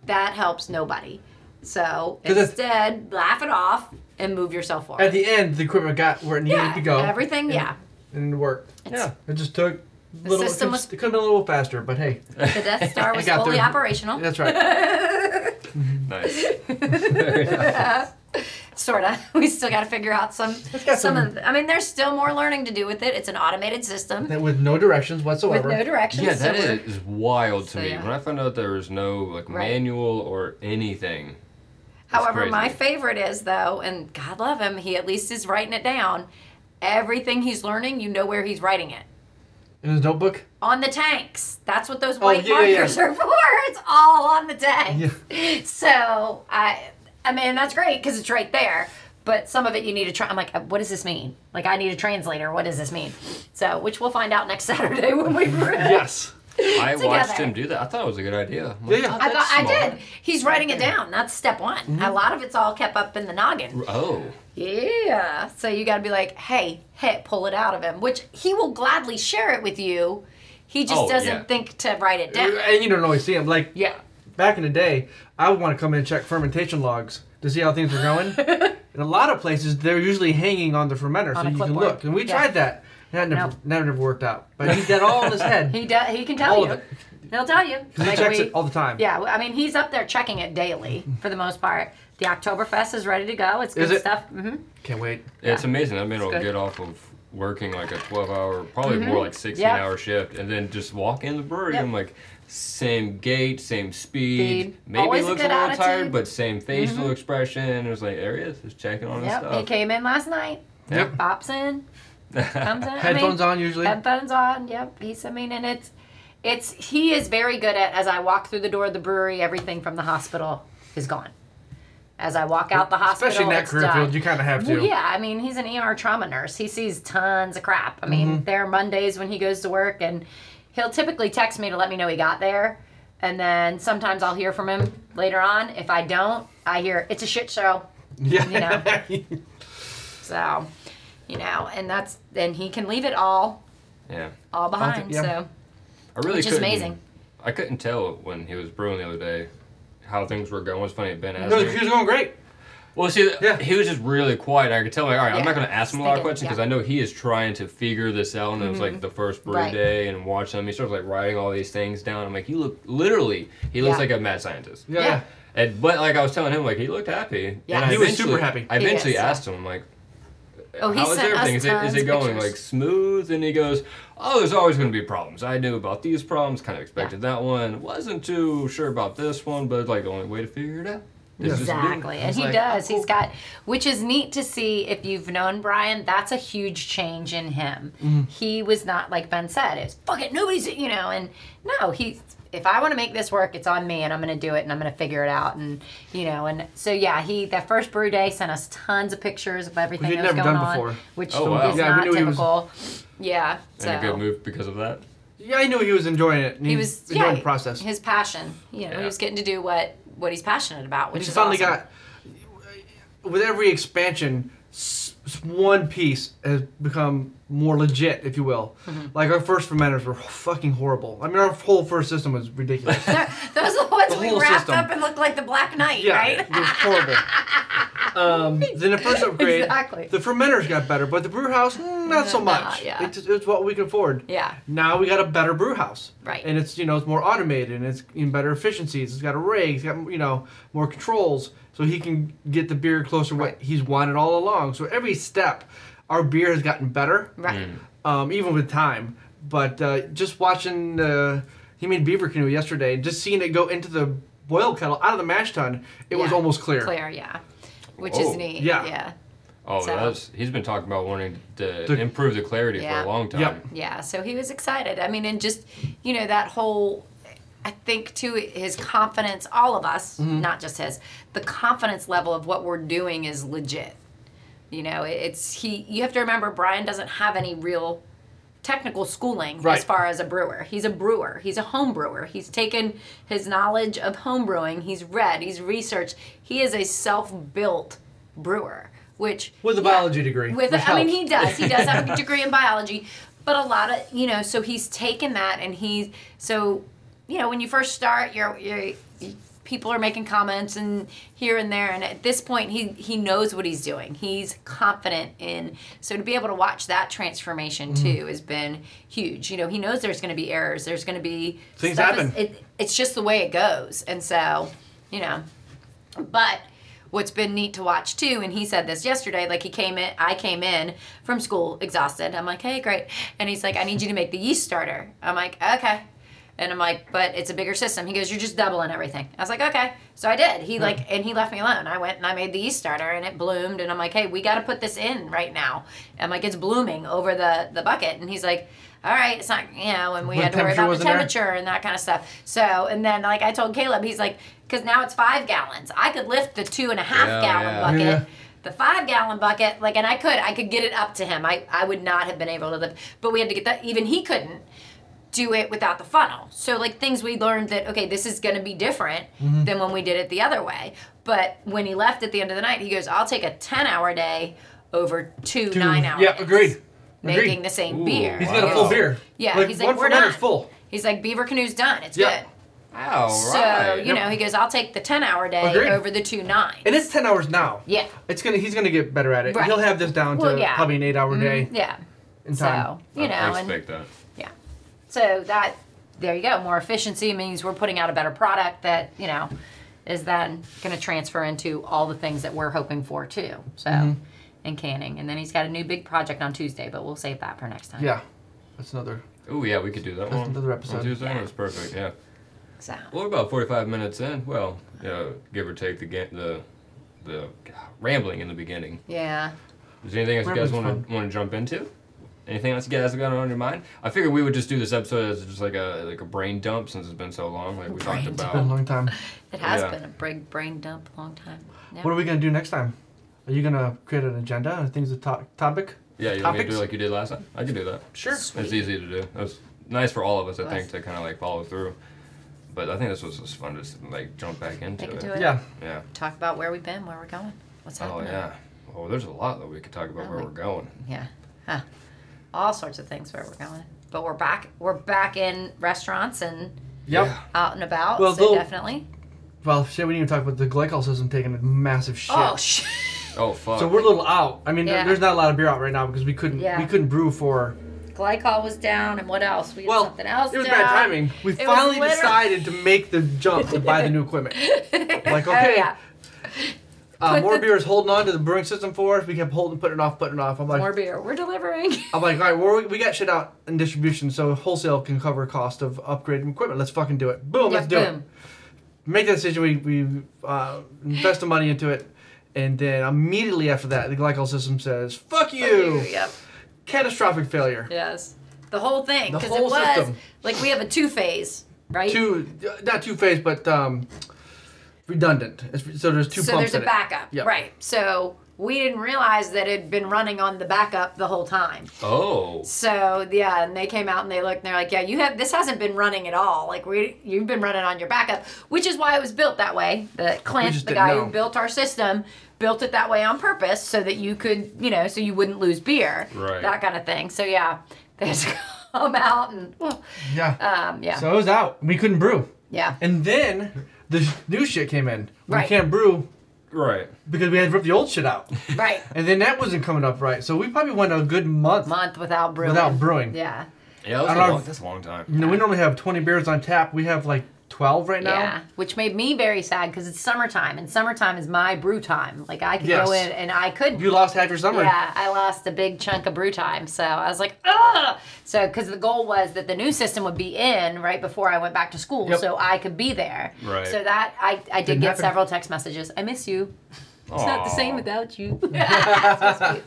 [SPEAKER 3] that helps nobody. So
[SPEAKER 1] 'Cause it's-
[SPEAKER 3] instead, laugh it off and move yourself forward.
[SPEAKER 1] At the end, the equipment got where it needed
[SPEAKER 3] yeah,
[SPEAKER 1] to go.
[SPEAKER 3] everything.
[SPEAKER 1] and-
[SPEAKER 3] Yeah,
[SPEAKER 1] And it worked.
[SPEAKER 4] Yeah.
[SPEAKER 1] It just took. little,
[SPEAKER 3] system
[SPEAKER 1] it
[SPEAKER 3] was-
[SPEAKER 1] could have been a little faster, but hey,
[SPEAKER 3] the Death Star was
[SPEAKER 1] got
[SPEAKER 3] fully
[SPEAKER 1] there.
[SPEAKER 3] operational.
[SPEAKER 1] that's right.
[SPEAKER 4] Nice.
[SPEAKER 3] sorta. We still got to figure out some.
[SPEAKER 1] got
[SPEAKER 3] some.
[SPEAKER 1] some-
[SPEAKER 3] of the, I mean, there's still more learning to do with it. It's an automated system
[SPEAKER 1] That with no directions
[SPEAKER 3] with
[SPEAKER 1] whatsoever.
[SPEAKER 3] no directions.
[SPEAKER 4] Yeah, that
[SPEAKER 3] so we're-
[SPEAKER 4] is wild to
[SPEAKER 3] So,
[SPEAKER 4] me.
[SPEAKER 3] yeah.
[SPEAKER 4] When I found out there was no like
[SPEAKER 3] Right.
[SPEAKER 4] manual or anything. That's
[SPEAKER 3] However, my
[SPEAKER 4] crazy.
[SPEAKER 3] favorite is though, and God love him, he at least is writing it down. Everything he's learning, you know where he's writing it.
[SPEAKER 1] In his notebook.
[SPEAKER 3] On the tanks. That's what those white
[SPEAKER 1] yeah, yeah, yeah.
[SPEAKER 3] markers are for. It's all on the tanks. So I, I mean, that's great because it's right there. But some of it you need to try. I'm like, what does this mean? Like, I need a translator. What does this mean? So, which we'll find out next Saturday when we.
[SPEAKER 1] Yes.
[SPEAKER 4] I watched
[SPEAKER 3] Together.
[SPEAKER 4] him do that. I thought it was a good idea. I'm
[SPEAKER 1] Yeah,
[SPEAKER 4] like,
[SPEAKER 1] yeah.
[SPEAKER 4] "Oh,
[SPEAKER 3] I
[SPEAKER 4] that's
[SPEAKER 3] thought I
[SPEAKER 4] smart."
[SPEAKER 3] did. He's writing it down. That's step one. A lot of it's all kept up in the noggin.
[SPEAKER 4] Oh,
[SPEAKER 3] Yeah. So you got to be like, hey, hey, pull it out of him, which he will gladly share it with you. He just
[SPEAKER 4] Oh,
[SPEAKER 3] doesn't
[SPEAKER 4] yeah.
[SPEAKER 3] think to write it down.
[SPEAKER 1] And you don't always see him. Like
[SPEAKER 3] Yeah.
[SPEAKER 1] back in the day, I would want to come in and check fermentation logs to see how things were going. in a lot of places, they're usually hanging on the fermenter,
[SPEAKER 3] On
[SPEAKER 1] so you
[SPEAKER 3] a
[SPEAKER 1] can
[SPEAKER 3] clipboard.
[SPEAKER 1] look. And we
[SPEAKER 3] Yeah.
[SPEAKER 1] tried that. And that never,
[SPEAKER 3] No.
[SPEAKER 1] that never worked out. But he's got all in his head.
[SPEAKER 3] He does. He can tell
[SPEAKER 1] All of
[SPEAKER 3] you.
[SPEAKER 1] it.
[SPEAKER 3] He'll tell you.
[SPEAKER 1] he
[SPEAKER 3] Like
[SPEAKER 1] checks
[SPEAKER 3] we-
[SPEAKER 1] it all the time.
[SPEAKER 3] Yeah, well, I mean, he's up there checking it daily for the most part. The Oktoberfest is ready to go. It's good
[SPEAKER 1] Is it?
[SPEAKER 3] stuff. hmm
[SPEAKER 1] Can't wait.
[SPEAKER 4] yeah, it's amazing. I made him
[SPEAKER 3] good.
[SPEAKER 4] get off of working like a 12 hour, probably more like 16
[SPEAKER 3] Yep.
[SPEAKER 4] hour shift, and then just walk in the brewery.
[SPEAKER 3] Yep.
[SPEAKER 4] I'm like, same gait, same speed.
[SPEAKER 3] Speed.
[SPEAKER 4] Maybe
[SPEAKER 3] Always a
[SPEAKER 4] looks a,
[SPEAKER 3] good
[SPEAKER 4] little
[SPEAKER 3] attitude. Mm-hmm.
[SPEAKER 4] tired, but same facial expression. It was like, there he is, just checking on his
[SPEAKER 3] Yep. He
[SPEAKER 4] stuff.
[SPEAKER 3] came in last night.
[SPEAKER 4] Yep.
[SPEAKER 3] Pops in. Comes in.
[SPEAKER 1] Headphones
[SPEAKER 3] I mean,
[SPEAKER 1] on usually.
[SPEAKER 3] Headphones on. Yep. He's. I mean, and it's. It's. He is very good at. As I walk through the door of the brewery, everything from the hospital is gone. As I walk out the hospital,
[SPEAKER 1] Especially in that
[SPEAKER 3] it's
[SPEAKER 1] career
[SPEAKER 3] done.
[SPEAKER 1] field, you kind of have to.
[SPEAKER 3] Well, yeah, I mean, he's an ER trauma nurse. He sees tons of crap. I mean, there are Mondays when he goes to work, and he'll typically text me to let me know he got there. And then sometimes I'll hear from him later on. If I don't, I hear it's a shit show.
[SPEAKER 1] Yeah.
[SPEAKER 3] So, you know, and that's and he can leave it all
[SPEAKER 4] Yeah.
[SPEAKER 3] all behind.
[SPEAKER 1] yeah.
[SPEAKER 3] So
[SPEAKER 4] I really
[SPEAKER 3] Which is
[SPEAKER 4] couldn't-
[SPEAKER 3] amazing.
[SPEAKER 4] I couldn't tell when he was brewing the other day how things were going. It's funny, Ben asked
[SPEAKER 1] no,
[SPEAKER 4] me.
[SPEAKER 1] he was going great.
[SPEAKER 4] Well, see,
[SPEAKER 1] Yeah.
[SPEAKER 4] he was just really quiet. I could tell, like, all right, I'm
[SPEAKER 3] Yeah.
[SPEAKER 4] not going to ask him a lot of
[SPEAKER 3] Thinking,
[SPEAKER 4] questions because
[SPEAKER 3] yeah. Mm-hmm.
[SPEAKER 4] I know he is trying to figure this out. And it was like the first brew
[SPEAKER 3] Right.
[SPEAKER 4] day and watching him. He starts like writing all these things down. I'm like, you look literally, he looks
[SPEAKER 3] Yeah.
[SPEAKER 4] like a mad scientist.
[SPEAKER 1] Yeah.
[SPEAKER 3] Yeah.
[SPEAKER 4] And but like I was telling him, like he looked happy.
[SPEAKER 3] Yeah.
[SPEAKER 4] And I
[SPEAKER 1] He was
[SPEAKER 4] eventually-
[SPEAKER 1] super happy.
[SPEAKER 4] I
[SPEAKER 3] He is,
[SPEAKER 4] eventually
[SPEAKER 3] yeah.
[SPEAKER 4] asked him, like,
[SPEAKER 3] oh, he
[SPEAKER 4] how is
[SPEAKER 3] sent us
[SPEAKER 4] everything? Is it,
[SPEAKER 3] tons
[SPEAKER 4] is it
[SPEAKER 3] of
[SPEAKER 4] going
[SPEAKER 3] pictures.
[SPEAKER 4] like smooth? And he goes, Oh, there's always going to be problems. I knew about these problems, kind of expected that one. Wasn't too sure about this one, but like the only way to figure it out is just to do it."
[SPEAKER 3] Exactly.
[SPEAKER 4] I
[SPEAKER 3] And
[SPEAKER 4] was
[SPEAKER 3] he
[SPEAKER 4] like,
[SPEAKER 3] does.
[SPEAKER 4] "Oh,
[SPEAKER 3] He's got, which is neat to see if you've known Brian, that's a huge change in him.
[SPEAKER 1] Mm-hmm.
[SPEAKER 3] He was not, like Ben said, it's fuck it, nobody's, you know, and no, he's, if I want to make this work, it's on me and I'm going to do it and I'm going to figure it out. And, you know, and so yeah, he, that first brew day sent us tons of pictures of everything
[SPEAKER 1] he'd
[SPEAKER 3] that was
[SPEAKER 1] never
[SPEAKER 3] going
[SPEAKER 1] done
[SPEAKER 3] on,
[SPEAKER 1] before.
[SPEAKER 3] which
[SPEAKER 4] Oh, wow.
[SPEAKER 3] is
[SPEAKER 1] Yeah, we
[SPEAKER 3] not
[SPEAKER 1] knew he was-
[SPEAKER 3] typical. Yeah. So.
[SPEAKER 4] And a good move because of that.
[SPEAKER 1] Yeah, I knew he was enjoying it. and
[SPEAKER 3] He was
[SPEAKER 1] enjoying
[SPEAKER 3] yeah,
[SPEAKER 1] the process.
[SPEAKER 3] his passion. You know, he
[SPEAKER 4] Yeah.
[SPEAKER 3] was getting to do what what he's passionate about, which
[SPEAKER 1] He
[SPEAKER 3] is
[SPEAKER 1] finally
[SPEAKER 3] awesome.
[SPEAKER 1] got with every expansion s- s- one piece has become more legit if you will like our first fermenters were fucking horrible i mean our whole first system was ridiculous
[SPEAKER 3] Those are the ones
[SPEAKER 1] The
[SPEAKER 3] we
[SPEAKER 1] whole
[SPEAKER 3] wrapped
[SPEAKER 1] system.
[SPEAKER 3] up and looked like the Black Knight,
[SPEAKER 1] yeah
[SPEAKER 3] right?
[SPEAKER 1] it was horrible um, then the first upgrade
[SPEAKER 3] Exactly.
[SPEAKER 1] the fermenters got better but the brew house mm, not so
[SPEAKER 3] Nah,
[SPEAKER 1] much
[SPEAKER 3] yeah.
[SPEAKER 1] it's, it's what we could afford
[SPEAKER 3] Yeah.
[SPEAKER 1] now we got a better brew house
[SPEAKER 3] Right.
[SPEAKER 1] and it's you know it's more automated and it's in better efficiencies it's got a rig it's got you know more controls so he can get the beer closer to what he's wanted all along so every step our beer has gotten better
[SPEAKER 3] Right.
[SPEAKER 1] um, even with time but uh, just watching uh, he made beaver canoe yesterday and just seeing it go into the boil kettle out of the mash tun it was
[SPEAKER 3] Yeah.
[SPEAKER 1] almost clear,
[SPEAKER 3] Clear, yeah. Which
[SPEAKER 4] Whoa.
[SPEAKER 3] is neat.
[SPEAKER 1] Yeah.
[SPEAKER 3] Yeah.
[SPEAKER 4] Oh,
[SPEAKER 3] So-
[SPEAKER 4] that's he's been talking about wanting to
[SPEAKER 1] The-
[SPEAKER 4] improve the clarity
[SPEAKER 3] Yeah.
[SPEAKER 4] for a long time.
[SPEAKER 1] Yep.
[SPEAKER 3] Yeah, so he was excited. I mean, and just, you know, that whole, I think too, his confidence, all of us, not just his, the confidence level of what we're doing is legit. You know, it- it's, he, you have to remember, Brian doesn't have any real technical schooling
[SPEAKER 1] Right.
[SPEAKER 3] as far as a brewer. He's a brewer, he's a home brewer. He's taken his knowledge of home brewing, he's read, he's researched. He is a self built brewer. Which
[SPEAKER 1] with a
[SPEAKER 3] yeah,
[SPEAKER 1] biology degree
[SPEAKER 3] with
[SPEAKER 1] which
[SPEAKER 3] I mean
[SPEAKER 1] helps.
[SPEAKER 3] he does he does have a degree in biology but a lot of you know so he's taken that and he's so you know when you first start you're you're people are making comments and here and there. And at this point, he he knows what he's doing. He's confident in. So to be able to watch that transformation
[SPEAKER 1] Mm-hmm.
[SPEAKER 3] too has been huge. You know, he knows there's going to be errors. There's going to be
[SPEAKER 1] Things
[SPEAKER 3] stuff
[SPEAKER 1] happen.
[SPEAKER 3] Is, it, it's just the way it goes. And so, you know, but what's been neat to watch too, and he said this yesterday, like he came in, I came in from school exhausted. I'm like, hey, great. And he's like, I need you to make the yeast starter. I'm like, okay. And I'm like, but it's a bigger system. He goes, you're just doubling everything. I was like, okay. So I did.
[SPEAKER 1] Hmm.
[SPEAKER 3] He like, and he left me alone. I went and I made the yeast starter and it bloomed. And I'm like, hey, we got to put this in right now. And like, it's blooming over the, the bucket. And he's like, all right, it's not, you know, and we
[SPEAKER 1] What
[SPEAKER 3] had to worry
[SPEAKER 1] temperature
[SPEAKER 3] about
[SPEAKER 1] was
[SPEAKER 3] the
[SPEAKER 1] it there?
[SPEAKER 3] temperature and that kind of stuff. So, and then like I told Caleb, he's like, because now it's five gallons. I could lift the two and a half
[SPEAKER 4] Yeah,
[SPEAKER 3] gallon
[SPEAKER 4] yeah.
[SPEAKER 3] bucket.
[SPEAKER 1] Yeah.
[SPEAKER 3] The five gallon bucket, like, and I could, I could get it up to him. I, I would not have been able to lift, but we had to get that. Even he couldn't do it without the funnel. So like things we learned that okay, this is going to be different
[SPEAKER 1] Mm-hmm.
[SPEAKER 3] than when we did it the other way. But when he left at the end of the night, he goes, "I'll take a ten hour day over two,
[SPEAKER 1] Two-
[SPEAKER 3] nine hour."
[SPEAKER 1] yeah,
[SPEAKER 3] days
[SPEAKER 1] agreed.
[SPEAKER 3] Making
[SPEAKER 1] Agreed.
[SPEAKER 3] the same
[SPEAKER 4] Oow,
[SPEAKER 3] beer.
[SPEAKER 1] He's
[SPEAKER 4] He's
[SPEAKER 1] got a full
[SPEAKER 4] Wow.
[SPEAKER 1] beer.
[SPEAKER 3] Yeah, he's like,
[SPEAKER 1] one
[SPEAKER 3] "We're
[SPEAKER 1] fermenter's
[SPEAKER 3] not."
[SPEAKER 1] full.
[SPEAKER 3] He's like, Beaver Canoe's done. It's
[SPEAKER 1] Yeah.
[SPEAKER 3] good.
[SPEAKER 4] All
[SPEAKER 3] So
[SPEAKER 4] right.
[SPEAKER 3] you know, he goes, I'll take the ten hour day
[SPEAKER 1] Agreed.
[SPEAKER 3] over the two nine.
[SPEAKER 1] And it's ten hours now.
[SPEAKER 3] yeah.
[SPEAKER 1] It's gonna. He's gonna get better at it.
[SPEAKER 3] Right.
[SPEAKER 1] He'll have this down to
[SPEAKER 3] Well, yeah. Mm-hmm.
[SPEAKER 1] probably an eight-hour day
[SPEAKER 3] Yeah.
[SPEAKER 1] in time.
[SPEAKER 3] So you know,
[SPEAKER 4] I
[SPEAKER 3] and
[SPEAKER 4] expect that.
[SPEAKER 3] so that there you go. More efficiency means we're putting out a better product that you know is then going to transfer into all the things that we're hoping for too. So.
[SPEAKER 1] Mm-hmm.
[SPEAKER 3] And canning, and then he's got a new big project on Tuesday, but we'll save that for next time.
[SPEAKER 1] Yeah, that's another.
[SPEAKER 4] Oh yeah, we could do that
[SPEAKER 1] That's
[SPEAKER 4] one.
[SPEAKER 1] another episode.
[SPEAKER 4] On Tuesday, that's perfect. Yeah.
[SPEAKER 3] So
[SPEAKER 4] Well, we're about forty-five minutes in. Well, yeah, give or take the ga- the the God, rambling in the beginning.
[SPEAKER 3] yeah,
[SPEAKER 4] Is there anything else you guys
[SPEAKER 1] Rambling's
[SPEAKER 4] want to want to jump into? Anything else you guys got on your mind? I figured we would just do this episode as just like a like a brain dump since it's been so long. Like we talked
[SPEAKER 3] Brain
[SPEAKER 1] Been a
[SPEAKER 4] about.
[SPEAKER 1] long time.
[SPEAKER 3] it has
[SPEAKER 4] Yeah.
[SPEAKER 3] been a big brain dump, long time. Yeah.
[SPEAKER 1] What are we gonna do next time? Are you gonna create an agenda and things to talk topic?
[SPEAKER 4] Yeah, you want me to
[SPEAKER 1] Topics?
[SPEAKER 4] do it like you did last time? I could do that.
[SPEAKER 1] Sure.
[SPEAKER 4] It's easy to do. That was nice for all of us, I
[SPEAKER 3] Was.
[SPEAKER 4] think, to kind of like follow through. But I think this was just fun to just like jump back into
[SPEAKER 3] Take it
[SPEAKER 4] it.
[SPEAKER 3] to it.
[SPEAKER 1] Yeah.
[SPEAKER 4] Yeah.
[SPEAKER 3] Talk about where we've been, where we're going, what's
[SPEAKER 4] Oh
[SPEAKER 3] happening.
[SPEAKER 4] yeah. Oh, there's a lot that we could talk about
[SPEAKER 3] Oh,
[SPEAKER 4] where
[SPEAKER 3] my-
[SPEAKER 4] we're going.
[SPEAKER 3] Yeah. Huh. All sorts of things where we're going. But we're back we're back in restaurants and
[SPEAKER 1] Yep.
[SPEAKER 4] Yeah.
[SPEAKER 3] out and about.
[SPEAKER 1] Well,
[SPEAKER 3] so
[SPEAKER 1] though-
[SPEAKER 3] definitely.
[SPEAKER 1] Well, shit, we didn't even talk about the glycol system taking a massive shit.
[SPEAKER 3] Oh shit.
[SPEAKER 4] Oh fuck.
[SPEAKER 1] so we're a little out. I mean, there-
[SPEAKER 3] Yeah.
[SPEAKER 1] there's not a lot of beer out right now because we couldn't
[SPEAKER 3] Yeah.
[SPEAKER 1] we couldn't brew for.
[SPEAKER 3] Glycol was down and what else? We had
[SPEAKER 1] Well,
[SPEAKER 3] something else.
[SPEAKER 1] it was
[SPEAKER 3] down.
[SPEAKER 1] bad timing. We
[SPEAKER 3] It was
[SPEAKER 1] finally
[SPEAKER 3] literally-
[SPEAKER 1] decided to make the jump to buy the new equipment. Like, okay,
[SPEAKER 3] Oh, yeah.
[SPEAKER 1] uh,
[SPEAKER 3] Put
[SPEAKER 1] more
[SPEAKER 3] the-
[SPEAKER 1] beer is holding on to the brewing system for us. We kept holding, putting it off, putting it off. I'm like,
[SPEAKER 3] More beer. We're delivering.
[SPEAKER 1] I'm like, all right, well, we, we got shit out in distribution, so wholesale can cover cost of upgrading equipment. Let's fucking do it. Boom, let's do
[SPEAKER 3] Yeah, boom.
[SPEAKER 1] it. Make that decision. We, we uh, invest the money into it. And then immediately after that, the glycol system says, fuck you.
[SPEAKER 3] Yep.
[SPEAKER 1] Catastrophic failure.
[SPEAKER 3] Yes. The whole thing.
[SPEAKER 1] The
[SPEAKER 3] Because it
[SPEAKER 1] whole
[SPEAKER 3] was
[SPEAKER 1] system.
[SPEAKER 3] like we have a two phase, right?
[SPEAKER 1] Two, not two phase, but um, redundant. It's- So there's two
[SPEAKER 3] so
[SPEAKER 1] pumps
[SPEAKER 3] there's a
[SPEAKER 1] in it.
[SPEAKER 3] backup.
[SPEAKER 1] Yep.
[SPEAKER 3] Right. So we didn't realize that it had been running on the backup the whole time.
[SPEAKER 4] oh.
[SPEAKER 3] So yeah, and they came out and they looked and they're like, yeah, you have this hasn't been running at all. Like we, you've been running on your backup, which is why it was built that way. The Clint,
[SPEAKER 1] just
[SPEAKER 3] the
[SPEAKER 1] didn't
[SPEAKER 3] guy
[SPEAKER 1] know.
[SPEAKER 3] who built our system, built it that way on purpose so that you could, you know, so you wouldn't lose beer,
[SPEAKER 4] Right.
[SPEAKER 3] That kind of thing. So yeah, they had to come out and
[SPEAKER 1] Yeah.
[SPEAKER 3] um, yeah,
[SPEAKER 1] so it was out. We couldn't brew.
[SPEAKER 3] yeah,
[SPEAKER 1] And then the sh- new shit came in. We
[SPEAKER 3] Right.
[SPEAKER 1] can't brew
[SPEAKER 4] Right.
[SPEAKER 1] because we had to rip the old shit out.
[SPEAKER 3] right.
[SPEAKER 1] And then that wasn't coming up right. So we probably went a good month.
[SPEAKER 3] Month without brewing.
[SPEAKER 1] Without brewing.
[SPEAKER 3] Yeah,
[SPEAKER 4] Yeah,
[SPEAKER 1] I
[SPEAKER 4] that was a
[SPEAKER 1] don't know
[SPEAKER 4] long,
[SPEAKER 1] if-
[SPEAKER 4] that's a long time.
[SPEAKER 1] You know, we normally have 20 beers on tap. We have like 12 right now.
[SPEAKER 3] yeah, which made me very sad because it's summertime and summertime is my brew time. Like I could
[SPEAKER 1] Yes.
[SPEAKER 3] go in and I could
[SPEAKER 1] You lost half your summer.
[SPEAKER 3] Yeah, I lost a big chunk of brew time. So I was like, ugh. So, because the goal was that the new system would be in right before I went back to school
[SPEAKER 1] Yep.
[SPEAKER 3] so I could be there.
[SPEAKER 4] Right.
[SPEAKER 3] So that, I, I did
[SPEAKER 1] Didn't
[SPEAKER 3] get
[SPEAKER 1] happen.
[SPEAKER 3] several text messages. I miss you. It's not the same
[SPEAKER 4] Aw.
[SPEAKER 3] without you. That's so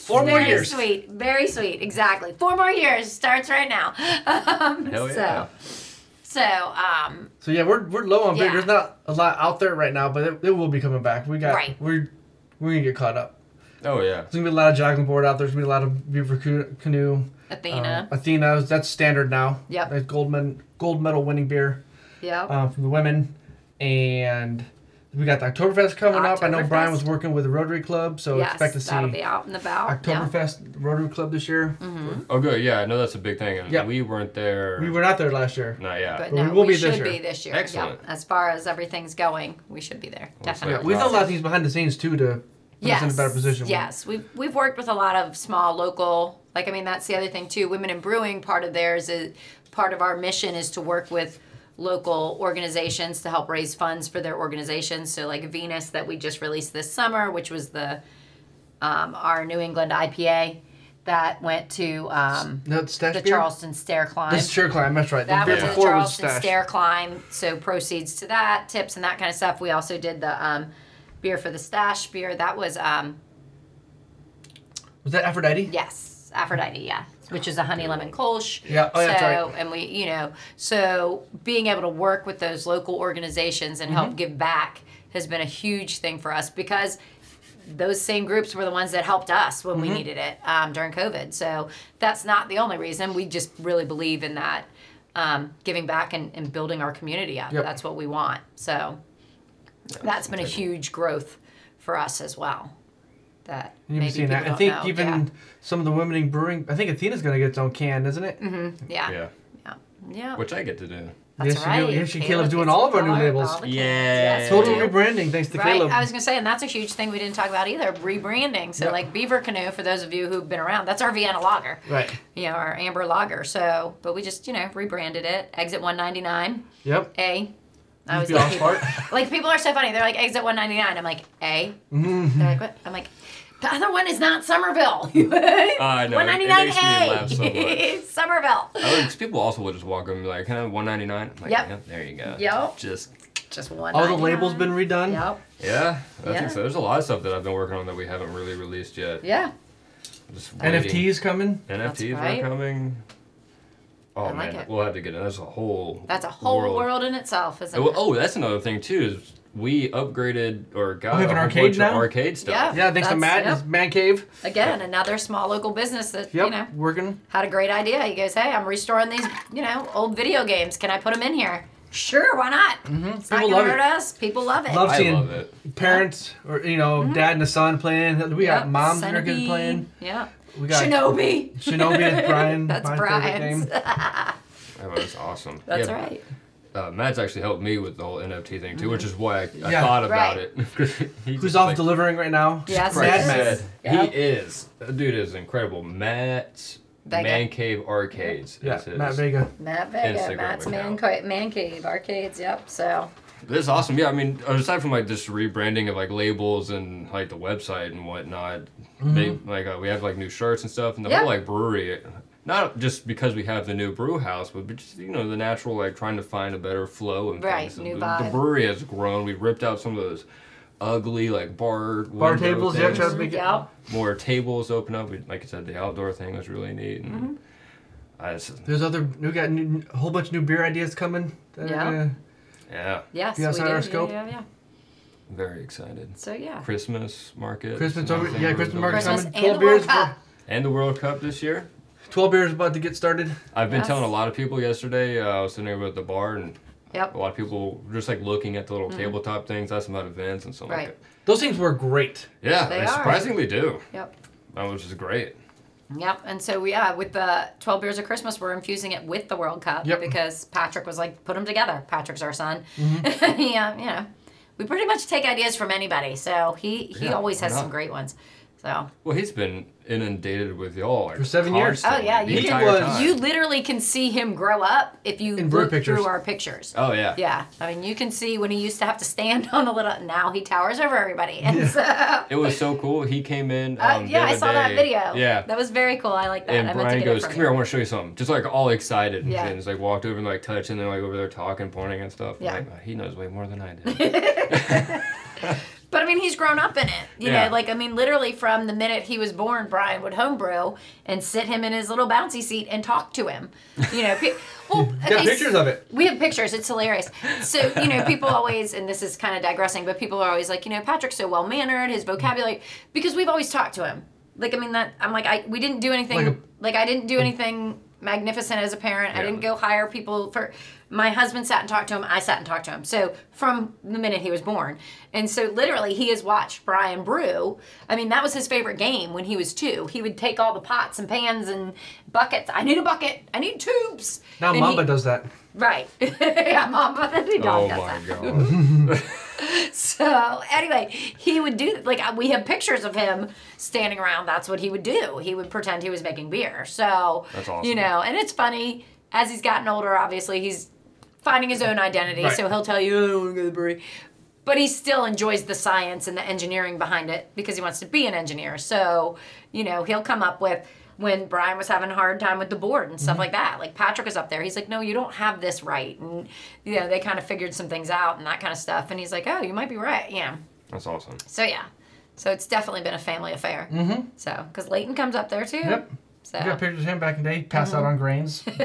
[SPEAKER 1] Four more
[SPEAKER 3] Very
[SPEAKER 1] years.
[SPEAKER 3] sweet. Very sweet. Exactly. Four more years starts right now. Um,
[SPEAKER 4] Hell yeah.
[SPEAKER 3] So, so um,
[SPEAKER 1] So yeah, we're, we're low on beer.
[SPEAKER 3] Yeah.
[SPEAKER 1] There's not a lot out there right now, but it, it will be coming back. We got
[SPEAKER 3] Right.
[SPEAKER 1] we're we're gonna get caught up.
[SPEAKER 4] Oh yeah.
[SPEAKER 1] There's gonna be a lot of jogging board out there. There's gonna be a lot of beaver canoe. canoe.
[SPEAKER 3] Athena.
[SPEAKER 1] Uh, Athena. That's standard now.
[SPEAKER 3] Yep.
[SPEAKER 1] That's gold, men, gold medal winning beer
[SPEAKER 3] yep.
[SPEAKER 1] uh, from the women, and We got the Oktoberfest coming up. I know Brian
[SPEAKER 3] Oktoberfest.
[SPEAKER 1] was working with the Rotary Club, so
[SPEAKER 3] yes,
[SPEAKER 1] expect to see
[SPEAKER 3] that'll be out and about. yeah. Mm-hmm.
[SPEAKER 1] Oktoberfest Rotary Club this year.
[SPEAKER 4] Oh, good. Yeah, I know that's a big thing. and
[SPEAKER 1] Yeah.
[SPEAKER 4] We weren't there.
[SPEAKER 1] We were not there last year.
[SPEAKER 4] Not yet.
[SPEAKER 3] But
[SPEAKER 1] But
[SPEAKER 3] no,
[SPEAKER 1] we
[SPEAKER 3] we,
[SPEAKER 1] will be
[SPEAKER 3] should
[SPEAKER 1] this year.
[SPEAKER 3] be this year.
[SPEAKER 4] Excellent.
[SPEAKER 3] Yeah. As far as everything's going, we should be there.
[SPEAKER 4] Well, so-
[SPEAKER 3] Definitely.
[SPEAKER 1] We've done a lot of things behind the scenes too to put
[SPEAKER 3] yes.
[SPEAKER 1] us in a better position.
[SPEAKER 3] Yes, we've we've worked with a lot of small local. Like I mean, that's the other thing too. Women in Brewing, part of theirs is part of our mission is to work with local organizations to help raise funds for their organizations. So like Venus that we just released this summer, which was the um, our New England IPA that went to um,
[SPEAKER 1] No, stash
[SPEAKER 3] the
[SPEAKER 1] beer?
[SPEAKER 3] Charleston Stair Climb.
[SPEAKER 1] This is Chair Climb. That's right.
[SPEAKER 3] That
[SPEAKER 1] the
[SPEAKER 3] was
[SPEAKER 1] beer
[SPEAKER 3] the
[SPEAKER 1] before was
[SPEAKER 3] Charleston
[SPEAKER 1] stash.
[SPEAKER 3] stair climb. So proceeds to that, tips and that kind of stuff. We also did the um, beer for the stash beer. That was um,
[SPEAKER 1] Was that Aphrodite?
[SPEAKER 3] yes, Aphrodite, yeah, which is a honey lemon kolsch.
[SPEAKER 1] Yeah, oh, yeah,
[SPEAKER 3] so
[SPEAKER 1] that's right.
[SPEAKER 3] and we, you know, so being able to work with those local organizations and
[SPEAKER 1] Mm-hmm.
[SPEAKER 3] help give back has been a huge thing for us because those same groups were the ones that helped us when we
[SPEAKER 1] Mm-hmm.
[SPEAKER 3] needed it um, during COVID. So that's not the only reason. We just really believe in that um, giving back and, and building our community up.
[SPEAKER 1] Yep.
[SPEAKER 3] That's what we want. So that's been a huge growth for us as well. That
[SPEAKER 1] You've
[SPEAKER 3] maybe
[SPEAKER 1] seen that.
[SPEAKER 3] people
[SPEAKER 1] I
[SPEAKER 3] don't
[SPEAKER 1] think
[SPEAKER 3] know.
[SPEAKER 1] even some of the women in brewing. I think Athena's gonna get its own can, isn't it?
[SPEAKER 3] Mm-hmm. yeah, yeah,
[SPEAKER 4] Yeah.
[SPEAKER 3] yeah, yeah.
[SPEAKER 4] Which I get to do.
[SPEAKER 3] That's
[SPEAKER 1] yes,
[SPEAKER 3] right.
[SPEAKER 1] You do. Yes, you
[SPEAKER 3] Caleb
[SPEAKER 1] Caleb's doing
[SPEAKER 3] gets
[SPEAKER 1] all of our new
[SPEAKER 3] all our-
[SPEAKER 1] labels.
[SPEAKER 3] all the-
[SPEAKER 4] Yeah.
[SPEAKER 1] Total rebranding, thanks to
[SPEAKER 3] Right,
[SPEAKER 1] Caleb.
[SPEAKER 3] I was gonna say, and that's a huge thing we didn't talk about either, rebranding. So
[SPEAKER 1] Yep.
[SPEAKER 3] like Beaver Canoe, for those of you who've been around, that's our Vienna Lager,
[SPEAKER 1] right.
[SPEAKER 3] you know, our Amber Lager. So, but we just you know rebranded it. Exit 199
[SPEAKER 1] Yep.
[SPEAKER 3] A. I
[SPEAKER 1] You'd
[SPEAKER 3] was
[SPEAKER 1] be all
[SPEAKER 3] like, people,
[SPEAKER 1] smart.
[SPEAKER 3] like people are so funny. They're like Exit 199. I'm like A. They're
[SPEAKER 1] Mm-hmm.
[SPEAKER 3] like what? I'm like the other one is not Somerville.
[SPEAKER 4] I know. It, it
[SPEAKER 3] 199
[SPEAKER 4] makes me laugh so much.
[SPEAKER 3] A. Somerville.
[SPEAKER 4] I mean, people also will just walk up and be like, huh, 199 I'm like,
[SPEAKER 3] Yep.
[SPEAKER 4] yeah, there you go.
[SPEAKER 3] Yep.
[SPEAKER 4] Just,
[SPEAKER 3] Just one.
[SPEAKER 1] All the labels been redone.
[SPEAKER 3] Yep.
[SPEAKER 4] yeah. I
[SPEAKER 3] Yeah.
[SPEAKER 4] think so. There's a lot of stuff that I've been working on that we haven't really released yet.
[SPEAKER 3] Yeah.
[SPEAKER 4] Just waiting.
[SPEAKER 1] NFTs coming.
[SPEAKER 4] NFTs
[SPEAKER 3] right.
[SPEAKER 4] are coming. Oh,
[SPEAKER 3] I
[SPEAKER 4] man.
[SPEAKER 3] like it.
[SPEAKER 4] We'll have to get it. That's a whole
[SPEAKER 3] That's a whole world, in itself, isn't
[SPEAKER 4] Oh,
[SPEAKER 3] it?
[SPEAKER 4] oh, that's another thing, too, is we upgraded or got
[SPEAKER 1] We have
[SPEAKER 4] a
[SPEAKER 1] an
[SPEAKER 4] whole
[SPEAKER 1] arcade
[SPEAKER 4] bunch
[SPEAKER 1] now?
[SPEAKER 4] of arcade stuff.
[SPEAKER 3] Yeah.
[SPEAKER 1] Yeah, thanks to
[SPEAKER 3] That's-
[SPEAKER 1] Matt
[SPEAKER 3] yep.
[SPEAKER 1] and his man cave.
[SPEAKER 3] Again, another small local business that
[SPEAKER 1] Yep.
[SPEAKER 3] you know
[SPEAKER 1] Working.
[SPEAKER 3] had a great idea. He goes, "Hey, I'm restoring these, you know, old video games. Can I put them in here?" Sure, why not? Mm-hmm. It's
[SPEAKER 1] People
[SPEAKER 3] not
[SPEAKER 1] love
[SPEAKER 3] gonna
[SPEAKER 1] it.
[SPEAKER 3] hurt us. People love it.
[SPEAKER 1] Love
[SPEAKER 4] I
[SPEAKER 1] seeing
[SPEAKER 4] love it.
[SPEAKER 1] parents or you know dad and the son playing. We got
[SPEAKER 3] Mm-hmm. Yep,
[SPEAKER 1] moms that are good
[SPEAKER 3] Centipede.
[SPEAKER 1] playing.
[SPEAKER 3] Yeah.
[SPEAKER 1] We got
[SPEAKER 3] Shinobi.
[SPEAKER 1] Shinobi and Brian.
[SPEAKER 3] That's
[SPEAKER 1] my
[SPEAKER 3] Brian's.
[SPEAKER 1] favorite game.
[SPEAKER 4] Oh, that's awesome.
[SPEAKER 3] That's
[SPEAKER 4] yeah,
[SPEAKER 3] right.
[SPEAKER 4] Uh, Matt's actually helped me with the whole NFT thing, too, which is why I, I
[SPEAKER 1] Yeah.
[SPEAKER 4] thought about
[SPEAKER 3] Right.
[SPEAKER 4] it. 'Cause he
[SPEAKER 1] Who's
[SPEAKER 4] just,
[SPEAKER 1] off
[SPEAKER 4] like,
[SPEAKER 1] delivering right now?
[SPEAKER 3] Yes,
[SPEAKER 1] Christ.
[SPEAKER 3] yes.
[SPEAKER 1] Madman.
[SPEAKER 3] Yeah.
[SPEAKER 4] He is. That dude is incredible. Matt's
[SPEAKER 3] Vega.
[SPEAKER 4] Man Cave Arcades.
[SPEAKER 1] Yeah,
[SPEAKER 4] is his.
[SPEAKER 1] Matt Vega.
[SPEAKER 3] Matt Vega,
[SPEAKER 4] Instagram
[SPEAKER 3] Matt's man,
[SPEAKER 4] account.
[SPEAKER 3] ca- man cave arcades. Yep. So
[SPEAKER 4] This is awesome. Yeah, I mean, aside from like this rebranding of like labels and like the website and whatnot, they,
[SPEAKER 1] Mm-hmm.
[SPEAKER 4] like uh, we have like new shirts and stuff, and the
[SPEAKER 3] Yeah.
[SPEAKER 4] whole like brewery. Not just because we have the new brew house, but just you know the natural like trying to find a better flow and
[SPEAKER 3] Right,
[SPEAKER 4] things. And
[SPEAKER 3] new
[SPEAKER 4] the, the
[SPEAKER 3] vibe.
[SPEAKER 4] brewery has grown. We ripped out some of those ugly like bar
[SPEAKER 1] Bar
[SPEAKER 4] window
[SPEAKER 1] tables. Yeah,
[SPEAKER 4] things.
[SPEAKER 1] try to make it.
[SPEAKER 3] yep.
[SPEAKER 4] more tables open up. We, like I said, the outdoor thing was really neat. And
[SPEAKER 1] Mm-hmm.
[SPEAKER 4] I just,
[SPEAKER 1] There's other. We got new, a whole bunch of new beer ideas coming. Uh, that are
[SPEAKER 3] Yeah.
[SPEAKER 1] gonna-
[SPEAKER 4] yeah,
[SPEAKER 3] Yes.
[SPEAKER 1] Be
[SPEAKER 3] we
[SPEAKER 1] outside
[SPEAKER 3] do.
[SPEAKER 1] our
[SPEAKER 3] Yeah,
[SPEAKER 1] scope.
[SPEAKER 3] Yeah, yeah.
[SPEAKER 4] very excited.
[SPEAKER 3] So yeah.
[SPEAKER 4] Christmas market.
[SPEAKER 1] Christmas
[SPEAKER 4] another
[SPEAKER 1] over.
[SPEAKER 4] thing
[SPEAKER 1] Yeah,
[SPEAKER 4] we're
[SPEAKER 1] Christmas
[SPEAKER 4] doing.
[SPEAKER 1] market
[SPEAKER 3] Christmas
[SPEAKER 1] coming.
[SPEAKER 3] and the World Cup.
[SPEAKER 4] And the World Cup this year.
[SPEAKER 1] Twelve beers about to get started.
[SPEAKER 4] I've been
[SPEAKER 3] Yes.
[SPEAKER 4] telling a lot of people yesterday. Uh, I was sitting over at the bar, and
[SPEAKER 3] Yep.
[SPEAKER 4] a lot of people were just like looking at the little tabletop things, asking about events and something
[SPEAKER 3] Mm-hmm. Right.
[SPEAKER 4] like
[SPEAKER 1] Those things were great.
[SPEAKER 4] that. Yeah,
[SPEAKER 3] They
[SPEAKER 4] they
[SPEAKER 3] are.
[SPEAKER 4] surprisingly do.
[SPEAKER 3] Yep.
[SPEAKER 4] That was just great.
[SPEAKER 3] Yep. And so we yeah, with the 12 beers of Christmas, we're infusing it with the World Cup
[SPEAKER 1] Yep.
[SPEAKER 3] because Patrick was like, put them together. Patrick's our son.
[SPEAKER 4] Mm-hmm.
[SPEAKER 3] yeah, you know, we pretty much take ideas from anybody. So he he
[SPEAKER 4] Yeah,
[SPEAKER 3] always
[SPEAKER 4] why
[SPEAKER 3] has some
[SPEAKER 4] not?
[SPEAKER 3] great ones. So
[SPEAKER 4] Well, he's been inundated with y'all like,
[SPEAKER 1] For seven years.
[SPEAKER 3] oh
[SPEAKER 4] constantly,
[SPEAKER 3] yeah,
[SPEAKER 4] the
[SPEAKER 3] you can
[SPEAKER 4] entire
[SPEAKER 1] was-
[SPEAKER 4] time.
[SPEAKER 3] you literally can see him grow up if you
[SPEAKER 1] In bird
[SPEAKER 3] look
[SPEAKER 1] pictures.
[SPEAKER 3] through our pictures.
[SPEAKER 4] Oh yeah.
[SPEAKER 3] Yeah, I mean, you can see when he used to have to stand on a little. Now he towers over everybody, and so
[SPEAKER 4] It was so cool. He came in.
[SPEAKER 3] uh,
[SPEAKER 4] um, the
[SPEAKER 3] yeah, I
[SPEAKER 4] other
[SPEAKER 3] saw that
[SPEAKER 4] day.
[SPEAKER 3] video.
[SPEAKER 4] Yeah.
[SPEAKER 3] that was very cool. I like that.
[SPEAKER 4] and
[SPEAKER 3] I meant to
[SPEAKER 4] Brian
[SPEAKER 3] get it
[SPEAKER 4] goes,
[SPEAKER 3] from
[SPEAKER 4] "Come
[SPEAKER 3] you."
[SPEAKER 4] here, I want to show you something." Just like all excited, and
[SPEAKER 3] Yeah.
[SPEAKER 4] yeah. just like walked over and like touched, and they're like over there talking, pointing and stuff. I'm
[SPEAKER 3] Yeah.
[SPEAKER 4] like, "Oh, he knows way more than I do.
[SPEAKER 3] But I mean, he's grown up in it. You
[SPEAKER 4] Yeah.
[SPEAKER 3] know, like I mean, literally from the minute he was born, Brian would homebrew and sit him in his little bouncy seat and talk to him. You know, pe- well,
[SPEAKER 1] Got
[SPEAKER 3] okay,
[SPEAKER 1] pictures of it.
[SPEAKER 3] we have pictures. It's hilarious. So you know, people always, and this is kind of digressing, but people are always like, you know, Patrick's so well mannered, his vocabulary, because we've always talked to him. Like I mean, that I'm like, I we didn't do anything.
[SPEAKER 1] Like
[SPEAKER 3] Like,
[SPEAKER 1] a-
[SPEAKER 3] I didn't do anything magnificent as a parent. I
[SPEAKER 4] Yeah.
[SPEAKER 3] didn't go hire people for. My husband sat and talked to him. I sat and talked to him. So from the minute he was born, and so literally he has watched Brian brew. I mean, that was his favorite game when he was two. He would take all the pots and pans and buckets. I need a bucket. I need tubes.
[SPEAKER 1] Now
[SPEAKER 3] And
[SPEAKER 1] Mamba
[SPEAKER 3] he-
[SPEAKER 1] does that.
[SPEAKER 3] Right. yeah, Mamba. The dog
[SPEAKER 4] Oh
[SPEAKER 3] does that.
[SPEAKER 4] my god.
[SPEAKER 3] So anyway, he would do like uh, we have pictures of him standing around. That's what he would do. He would pretend he was making beer. So
[SPEAKER 4] That's awesome.
[SPEAKER 3] You know, and it's funny as he's gotten older. Obviously, he's finding his own identity.
[SPEAKER 1] Right.
[SPEAKER 3] So he'll tell you, "Oh, "I don't want to go to the brewery," but he still enjoys the science and the engineering behind it because he wants to be an engineer. So you know, he'll come up with. When Brian was having a hard time with the board and
[SPEAKER 1] Mm-hmm.
[SPEAKER 3] stuff like that, like Patrick was up there, he's like, "No, you don't have this right," and you know they kind of figured some things out and that kind of stuff. And he's like, "Oh, you might be right," you know.
[SPEAKER 4] That's awesome.
[SPEAKER 3] So yeah, so it's definitely been a family affair. Mm-hmm. So because Leighton comes up there too.
[SPEAKER 1] Yep.
[SPEAKER 3] So
[SPEAKER 1] I got pictures of him back in the day. He passed
[SPEAKER 3] Mm-hmm.
[SPEAKER 1] out on grains.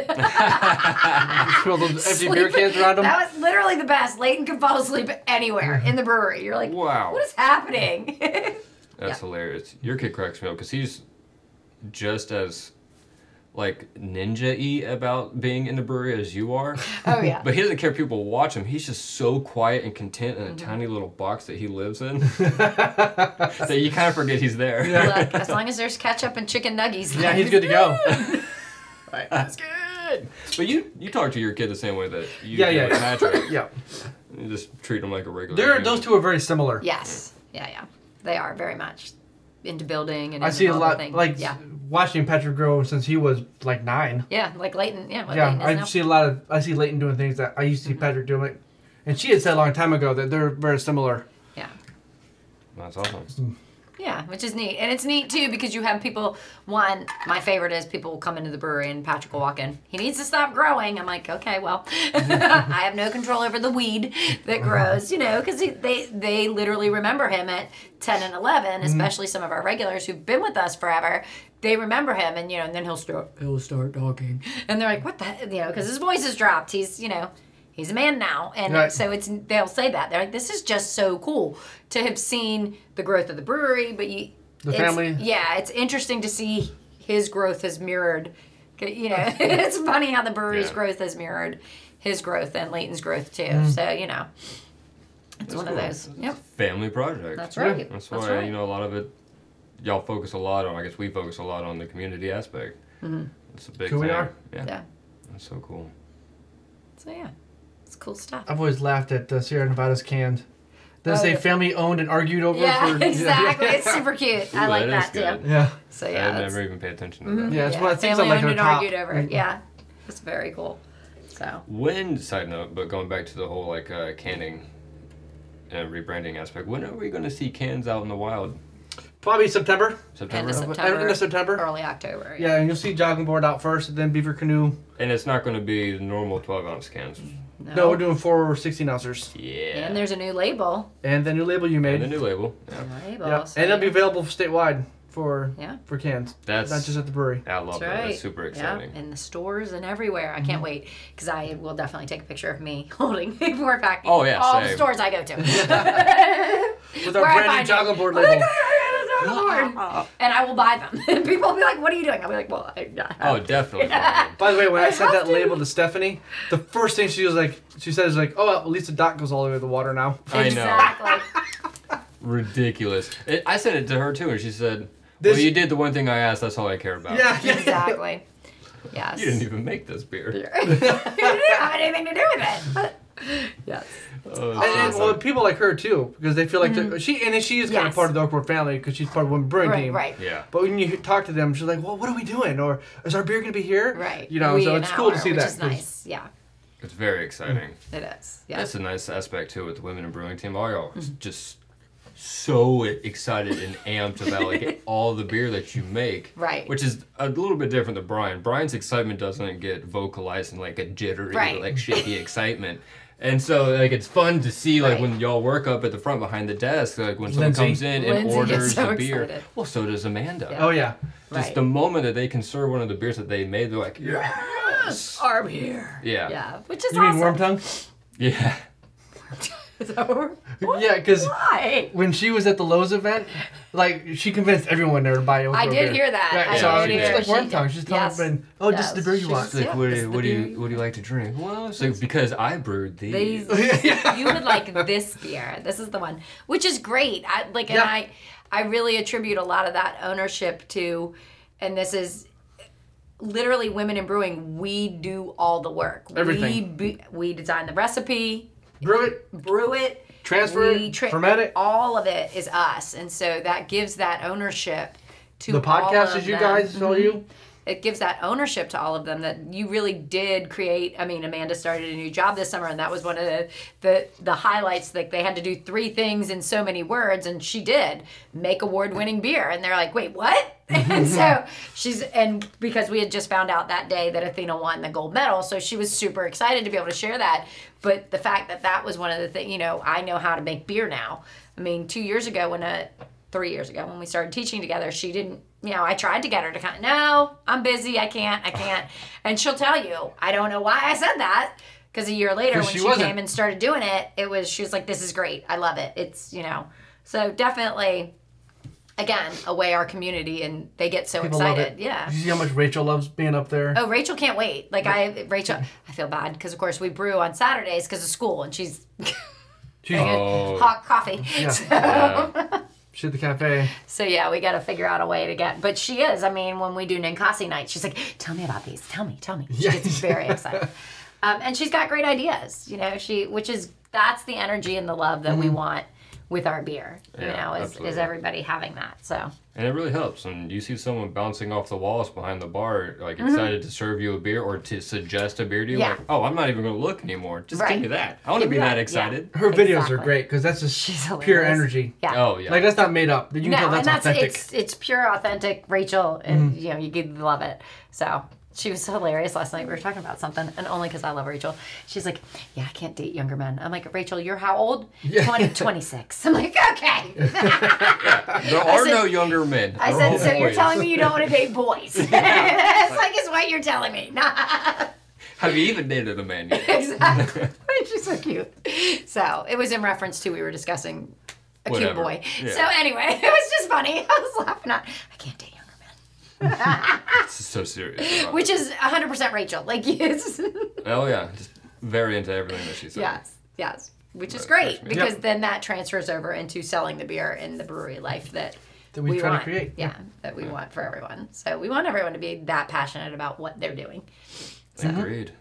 [SPEAKER 1] Throw those empty beer cans around him.
[SPEAKER 3] That was literally the best. Leighton could fall asleep anywhere in the brewery. You're like,
[SPEAKER 4] Wow.
[SPEAKER 3] what is happening?
[SPEAKER 4] That's hilarious. Your kid cracks me up because he's just as like ninja y about being in the brewery as you are.
[SPEAKER 3] oh yeah.
[SPEAKER 4] But he doesn't care if people watch him. He's just so quiet and content
[SPEAKER 3] Mm-hmm.
[SPEAKER 4] in a tiny little box that he lives in that you kind of forget he's there.
[SPEAKER 3] Look, as long as there's ketchup and chicken nuggies.
[SPEAKER 1] Yeah, he's good to go.
[SPEAKER 4] That's good. But you you talk to your kid the same way that you
[SPEAKER 1] Yeah,
[SPEAKER 4] do
[SPEAKER 1] yeah.
[SPEAKER 4] with Patrick.
[SPEAKER 1] Yeah.
[SPEAKER 4] you just treat him like a regular.
[SPEAKER 1] They're,
[SPEAKER 4] human.
[SPEAKER 1] those two are very similar.
[SPEAKER 3] Yes. Yeah, yeah. They are very much into building and
[SPEAKER 1] I
[SPEAKER 3] into
[SPEAKER 1] see a
[SPEAKER 3] all the
[SPEAKER 1] lot,
[SPEAKER 3] thing.
[SPEAKER 1] like,
[SPEAKER 3] yeah.
[SPEAKER 1] watching Patrick grow since he was, like, nine.
[SPEAKER 3] Yeah, like Leighton. Yeah, like
[SPEAKER 1] yeah,
[SPEAKER 3] Leighton is
[SPEAKER 1] I
[SPEAKER 3] now.
[SPEAKER 1] see a lot of, I see Leighton doing things that I used to see
[SPEAKER 3] Mm-hmm.
[SPEAKER 1] Patrick doing. Like, and she had said a long time ago that they're very similar.
[SPEAKER 3] Yeah.
[SPEAKER 4] That's awesome.
[SPEAKER 3] Yeah, which is neat. And it's neat too because you have people one, my favorite is people will come into the brewery and Patrick will walk in. He needs to stop growing. I'm like, okay, well, I have no control over the weed that grows, you know, because they they literally remember him at 10 and 11, especially some of our regulars who've been with us forever. They remember him, and you know, and then he'll start he'll start talking, and they're like, what the, he-" you know, because his voice has dropped. He's you know. He's a man now, and
[SPEAKER 1] Right.
[SPEAKER 3] so it's they'll say that they're like, "This is just so cool to have seen the growth of the brewery." But you,
[SPEAKER 1] The
[SPEAKER 3] it's-
[SPEAKER 1] family.
[SPEAKER 3] yeah, it's interesting to see his growth has mirrored. You know, it's funny how the brewery's
[SPEAKER 4] Yeah.
[SPEAKER 3] growth has mirrored his growth and Leighton's growth too.
[SPEAKER 1] Mm.
[SPEAKER 3] So you know, it's one of
[SPEAKER 4] cool.
[SPEAKER 3] those. Yep,
[SPEAKER 4] Family project.
[SPEAKER 3] that's
[SPEAKER 1] Yeah.
[SPEAKER 3] right.
[SPEAKER 4] That's
[SPEAKER 3] That's,
[SPEAKER 4] why
[SPEAKER 3] right.
[SPEAKER 4] you know a lot of it. Y'all focus a lot on. I guess we focus a lot on the community aspect.
[SPEAKER 3] Mm-hmm.
[SPEAKER 4] It's a big.
[SPEAKER 1] Who we
[SPEAKER 4] thing.
[SPEAKER 1] are?
[SPEAKER 4] Yeah.
[SPEAKER 3] Yeah.
[SPEAKER 4] That's so cool.
[SPEAKER 3] So yeah, it's cool stuff.
[SPEAKER 1] I've always laughed at uh, Sierra Nevada's canned. Does
[SPEAKER 3] Oh,
[SPEAKER 1] say
[SPEAKER 3] yeah.
[SPEAKER 1] family owned and argued over
[SPEAKER 3] yeah,
[SPEAKER 1] for
[SPEAKER 3] exactly. It's super cute. I
[SPEAKER 4] Ooh,
[SPEAKER 3] like
[SPEAKER 4] that
[SPEAKER 3] that,
[SPEAKER 4] is
[SPEAKER 3] too.
[SPEAKER 4] good.
[SPEAKER 1] Yeah.
[SPEAKER 3] So yeah, Mm-hmm.
[SPEAKER 4] I
[SPEAKER 3] that's-
[SPEAKER 4] never even pay attention to that.
[SPEAKER 1] Yeah, it's one of the things I
[SPEAKER 3] family
[SPEAKER 1] like
[SPEAKER 3] owned
[SPEAKER 1] on
[SPEAKER 3] and
[SPEAKER 1] top.
[SPEAKER 3] argued over.
[SPEAKER 1] Mhm.
[SPEAKER 3] it. Yeah, it's very cool. So
[SPEAKER 4] When side note, but going back to the whole like uh, canning and rebranding aspect, when are we going to see cans out in the wild?
[SPEAKER 1] Probably September.
[SPEAKER 3] end
[SPEAKER 4] September.
[SPEAKER 3] of
[SPEAKER 1] End of
[SPEAKER 3] September,
[SPEAKER 1] September?
[SPEAKER 3] early October.
[SPEAKER 1] Yeah, and you'll see jogging board out first, and then beaver canoe.
[SPEAKER 4] And it's not going to be the normal 12 ounce cans.
[SPEAKER 3] No.
[SPEAKER 1] No, we're doing four 16 ounces.
[SPEAKER 4] Yeah.
[SPEAKER 3] Mm-hmm. and there's a new label.
[SPEAKER 1] And the new label you
[SPEAKER 4] And
[SPEAKER 1] made.
[SPEAKER 4] the new label. Yeah.
[SPEAKER 3] Label.
[SPEAKER 1] yeah.
[SPEAKER 3] so
[SPEAKER 1] And it'll be
[SPEAKER 3] yeah.
[SPEAKER 1] available statewide for
[SPEAKER 3] Yeah.
[SPEAKER 1] for cans.
[SPEAKER 4] That's
[SPEAKER 1] Not just at the brewery.
[SPEAKER 4] I love
[SPEAKER 3] That's
[SPEAKER 4] that.
[SPEAKER 3] right.
[SPEAKER 4] That's super exciting.
[SPEAKER 3] Yeah, in the stores and everywhere. I
[SPEAKER 1] Mm-hmm.
[SPEAKER 3] can't wait because I will definitely take a picture of me holding a four pack. in
[SPEAKER 4] Oh, yeah,
[SPEAKER 3] all
[SPEAKER 4] same.
[SPEAKER 3] the stores I go to.
[SPEAKER 1] With
[SPEAKER 3] Where
[SPEAKER 1] our
[SPEAKER 3] I
[SPEAKER 1] brand new
[SPEAKER 3] find it. Oh
[SPEAKER 1] jogging board
[SPEAKER 3] I'm like,
[SPEAKER 1] label.
[SPEAKER 3] "Ah, it's on the board." and I will buy them. And people will be like, "What are you doing?" I'll be like, "Well, I, I
[SPEAKER 4] Oh, definitely.
[SPEAKER 1] By the way, when I, sent that
[SPEAKER 3] have to.
[SPEAKER 1] label to Stephanie, the first thing she was like, she said is like, oh, well, at least the dock goes all the way to the water now.
[SPEAKER 4] I know.
[SPEAKER 3] exactly."
[SPEAKER 4] Ridiculous. It, I sent it to her too, and she said,
[SPEAKER 1] This-
[SPEAKER 4] Well, you did the one thing I asked. That's all I care about.
[SPEAKER 1] Yeah, yeah.
[SPEAKER 3] Exactly. Yes.
[SPEAKER 4] You didn't even make this beer.
[SPEAKER 3] I didn't have anything to do with it. yes.
[SPEAKER 4] Oh,
[SPEAKER 1] And, and,
[SPEAKER 4] it's
[SPEAKER 1] well,
[SPEAKER 4] awesome.
[SPEAKER 1] people like her too, because they feel like they're she and she is kind of
[SPEAKER 3] Mm-hmm. Yes.
[SPEAKER 1] part of the Oakwood family because she's part of the women brewing
[SPEAKER 3] Right,
[SPEAKER 1] team.
[SPEAKER 3] right.
[SPEAKER 4] Yeah.
[SPEAKER 1] But when you talk to them, she's like, "Well, what are we doing? Or is our beer gonna be here?
[SPEAKER 3] Right.
[SPEAKER 1] You know,
[SPEAKER 3] We
[SPEAKER 1] so
[SPEAKER 3] an
[SPEAKER 1] it's cool to
[SPEAKER 3] hour,
[SPEAKER 1] see
[SPEAKER 3] which
[SPEAKER 1] that.
[SPEAKER 3] is nice. Yeah,
[SPEAKER 4] It's very exciting.
[SPEAKER 3] it is. Yeah.
[SPEAKER 4] That's a nice aspect too with the women in brewing team. All y'all
[SPEAKER 3] Mm-hmm.
[SPEAKER 4] is just so excited and amped about like all the beer that you make,
[SPEAKER 3] Right.
[SPEAKER 4] Which is a little bit different than Brian. Brian's excitement doesn't get vocalized in like a jittery,
[SPEAKER 3] Right.
[SPEAKER 4] like shaky excitement. And so, like, it's fun to see, like,
[SPEAKER 3] Right.
[SPEAKER 4] when y'all work up at the front behind the desk, like, when someone
[SPEAKER 1] Lindsay.
[SPEAKER 4] comes in and
[SPEAKER 3] Lindsay gets
[SPEAKER 4] orders
[SPEAKER 3] so
[SPEAKER 4] a beer.
[SPEAKER 3] excited.
[SPEAKER 4] Well, so does Amanda.
[SPEAKER 3] Yeah.
[SPEAKER 1] Oh yeah.
[SPEAKER 4] Just
[SPEAKER 3] Right.
[SPEAKER 4] the moment that they can serve one of the beers that they made, they're like, yes,
[SPEAKER 3] Arm here.
[SPEAKER 4] yeah,
[SPEAKER 3] Yeah, which is
[SPEAKER 1] You mean
[SPEAKER 3] awesome.
[SPEAKER 1] warm tongue?
[SPEAKER 4] yeah.
[SPEAKER 3] Is that what we're-
[SPEAKER 1] Yeah, because
[SPEAKER 3] Why?
[SPEAKER 1] when she was at the Lowe's event, like she convinced everyone there to buy Oak
[SPEAKER 3] I
[SPEAKER 1] Grove
[SPEAKER 3] did
[SPEAKER 1] beer.
[SPEAKER 3] hear that.
[SPEAKER 1] Yeah,
[SPEAKER 3] I
[SPEAKER 1] so
[SPEAKER 4] did
[SPEAKER 1] I was
[SPEAKER 4] hear
[SPEAKER 1] just like
[SPEAKER 3] she
[SPEAKER 1] worm
[SPEAKER 3] did.
[SPEAKER 1] tongue. She's telling
[SPEAKER 3] Yes.
[SPEAKER 1] everyone, "Oh, just the
[SPEAKER 3] Yes.
[SPEAKER 1] beer you
[SPEAKER 3] She's
[SPEAKER 1] want."
[SPEAKER 4] Like,
[SPEAKER 3] Yeah,
[SPEAKER 4] what,
[SPEAKER 3] it's
[SPEAKER 4] do,
[SPEAKER 3] the
[SPEAKER 4] what do
[SPEAKER 3] beer
[SPEAKER 4] you
[SPEAKER 3] you
[SPEAKER 4] what do you like to drink? Well, it's like because I brewed these.
[SPEAKER 5] These,
[SPEAKER 1] Yeah.
[SPEAKER 5] you would like this beer. This is the one,
[SPEAKER 3] which is great. I like, and
[SPEAKER 1] Yeah.
[SPEAKER 3] I, I really attribute a lot of that ownership to, and this is literally women in brewing. We do all the work. We
[SPEAKER 1] Everything.
[SPEAKER 3] be, we design the recipe,
[SPEAKER 1] Brew it,
[SPEAKER 3] brew it,
[SPEAKER 1] transfer
[SPEAKER 3] we
[SPEAKER 1] it,
[SPEAKER 3] tra-
[SPEAKER 1] ferment it.
[SPEAKER 3] All of it is us, and so that gives that ownership to
[SPEAKER 1] The podcast
[SPEAKER 3] all of
[SPEAKER 1] is you
[SPEAKER 3] them. Mm-hmm.
[SPEAKER 1] guys, it's all you.
[SPEAKER 3] it gives that ownership to all of them that you really did create i mean amanda started a new job this summer and that was one of the the, the highlights like they had to do three things in so many words and she did make award-winning beer and they're like wait what and so she's and because we had just found out that day that athena won the gold medal so she was super excited to be able to share that but the fact that that was one of the things you know i know how to make beer now i mean two years ago when a three years ago when we started teaching together she didn't you know i tried to get her to kind of no i'm busy i can't i can't and she'll tell you i don't know why i said that because a year later when
[SPEAKER 1] 'Cause
[SPEAKER 3] she,
[SPEAKER 1] she wasn't.
[SPEAKER 3] came and started doing it it was she was like this is great i love it it's you know so definitely again away our community and they get so
[SPEAKER 1] People love
[SPEAKER 3] excited
[SPEAKER 1] it.
[SPEAKER 3] yeah
[SPEAKER 1] You see how much Rachel loves being up there.
[SPEAKER 3] Oh, Rachel can't wait. Like I, Rachel, I feel bad because of course we brew on Saturdays because of school, and she's
[SPEAKER 1] She's
[SPEAKER 4] Oh.
[SPEAKER 3] hot coffee. So,
[SPEAKER 4] Yeah.
[SPEAKER 1] she's at the cafe.
[SPEAKER 3] so, yeah, we got to figure out a way to get. But she is. I mean, when we do Ninkasi night, she's like, "Tell me about these. Tell me. Tell me." She
[SPEAKER 1] Yeah.
[SPEAKER 3] gets very excited, um, and she's got great ideas. You know, she which is that's the energy and the love that we want with our beer. You
[SPEAKER 4] Mm-hmm. Yeah,
[SPEAKER 3] know, is is
[SPEAKER 4] absolutely.
[SPEAKER 3] everybody having that? So
[SPEAKER 4] And it really helps. And you see someone bouncing off the walls behind the bar, like excited to serve you a beer or to suggest a beer to you.
[SPEAKER 3] Mm-hmm. Yeah.
[SPEAKER 4] Like, oh, I'm not even going to look anymore. Just
[SPEAKER 3] Right.
[SPEAKER 4] give me that. I want to
[SPEAKER 3] Give me
[SPEAKER 4] be that
[SPEAKER 3] that, yeah.
[SPEAKER 4] excited.
[SPEAKER 1] Her videos are
[SPEAKER 3] Exactly.
[SPEAKER 1] great because that's just
[SPEAKER 3] She's
[SPEAKER 1] pure
[SPEAKER 3] hilarious.
[SPEAKER 1] energy.
[SPEAKER 3] yeah.
[SPEAKER 4] Oh, yeah.
[SPEAKER 1] Like that's not made up. You can
[SPEAKER 3] No,
[SPEAKER 1] tell that's,
[SPEAKER 3] and that's
[SPEAKER 1] authentic. Mm.
[SPEAKER 3] it's it's pure authentic Rachel, and you know you could love it. So she was hilarious last night. We were talking about something, and only because I love Rachel, she's like, "Yeah, I can't date younger men." I'm like, "Rachel, you're how old?
[SPEAKER 1] Yeah.
[SPEAKER 3] 20, 26." I'm like, "Okay."
[SPEAKER 4] there are
[SPEAKER 3] said-
[SPEAKER 4] no younger men.
[SPEAKER 3] I
[SPEAKER 4] They're
[SPEAKER 3] said,
[SPEAKER 4] all
[SPEAKER 3] "So you're
[SPEAKER 4] boys."
[SPEAKER 3] telling me you don't want to date boys?" That's like is what you're telling me.
[SPEAKER 4] Have you even dated a man yet?
[SPEAKER 3] exactly. She's so cute. So it was in reference to we were discussing a
[SPEAKER 4] Whatever.
[SPEAKER 3] cute boy.
[SPEAKER 4] Yeah.
[SPEAKER 3] So anyway, it was just funny. I was laughing at. I can't date younger men.
[SPEAKER 4] This is so serious.
[SPEAKER 3] which is 100% Rachel. Like, yes,
[SPEAKER 4] oh yeah, just very into everything that she said.
[SPEAKER 3] yes, yes, which is
[SPEAKER 4] Right,
[SPEAKER 3] great
[SPEAKER 4] freshman.
[SPEAKER 3] because
[SPEAKER 1] Yep.
[SPEAKER 3] then that transfers over into selling the beer in the brewery life that,
[SPEAKER 1] That we try to
[SPEAKER 3] want.
[SPEAKER 1] create,
[SPEAKER 3] Yeah, that we want for everyone. So we want everyone to be that passionate about what they're doing.
[SPEAKER 4] Agreed.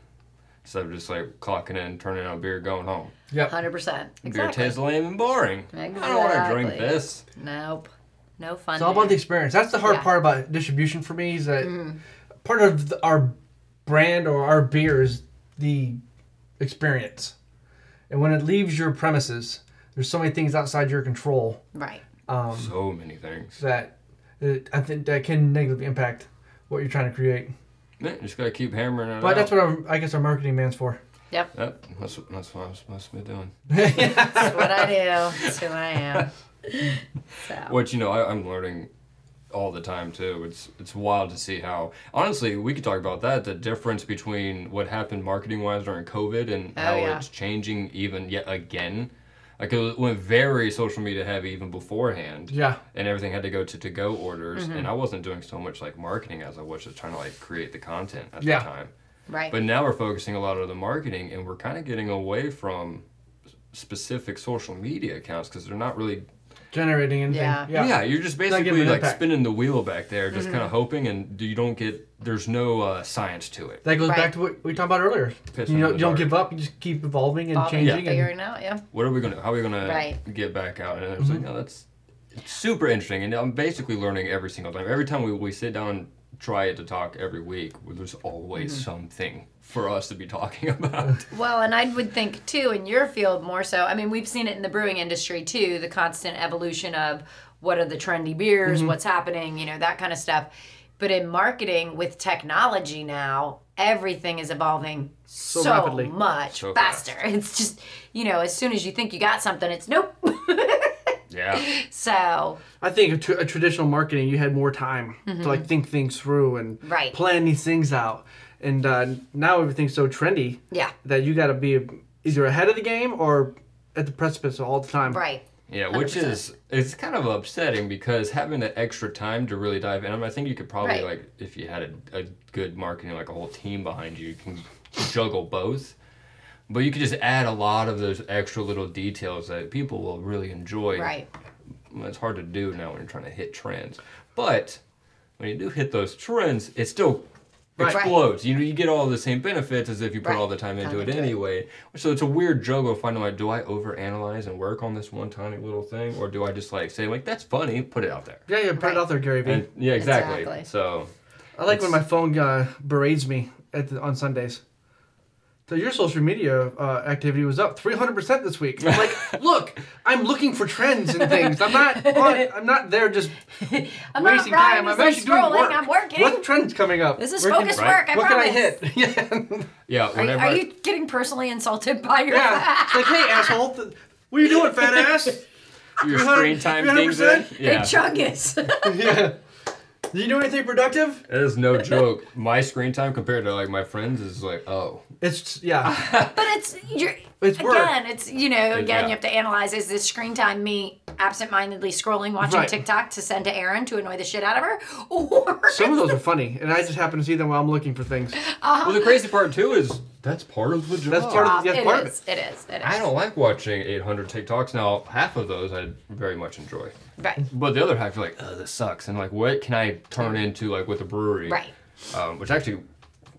[SPEAKER 4] Instead of just like clocking in, turning out beer, going home.
[SPEAKER 1] Yep.
[SPEAKER 3] 100%.
[SPEAKER 4] Beer
[SPEAKER 3] Exactly.
[SPEAKER 4] tastes lame and boring. I don't want to drink
[SPEAKER 3] Exactly.
[SPEAKER 4] this.
[SPEAKER 3] Nope. No fun.
[SPEAKER 1] It's all about the
[SPEAKER 3] there.
[SPEAKER 1] experience. That's the hard
[SPEAKER 3] Yeah. Mm-hmm.
[SPEAKER 1] part about distribution for me is that part of the, our brand or our beer is the experience. And when it leaves your premises, there's so many things outside your control um,
[SPEAKER 3] Right.
[SPEAKER 4] So many things.
[SPEAKER 1] that it, I think that can negatively impact what you're trying to create.
[SPEAKER 4] Man, just gotta keep hammering it
[SPEAKER 1] But
[SPEAKER 4] out.
[SPEAKER 1] that's what our, I guess our marketing man's for.
[SPEAKER 3] Yep.
[SPEAKER 4] Yep, that's what that's what I'm supposed to be doing.
[SPEAKER 3] That's what I do. That's who I am. So.
[SPEAKER 1] Oh.
[SPEAKER 4] Which you know I, I'm learning all the time too. It's it's wild to see how honestly we could talk about that the difference between what happened marketing wise during COVID and
[SPEAKER 3] Oh,
[SPEAKER 4] how
[SPEAKER 3] yeah.
[SPEAKER 4] it's changing even yet again. Like it went very social media heavy even beforehand.
[SPEAKER 1] Yeah. Mm-hmm.
[SPEAKER 4] And everything had to go to to go orders, and I wasn't doing so much like marketing as I was just trying to like create the content at
[SPEAKER 1] Yeah.
[SPEAKER 4] the time.
[SPEAKER 3] Right.
[SPEAKER 4] But now we're focusing a lot on the marketing, and we're kind of getting away from s- specific social media accounts because they're not really.
[SPEAKER 1] Generating anything.
[SPEAKER 3] Yeah.
[SPEAKER 1] Yeah.
[SPEAKER 4] Yeah, you're just
[SPEAKER 1] giving
[SPEAKER 4] basically
[SPEAKER 1] an
[SPEAKER 4] like
[SPEAKER 1] impact.
[SPEAKER 4] spinning the wheel back there, just kind of hoping, and you don't get. There's no uh, science to it.
[SPEAKER 1] That goes
[SPEAKER 3] Right.
[SPEAKER 1] back to what we talked about earlier.
[SPEAKER 4] Piss
[SPEAKER 1] you
[SPEAKER 4] in
[SPEAKER 1] know,
[SPEAKER 4] the
[SPEAKER 1] you don't
[SPEAKER 4] dark.
[SPEAKER 1] give up. You just keep evolving and
[SPEAKER 3] Evolving,
[SPEAKER 1] changing. And,
[SPEAKER 3] Figuring out, yeah.
[SPEAKER 4] What are we gonna? How are we gonna
[SPEAKER 3] Right.
[SPEAKER 4] get back out? And I was like,
[SPEAKER 1] Mm-hmm.
[SPEAKER 4] no, that's it's super interesting, and I'm basically learning every single time. Every time we, we sit down and try it to talk every week, there's always
[SPEAKER 1] Mm-hmm.
[SPEAKER 4] something for us to be talking about.
[SPEAKER 3] Well, and I would think too in your field more so. I mean, we've seen it in the brewing industry too, the constant evolution of what are the trendy beers,
[SPEAKER 1] Mm-hmm.
[SPEAKER 3] what's happening, you know, that kind of stuff. But in marketing with technology now, everything is evolving so,
[SPEAKER 1] rapidly.
[SPEAKER 3] much
[SPEAKER 4] So
[SPEAKER 3] faster. It's just, you know, as soon as you think you got something, it's nope.
[SPEAKER 4] yeah.
[SPEAKER 3] so,
[SPEAKER 1] I think a, t- a traditional marketing, you had more time to like think things through and
[SPEAKER 3] Mm-hmm. Right.
[SPEAKER 1] plan these things out. And uh, now everything's so trendy
[SPEAKER 3] yeah.
[SPEAKER 1] that you got to be either ahead of the game or at the precipice all the time.
[SPEAKER 3] Right.
[SPEAKER 4] Yeah, which is it's kind of upsetting because having that extra time to really dive in. I, mean, I think you could probably
[SPEAKER 3] Right.
[SPEAKER 4] like if you had a, a good marketing, like a whole team behind you, you can juggle both. But you could just add a lot of those extra little details that people will really enjoy.
[SPEAKER 3] Right.
[SPEAKER 4] Well, It's hard to do now when you're trying to hit trends, but when you do hit those trends, it still
[SPEAKER 1] Right.
[SPEAKER 4] explodes. You know, you get all the same benefits as if you put
[SPEAKER 3] Right.
[SPEAKER 4] all the time into
[SPEAKER 3] Time
[SPEAKER 4] it
[SPEAKER 3] into it.
[SPEAKER 4] anyway. So it's a weird juggle finding like, do I overanalyze and work on this one tiny little thing, or do I just like say like that's funny, put it out there?
[SPEAKER 1] Yeah, yeah. Put
[SPEAKER 3] Right.
[SPEAKER 1] it out there, Gary Vee.
[SPEAKER 4] And- yeah, exactly.
[SPEAKER 3] Exactly.
[SPEAKER 4] So
[SPEAKER 1] I like when my phone uh, berates me at the, on Sundays. So your social media uh, activity was up 300% this week. I'm like, look, I'm looking for trends and things. I'm not on, I'm not there just
[SPEAKER 3] I'm not
[SPEAKER 1] wasting
[SPEAKER 3] Brian
[SPEAKER 1] time. I'm
[SPEAKER 3] who's, like,
[SPEAKER 1] actually doing
[SPEAKER 3] scrolling,
[SPEAKER 1] work.
[SPEAKER 3] I'm working.
[SPEAKER 1] What trend's coming up?
[SPEAKER 3] This is
[SPEAKER 1] Where can-
[SPEAKER 3] focused
[SPEAKER 4] Right.
[SPEAKER 3] work. I
[SPEAKER 1] What can I
[SPEAKER 3] promise.
[SPEAKER 1] hit? Yeah.
[SPEAKER 4] yeah,
[SPEAKER 3] Are, you-
[SPEAKER 4] whenever
[SPEAKER 3] are
[SPEAKER 4] I-
[SPEAKER 3] you getting personally insulted by your?
[SPEAKER 1] yeah. It's like, hey, asshole. th- What are you doing, fat ass?
[SPEAKER 4] your screen
[SPEAKER 1] 300
[SPEAKER 4] time things in,
[SPEAKER 1] 300%?
[SPEAKER 4] yeah,
[SPEAKER 3] Big chungus.
[SPEAKER 1] yeah. Did you do anything productive?
[SPEAKER 4] it is no joke. My screen time compared to like my friends is like oh.
[SPEAKER 1] It's, yeah.
[SPEAKER 3] But it's you're
[SPEAKER 1] It's
[SPEAKER 3] again,
[SPEAKER 1] work.
[SPEAKER 3] it's you know, again,
[SPEAKER 4] yeah.
[SPEAKER 3] you have to analyze is this screen time me absentmindedly scrolling, watching
[SPEAKER 1] Right.
[SPEAKER 3] TikTok to send to Erin to annoy the shit out of her? Or
[SPEAKER 1] Some of those are funny, and I just happen to see them while I'm looking for things.
[SPEAKER 4] Well,
[SPEAKER 3] Uh-huh.
[SPEAKER 4] the crazy part too is that's part of the job.
[SPEAKER 1] That's part of
[SPEAKER 3] Rob,
[SPEAKER 1] yeah,
[SPEAKER 3] it,
[SPEAKER 1] part of
[SPEAKER 3] is, it is, it is.
[SPEAKER 4] I don't like watching 800 TikToks. Now, half of those I very much enjoy.
[SPEAKER 3] Right.
[SPEAKER 4] But the other half, you're like, oh, this sucks. And like, what can I turn into, like, with a brewery?
[SPEAKER 3] Right.
[SPEAKER 4] Um, which actually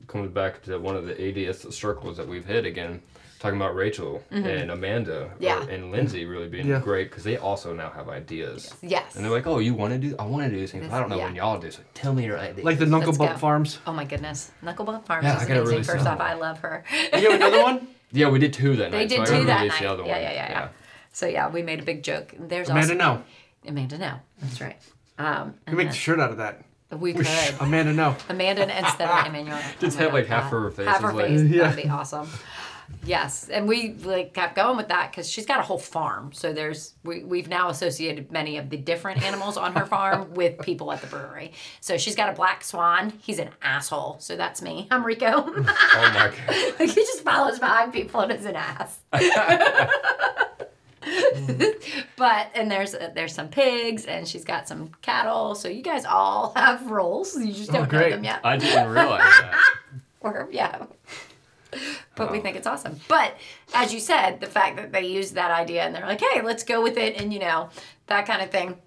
[SPEAKER 4] comes back to one of the 80th circles that we've hit again, talking about Rachel and Amanda or-
[SPEAKER 3] Mm-hmm. Yeah.
[SPEAKER 4] and Lindsay really being
[SPEAKER 1] Yeah.
[SPEAKER 4] great because they also now have ideas.
[SPEAKER 3] Yes.
[SPEAKER 4] And they're like, oh, you want to do, I want to do these things. but I don't know
[SPEAKER 3] yeah.
[SPEAKER 4] when y'all do, so tell me your idea.
[SPEAKER 1] Like the Knuckle
[SPEAKER 3] Let's
[SPEAKER 1] Bump
[SPEAKER 3] go.
[SPEAKER 1] Farms.
[SPEAKER 3] Oh my goodness. Knuckleball Farms
[SPEAKER 4] Yeah, I
[SPEAKER 3] is
[SPEAKER 4] gotta
[SPEAKER 3] amazing.
[SPEAKER 4] really
[SPEAKER 3] First
[SPEAKER 4] sell
[SPEAKER 3] off,
[SPEAKER 4] that.
[SPEAKER 3] I love her.
[SPEAKER 1] You have another one?
[SPEAKER 4] yeah, we did two that
[SPEAKER 3] They
[SPEAKER 4] night.
[SPEAKER 3] did
[SPEAKER 4] so I
[SPEAKER 3] two that
[SPEAKER 4] released
[SPEAKER 3] night.
[SPEAKER 4] The other
[SPEAKER 3] yeah,
[SPEAKER 4] one.
[SPEAKER 3] yeah, yeah, yeah. So yeah, we made a big joke. There's
[SPEAKER 1] Amanda,
[SPEAKER 3] also
[SPEAKER 1] no.
[SPEAKER 3] Amanda now. That's right. Um,
[SPEAKER 1] You make the shirt out of that.
[SPEAKER 3] and we could.
[SPEAKER 1] Amanda, no.
[SPEAKER 3] Amanda instead of Emmanuel.
[SPEAKER 4] Just
[SPEAKER 3] my
[SPEAKER 4] have, like, half
[SPEAKER 3] God.
[SPEAKER 4] her face
[SPEAKER 3] Half
[SPEAKER 4] is
[SPEAKER 3] her
[SPEAKER 4] like-
[SPEAKER 3] face.
[SPEAKER 1] Yeah.
[SPEAKER 3] That'd be awesome. Yes, and we like kept going with that because she's got a whole farm. So there's we we've now associated many of the different animals on her farm with people at the brewery. So she's got a black swan. He's an asshole. So that's me. I'm Rico.
[SPEAKER 4] Oh my God.
[SPEAKER 3] he just follows behind people and is an ass. but and there's there's some pigs and she's got some cattle. So you guys all have roles. You just don't know
[SPEAKER 1] Oh, great.
[SPEAKER 3] them yet.
[SPEAKER 4] I didn't realize that.
[SPEAKER 3] or yeah. But we think it's awesome. But as you said, the fact that they used that idea and they're like, "Hey, let's go with it," and you know that kind of thing.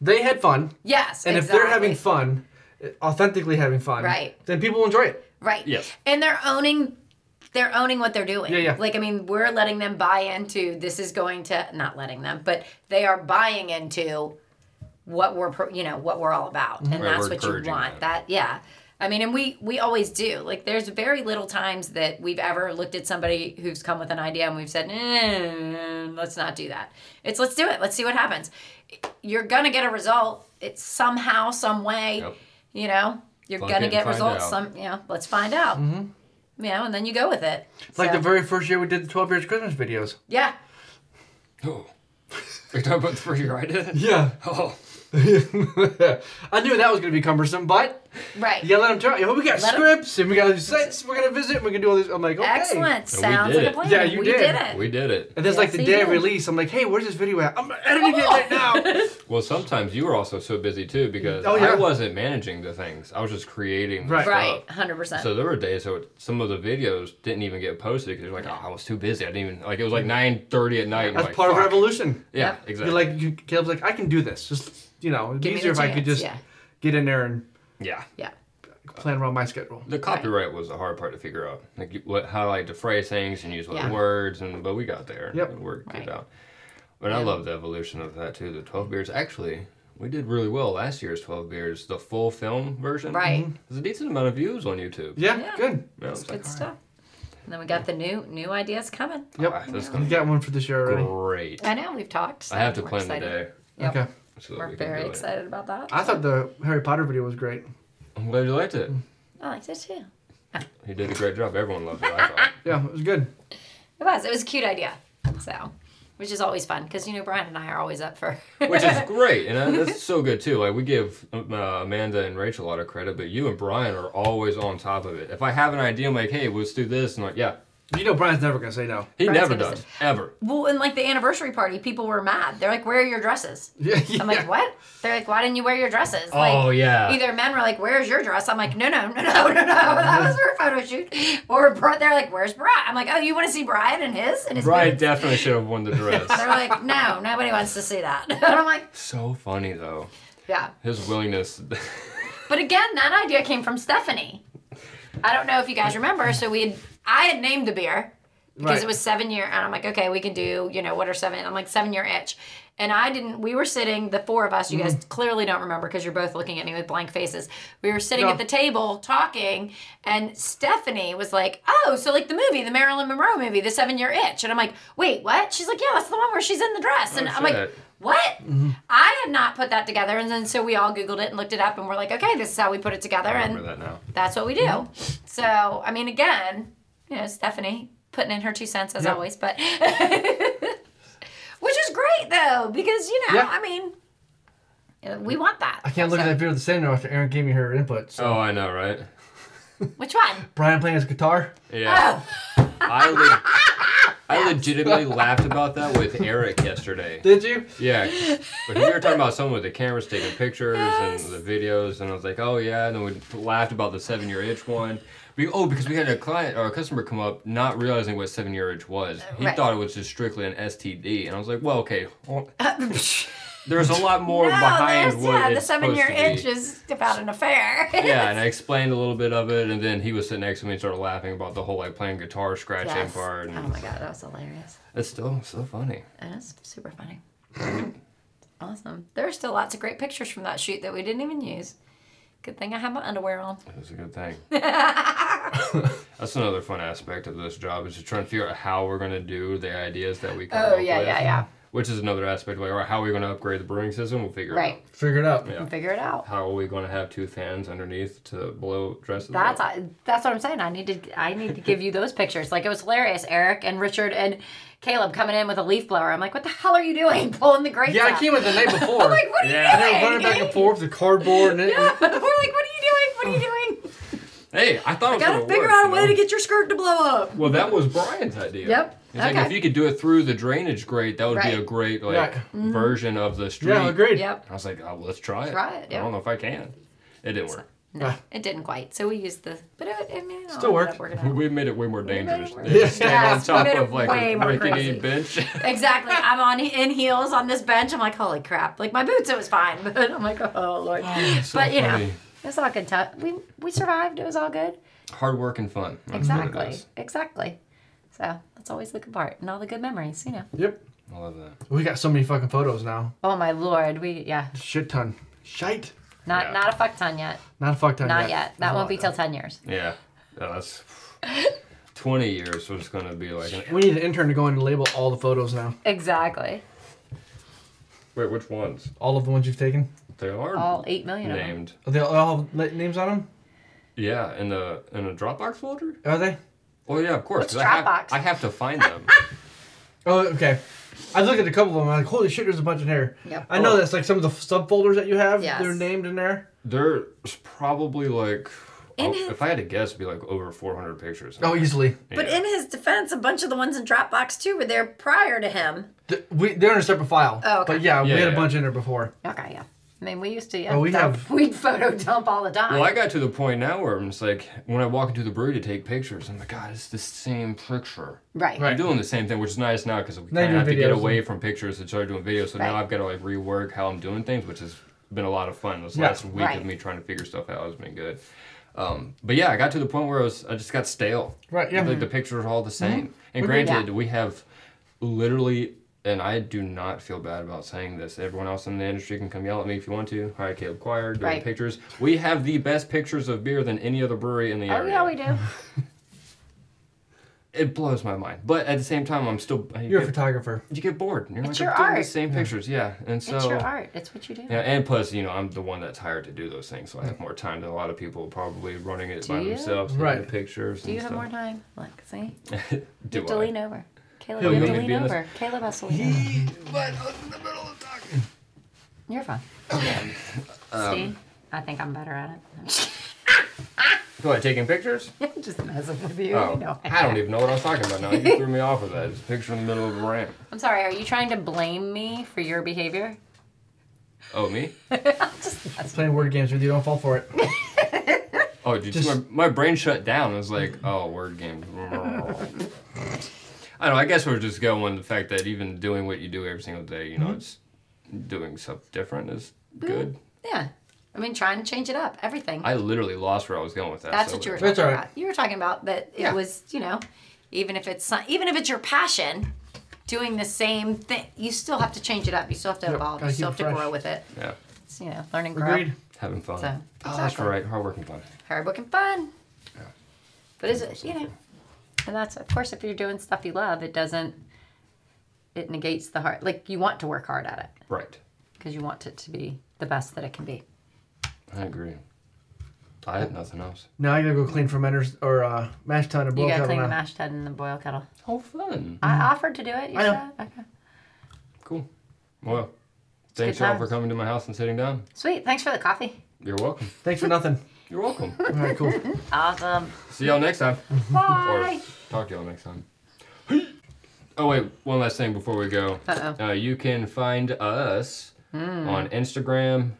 [SPEAKER 1] They had fun.
[SPEAKER 3] Yes,
[SPEAKER 1] And
[SPEAKER 3] exactly.
[SPEAKER 1] if they're having fun, uh, authentically having fun,
[SPEAKER 3] Right.
[SPEAKER 1] then people will enjoy it.
[SPEAKER 3] right?
[SPEAKER 4] Yes.
[SPEAKER 3] and they're owning, they're owning what they're doing.
[SPEAKER 1] Yeah, yeah.
[SPEAKER 3] Like I mean, we're letting them buy into this is going to not letting them, but they are buying into what we're pro- you know what we're all about, and
[SPEAKER 4] Mm-hmm. Right,
[SPEAKER 3] that's
[SPEAKER 4] we're
[SPEAKER 3] what you
[SPEAKER 4] encouraging
[SPEAKER 3] want.
[SPEAKER 4] that.
[SPEAKER 3] That yeah. I mean, and we we always do. Like, there's very little times that we've ever looked at somebody who's come with an idea and we've said, "Eh, "Let's not do that." It's let's do it. Let's see what happens. You're gonna get a result. It's somehow, some way.
[SPEAKER 4] Yep.
[SPEAKER 3] You know, you're
[SPEAKER 4] Plug it
[SPEAKER 3] gonna
[SPEAKER 4] and
[SPEAKER 3] get
[SPEAKER 4] find
[SPEAKER 3] results.
[SPEAKER 4] out. Mm-hmm.
[SPEAKER 3] Some, you know, let's find out. You know, and then you go with it.
[SPEAKER 1] Like
[SPEAKER 3] So,
[SPEAKER 1] the very first year we did the 12 Years Christmas videos.
[SPEAKER 3] yeah,
[SPEAKER 4] Oh. Are you talking about the first year I did?
[SPEAKER 1] Yeah.
[SPEAKER 4] Oh.
[SPEAKER 1] I knew that was going to be cumbersome, but
[SPEAKER 3] right.
[SPEAKER 1] you got to let them try. it. We got
[SPEAKER 3] Let 'em-
[SPEAKER 1] scripts and we got sites we're going to visit and we're going to do all this. I'm like, okay.
[SPEAKER 3] Excellent.
[SPEAKER 4] we
[SPEAKER 3] Sounds
[SPEAKER 4] did
[SPEAKER 3] like a
[SPEAKER 4] it.
[SPEAKER 3] plan.
[SPEAKER 1] Yeah, you
[SPEAKER 3] we
[SPEAKER 1] did.
[SPEAKER 3] it.
[SPEAKER 4] We did it.
[SPEAKER 1] And then it's like
[SPEAKER 3] Yes,
[SPEAKER 1] the
[SPEAKER 3] you
[SPEAKER 1] day of
[SPEAKER 3] did.
[SPEAKER 1] release, I'm like, hey, where's this video at? I'm editing it right now.
[SPEAKER 4] Well, sometimes you were also so busy too because
[SPEAKER 1] Oh, yeah.
[SPEAKER 4] I wasn't managing the things. I was just creating the
[SPEAKER 1] Right.
[SPEAKER 4] stuff.
[SPEAKER 3] right, hundred percent.
[SPEAKER 4] So there were days so some of the videos didn't even get posted because you're like, oh, I was too busy. I didn't even like it was like 9:30 at night. and
[SPEAKER 1] That's
[SPEAKER 4] like,
[SPEAKER 1] part of our
[SPEAKER 4] fuck.
[SPEAKER 1] evolution.
[SPEAKER 4] Yeah,
[SPEAKER 3] Yep.
[SPEAKER 4] exactly.
[SPEAKER 1] You're like, you, Caleb's like, I can do this. Just, you know, it'd be
[SPEAKER 3] Give me the
[SPEAKER 1] easier if I could
[SPEAKER 3] chance,
[SPEAKER 1] just
[SPEAKER 3] yeah.
[SPEAKER 1] get in there and
[SPEAKER 4] yeah.
[SPEAKER 3] yeah.
[SPEAKER 1] plan around my schedule.
[SPEAKER 4] The copyright was the hard part to figure out, like you- what how like to phrase things and use what
[SPEAKER 3] Yeah.
[SPEAKER 4] words, and but we got there.
[SPEAKER 1] Yep.
[SPEAKER 4] and worked
[SPEAKER 3] Right.
[SPEAKER 4] it out. But I love the evolution of that too. The twelve beers actually, we did really well last year's twelve beers, the full film version.
[SPEAKER 3] Right.
[SPEAKER 1] Mm-hmm.
[SPEAKER 4] there's a decent amount of views on YouTube.
[SPEAKER 1] Yeah,
[SPEAKER 3] Yeah.
[SPEAKER 1] good.
[SPEAKER 4] Yeah, it's
[SPEAKER 3] Good
[SPEAKER 4] like, all
[SPEAKER 3] stuff. And then we got the new new ideas coming.
[SPEAKER 1] Yep.
[SPEAKER 4] right, that's
[SPEAKER 1] You
[SPEAKER 4] Ah, gonna be
[SPEAKER 1] got one for this year already.
[SPEAKER 4] great.
[SPEAKER 3] I know we've talked. so
[SPEAKER 4] I have to
[SPEAKER 3] we're
[SPEAKER 4] plan the
[SPEAKER 3] excited.
[SPEAKER 4] day.
[SPEAKER 3] Yep.
[SPEAKER 1] Okay.
[SPEAKER 4] So that
[SPEAKER 3] We're
[SPEAKER 4] we can
[SPEAKER 3] very
[SPEAKER 4] do it.
[SPEAKER 3] excited about that.
[SPEAKER 1] I thought the Harry Potter video was great.
[SPEAKER 4] I'm glad you liked it.
[SPEAKER 3] I liked it too.
[SPEAKER 4] You did a great job. Everyone loved it. I thought.
[SPEAKER 1] Yeah, it was good.
[SPEAKER 3] It was. It was a cute idea. So, which is always fun because you know Brian and I are always up for.
[SPEAKER 4] which is great, and uh, that's so good too. Like we give um, uh, Amanda and Rachel a lot of credit, but you and Brian are always on top of it. If I have an idea, I'm like, "Hey, let's do this," and like, "Yeah,
[SPEAKER 1] You know, Brian's never gonna say no.
[SPEAKER 4] He
[SPEAKER 3] Brian's
[SPEAKER 4] never
[SPEAKER 3] gonna
[SPEAKER 4] does.
[SPEAKER 3] say-
[SPEAKER 4] Ever.
[SPEAKER 3] Well, and like the anniversary party, people were mad. They're like, "Where are your dresses?"
[SPEAKER 1] Yeah,
[SPEAKER 3] I'm like, "What?" They're like, "Why didn't you wear your dresses?"
[SPEAKER 4] Oh,
[SPEAKER 3] like,
[SPEAKER 4] yeah.
[SPEAKER 3] Either men were like, "Where's your dress?" I'm like, "No, no, no, no, no, no. That was for a photo shoot." Or Bri- they're like, "Where's Brian?" I'm like, "Oh, you want to see Brian and his and his?"
[SPEAKER 4] Brian
[SPEAKER 3] boots?"
[SPEAKER 4] definitely should have won the dress.
[SPEAKER 3] They're like, "No, nobody wants to see that." and I'm like,
[SPEAKER 4] so funny though.
[SPEAKER 3] "Yeah."
[SPEAKER 4] His willingness.
[SPEAKER 3] But again, that idea came from Stephanie. I don't know if you guys remember. So we had, I had named the beer because
[SPEAKER 1] Right.
[SPEAKER 3] it was seven year, and I'm like, okay, we can do, you know, what are seven? I'm like, seven year itch. And I didn't, we were sitting, the four of us, you guys clearly don't remember because you're both looking at me with blank faces. We were sitting
[SPEAKER 1] No.
[SPEAKER 3] at the table talking, and Stephanie was like, oh, so like the movie, the Marilyn Monroe movie, The Seven Year Itch. And I'm like, wait, what? She's like, yeah, that's the one where she's in the dress. And
[SPEAKER 4] Oh,
[SPEAKER 3] I'm like,
[SPEAKER 4] shit.
[SPEAKER 3] what?
[SPEAKER 4] Mm-hmm.
[SPEAKER 3] I had not put that together. And then so we all Googled it and looked it up and we're like, okay, this is how we put it together.
[SPEAKER 4] I remember
[SPEAKER 3] And
[SPEAKER 4] that Mm-hmm. now.
[SPEAKER 3] that's what we do. So, I mean, again, you know, Stephanie putting in her two cents as
[SPEAKER 1] Yeah.
[SPEAKER 3] always, but which is great though, because, you know,
[SPEAKER 1] Yeah.
[SPEAKER 3] I mean, you know, we want that.
[SPEAKER 1] I can't look at that video the same now after Aaron gave me her input. So
[SPEAKER 4] Oh, I know, right?
[SPEAKER 3] Which one?
[SPEAKER 1] Brian playing his guitar.
[SPEAKER 4] Yeah.
[SPEAKER 3] Oh,
[SPEAKER 4] I, le- I legitimately laughed about that with Eric yesterday.
[SPEAKER 1] Did you?
[SPEAKER 4] Yeah, but we were talking about someone with the cameras taking pictures and the videos, and I was like, oh yeah, and then we laughed about the seven year itch one. We, oh, because we had a client or a customer come up not realizing what seven year itch was. He
[SPEAKER 3] Right.
[SPEAKER 4] thought it was just strictly an STD, and I was like, well, okay, well,
[SPEAKER 3] psh.
[SPEAKER 4] there's a lot more
[SPEAKER 3] Oh, no,
[SPEAKER 4] behind
[SPEAKER 3] there's,
[SPEAKER 4] what
[SPEAKER 3] yeah,
[SPEAKER 4] it's
[SPEAKER 3] the seven year
[SPEAKER 4] supposed to be.
[SPEAKER 3] itch is about an affair.
[SPEAKER 4] Yeah, and I explained a little bit of it, and then he was sitting next to me and started laughing about the whole like playing guitar scratching
[SPEAKER 3] Yes.
[SPEAKER 4] part. And
[SPEAKER 3] Oh my God, that was hilarious.
[SPEAKER 4] It's still so funny.
[SPEAKER 3] That is super funny. awesome. There are still lots of great pictures from that shoot that we didn't even use. Good thing I have my underwear on.
[SPEAKER 4] That's a good thing. That's another fun aspect of this job is just trying to figure out how we're gonna do the ideas that we come
[SPEAKER 3] Oh,
[SPEAKER 4] up
[SPEAKER 3] yeah,
[SPEAKER 4] with,
[SPEAKER 3] yeah, yeah.
[SPEAKER 4] Which is another aspect like, all right, how are we gonna upgrade the brewing system? We'll figure it
[SPEAKER 3] Right.
[SPEAKER 1] Figure it out.
[SPEAKER 4] out. Yeah.
[SPEAKER 3] Figure it out.
[SPEAKER 4] How are we gonna have two fans underneath to blow dresses?
[SPEAKER 6] That's
[SPEAKER 4] up?
[SPEAKER 3] uh,
[SPEAKER 6] I- that's what I'm saying. I need to I need to give you those pictures. Like it was hilarious. Eric and Richard and Caleb coming in with a leaf blower. I'm like, what the hell are you doing? Pulling the grapes.
[SPEAKER 1] Yeah, I
[SPEAKER 6] out.
[SPEAKER 1] came with the night before.
[SPEAKER 3] Like, what are
[SPEAKER 4] Yeah.
[SPEAKER 1] And
[SPEAKER 3] you
[SPEAKER 1] they
[SPEAKER 3] doing?
[SPEAKER 1] were running back and forth, the cardboard and it.
[SPEAKER 3] Yeah. We're like, what are you doing? What are you doing?
[SPEAKER 4] Hey, I thought it was
[SPEAKER 3] Gotta
[SPEAKER 4] gonna
[SPEAKER 3] figure
[SPEAKER 4] work,
[SPEAKER 3] out a
[SPEAKER 4] you
[SPEAKER 3] way
[SPEAKER 4] know?
[SPEAKER 3] to get your skirt to blow up.
[SPEAKER 4] Well, that was Brian's idea.
[SPEAKER 3] Yep.
[SPEAKER 4] He's like,
[SPEAKER 3] Okay.
[SPEAKER 4] if you could do it through the drainage grate, that would
[SPEAKER 3] Right. Mm-hmm.
[SPEAKER 4] be a great like
[SPEAKER 1] Right.
[SPEAKER 4] version of the street.
[SPEAKER 1] Yeah, agreed.
[SPEAKER 3] Yep.
[SPEAKER 4] I was like, oh, well, let's try it.
[SPEAKER 3] Try it,
[SPEAKER 4] I
[SPEAKER 3] yeah.
[SPEAKER 4] don't know if I can. It didn't work.
[SPEAKER 1] No.
[SPEAKER 3] It didn't quite. So we used the. But it, I mean, it all
[SPEAKER 1] Still
[SPEAKER 3] ended up working out.
[SPEAKER 4] We made it way more dangerous.
[SPEAKER 3] work.
[SPEAKER 4] They just
[SPEAKER 1] Yeah.
[SPEAKER 4] stand
[SPEAKER 3] Yes, we
[SPEAKER 4] on
[SPEAKER 3] made
[SPEAKER 4] top
[SPEAKER 3] it
[SPEAKER 4] of like
[SPEAKER 3] way
[SPEAKER 4] a
[SPEAKER 3] more
[SPEAKER 4] rickety
[SPEAKER 3] crazy.
[SPEAKER 4] bench.
[SPEAKER 3] Exactly. I'm on in heels on this bench. I'm like, holy crap. Like my boots, it was fine. But I'm like, oh lord.
[SPEAKER 4] So
[SPEAKER 3] but you know,
[SPEAKER 4] funny.
[SPEAKER 6] It's all good time. We we survived. It was all good.
[SPEAKER 4] hard work and fun. That's what it
[SPEAKER 6] Exactly.
[SPEAKER 4] is.
[SPEAKER 6] Exactly. So that's always the good part and all the good memories, you know.
[SPEAKER 1] Yep.
[SPEAKER 4] I love that.
[SPEAKER 1] We got so many fucking photos now.
[SPEAKER 6] Oh my lord, we yeah.
[SPEAKER 1] Shit ton. Shite.
[SPEAKER 6] Not
[SPEAKER 4] Yeah.
[SPEAKER 6] not a fuck ton yet.
[SPEAKER 1] Not a fuck ton
[SPEAKER 6] Not
[SPEAKER 1] yet.
[SPEAKER 6] yet. That won't be till ten years.
[SPEAKER 4] Yeah, Yeah, that's twenty years. So it's gonna be like. An,
[SPEAKER 1] We need an intern to go in and label all the photos now.
[SPEAKER 6] Exactly.
[SPEAKER 4] wait, which ones?
[SPEAKER 1] All of the ones you've taken.
[SPEAKER 4] There are
[SPEAKER 6] All eight million of them.
[SPEAKER 4] named.
[SPEAKER 1] Are they all have la- names on them?
[SPEAKER 4] Yeah, in the in a Dropbox folder.
[SPEAKER 1] Are they?
[SPEAKER 4] Oh yeah, of
[SPEAKER 6] What's
[SPEAKER 4] course. 'cause I have,
[SPEAKER 6] Dropbox?
[SPEAKER 4] I have to find them.
[SPEAKER 1] Oh, okay. I looked at a couple of them. I'm like, holy shit, there's a bunch in here.
[SPEAKER 3] Yep.
[SPEAKER 1] I know that's like some of the f- subfolders that you have.
[SPEAKER 3] Yes.
[SPEAKER 1] They're named in there.
[SPEAKER 4] There's probably like,
[SPEAKER 3] In
[SPEAKER 4] oh,
[SPEAKER 3] his-
[SPEAKER 4] if I had to guess, it'd be like over 400 pictures.
[SPEAKER 1] Oh, easily.
[SPEAKER 3] But
[SPEAKER 4] Yeah.
[SPEAKER 3] in his defense, a bunch of the ones in Dropbox too were there prior to him.
[SPEAKER 1] Th- we, they're in a separate file.
[SPEAKER 3] Oh, okay.
[SPEAKER 1] But yeah,
[SPEAKER 4] Yeah,
[SPEAKER 1] we had
[SPEAKER 4] yeah.
[SPEAKER 1] a bunch in there before.
[SPEAKER 6] Okay, yeah. I mean we used to yeah.
[SPEAKER 1] Oh, we
[SPEAKER 6] dump-
[SPEAKER 1] have-
[SPEAKER 6] we'd photo dump all the time.
[SPEAKER 4] Well, I got to the point now where I'm just like, when I walk into the brewery to take pictures, I'm like, God, it's the same picture.
[SPEAKER 6] right.
[SPEAKER 1] Right.
[SPEAKER 4] I'm doing the same thing, which is nice now because we
[SPEAKER 1] Now
[SPEAKER 4] kind
[SPEAKER 1] you
[SPEAKER 4] of
[SPEAKER 1] do
[SPEAKER 4] have to get
[SPEAKER 1] videos
[SPEAKER 4] away from pictures and start doing videos. So now
[SPEAKER 6] Right.
[SPEAKER 4] I've got to like rework how I'm doing things, which has been a lot of fun. This
[SPEAKER 1] Yeah.
[SPEAKER 4] last week
[SPEAKER 6] Right.
[SPEAKER 4] of me trying to figure stuff out has been good. Um, but yeah, I got to the point where I, was, I just got stale.
[SPEAKER 1] Right, yeah. Mm-hmm.
[SPEAKER 4] Like the pictures are all the same. And
[SPEAKER 1] Agreed.
[SPEAKER 4] granted, we have literally, and I do not feel bad about saying this. Everyone else in the industry can come yell at me if you want to. Hi, Caleb Choir, doing
[SPEAKER 6] Right.
[SPEAKER 4] pictures. We have the best pictures of beer than any other brewery in the
[SPEAKER 6] Oh
[SPEAKER 4] area
[SPEAKER 6] yeah, we do.
[SPEAKER 4] it blows my mind. But at the same time, I'm still you
[SPEAKER 1] You're a
[SPEAKER 4] get,
[SPEAKER 1] photographer.
[SPEAKER 4] you get bored. And you're
[SPEAKER 6] It's
[SPEAKER 4] like,
[SPEAKER 6] your
[SPEAKER 4] I'm doing
[SPEAKER 6] art.
[SPEAKER 4] the same pictures, yeah. And so
[SPEAKER 6] it's your art. It's what you do.
[SPEAKER 4] yeah, and plus, you know, I'm the one that's hired to do those things, so I have more time than a lot of people probably running it by
[SPEAKER 6] you?
[SPEAKER 4] themselves, taking
[SPEAKER 1] Right.
[SPEAKER 4] pictures.
[SPEAKER 6] Do you
[SPEAKER 4] and
[SPEAKER 6] have
[SPEAKER 4] stuff.
[SPEAKER 6] more time? Look, see?
[SPEAKER 4] Do
[SPEAKER 6] you have to
[SPEAKER 4] I?
[SPEAKER 6] lean over. Caleb,
[SPEAKER 1] Who,
[SPEAKER 6] you have
[SPEAKER 1] me?
[SPEAKER 6] to
[SPEAKER 4] Me
[SPEAKER 6] lean
[SPEAKER 4] doing this?
[SPEAKER 6] over. Caleb has to lean over.
[SPEAKER 4] Um,
[SPEAKER 6] You're fine. See? I think I'm better at it.
[SPEAKER 4] Go ahead, taking pictures?
[SPEAKER 3] just messing with you.
[SPEAKER 4] Oh,
[SPEAKER 3] you know.
[SPEAKER 4] I don't even know what I was talking about now. You threw me off with that. It's a picture in the middle of a ramp.
[SPEAKER 3] I'm sorry. Are you trying to blame me for your behavior?
[SPEAKER 4] Oh, me?
[SPEAKER 3] Just messing.
[SPEAKER 1] Playing word games with you, don't fall for it.
[SPEAKER 4] Oh, dude,
[SPEAKER 1] Just-
[SPEAKER 4] my, my brain shut down. It was like, oh, word game. I don't know. I guess we're just going with the fact that even doing what you do every single day, you know,
[SPEAKER 1] Mm-hmm.
[SPEAKER 4] it's doing something different is good.
[SPEAKER 2] Yeah. I mean, trying to change it up, everything.
[SPEAKER 4] I literally lost where I was going with that.
[SPEAKER 2] That's
[SPEAKER 4] so
[SPEAKER 2] what you were
[SPEAKER 1] That's
[SPEAKER 2] talking
[SPEAKER 1] all right.
[SPEAKER 2] about. You were talking about that it
[SPEAKER 4] Yeah.
[SPEAKER 2] was, you know, even if it's not, even if it's your passion, doing the same thing, you still have to change it up. You still have to
[SPEAKER 1] Yep,
[SPEAKER 2] evolve. You
[SPEAKER 1] gotta
[SPEAKER 2] still have
[SPEAKER 1] keep
[SPEAKER 2] to
[SPEAKER 1] it
[SPEAKER 2] grow
[SPEAKER 1] fresh.
[SPEAKER 2] with it.
[SPEAKER 4] Yeah,
[SPEAKER 2] It's, you know, learn and grow.
[SPEAKER 1] Agreed.
[SPEAKER 4] having fun.
[SPEAKER 2] So,
[SPEAKER 4] Oh, that's
[SPEAKER 2] exactly.
[SPEAKER 4] right. Hardworking fun.
[SPEAKER 2] Hard work and fun. But is it, you know,
[SPEAKER 3] And that's of course if you're doing stuff you love, it doesn't. It negates the heart. Like you want to work hard at it
[SPEAKER 4] Right.
[SPEAKER 3] because you want it to be the best that it can be.
[SPEAKER 4] I agree. I have nothing else.
[SPEAKER 1] Now I gotta go clean fermenters or uh, mash tun and
[SPEAKER 3] You
[SPEAKER 1] boil
[SPEAKER 3] gotta
[SPEAKER 1] kettle
[SPEAKER 3] clean the
[SPEAKER 1] now.
[SPEAKER 3] mashed head and the boil kettle.
[SPEAKER 4] Oh, fun.
[SPEAKER 3] I offered to do it. You
[SPEAKER 1] I know.
[SPEAKER 3] said okay.
[SPEAKER 4] Cool. Well, thanks
[SPEAKER 3] good
[SPEAKER 4] y'all for
[SPEAKER 3] times.
[SPEAKER 4] coming to my house and sitting down.
[SPEAKER 3] Sweet. Thanks for the coffee.
[SPEAKER 4] You're welcome.
[SPEAKER 1] Thanks for nothing.
[SPEAKER 4] You're welcome.
[SPEAKER 1] All right, cool.
[SPEAKER 3] Awesome.
[SPEAKER 4] See y'all next time.
[SPEAKER 3] Bye.
[SPEAKER 4] Or talk to y'all next time. Oh wait, one last thing before we go.
[SPEAKER 3] Uh-oh.
[SPEAKER 4] Uh, you can find us on Instagram,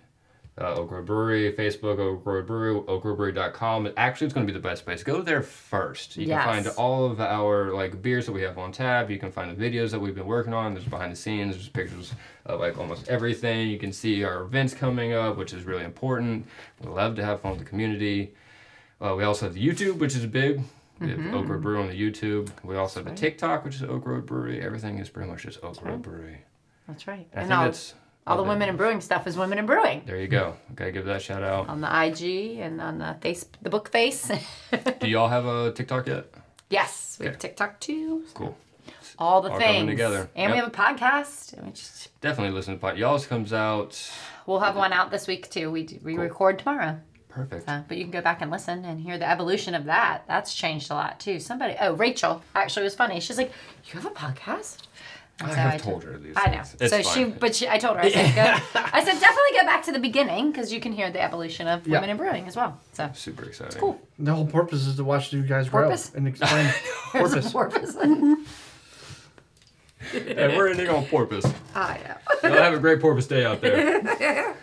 [SPEAKER 4] uh, Oak Grove Brewery, Facebook, Oak Grove Brewery, oakgrowbrewery.com. Actually, it's going to be the best place. Go there first. You
[SPEAKER 3] Yes.
[SPEAKER 4] can find all of our like beers that we have on tap. You can find the videos that we've been working on. There's behind the scenes. There's pictures of like almost everything. You can see our events coming up, which is really important. We love to have fun with the community. Uh, we also have the YouTube, which is big. We have Oak Road
[SPEAKER 3] Mm-hmm.
[SPEAKER 4] Brewery on the YouTube. We also have the TikTok, which is Oak Road Brewery. Everything is pretty much just Oak Road Brewery.
[SPEAKER 3] That's right. And
[SPEAKER 4] And, I think
[SPEAKER 3] all,
[SPEAKER 4] that's
[SPEAKER 3] all the
[SPEAKER 4] I'll do-
[SPEAKER 3] women in brewing stuff is women in brewing
[SPEAKER 4] There you go. Okay, give that shout out.
[SPEAKER 3] on the IG and on the face, the book face.
[SPEAKER 4] Do y'all have a TikTok yet?
[SPEAKER 3] yes, we have
[SPEAKER 4] Okay.
[SPEAKER 3] TikTok too.
[SPEAKER 4] Cool.
[SPEAKER 3] All the
[SPEAKER 4] All coming
[SPEAKER 3] things
[SPEAKER 4] together.
[SPEAKER 3] And we
[SPEAKER 4] Yep.
[SPEAKER 3] have a podcast. And we just,
[SPEAKER 4] Definitely listen to pod. Y'all's comes out
[SPEAKER 3] we'll have one out this week too. We do- we record tomorrow,
[SPEAKER 4] perfect.
[SPEAKER 3] uh, but you can go back and listen and hear the evolution of that. That's changed a lot too. Somebody, oh Rachel, actually was funny. She's like, "You have a podcast."
[SPEAKER 4] I
[SPEAKER 3] so
[SPEAKER 4] have
[SPEAKER 3] I
[SPEAKER 4] told her these.
[SPEAKER 3] I know.
[SPEAKER 4] things. It's
[SPEAKER 3] so she,
[SPEAKER 4] fine.
[SPEAKER 3] but she, I told her, I said, go, I said definitely go back to the beginning because you can hear the evolution of
[SPEAKER 1] Yeah.
[SPEAKER 3] women in brewing as well. So
[SPEAKER 4] Super exciting.
[SPEAKER 3] cool.
[SPEAKER 1] The whole purpose is to watch you guys grow
[SPEAKER 3] Porpoise?
[SPEAKER 1] and explain purpose.
[SPEAKER 3] Porpoise.
[SPEAKER 4] Hey, we're ending on porpoise.
[SPEAKER 3] I know.
[SPEAKER 4] Y'all have a great porpoise day out there.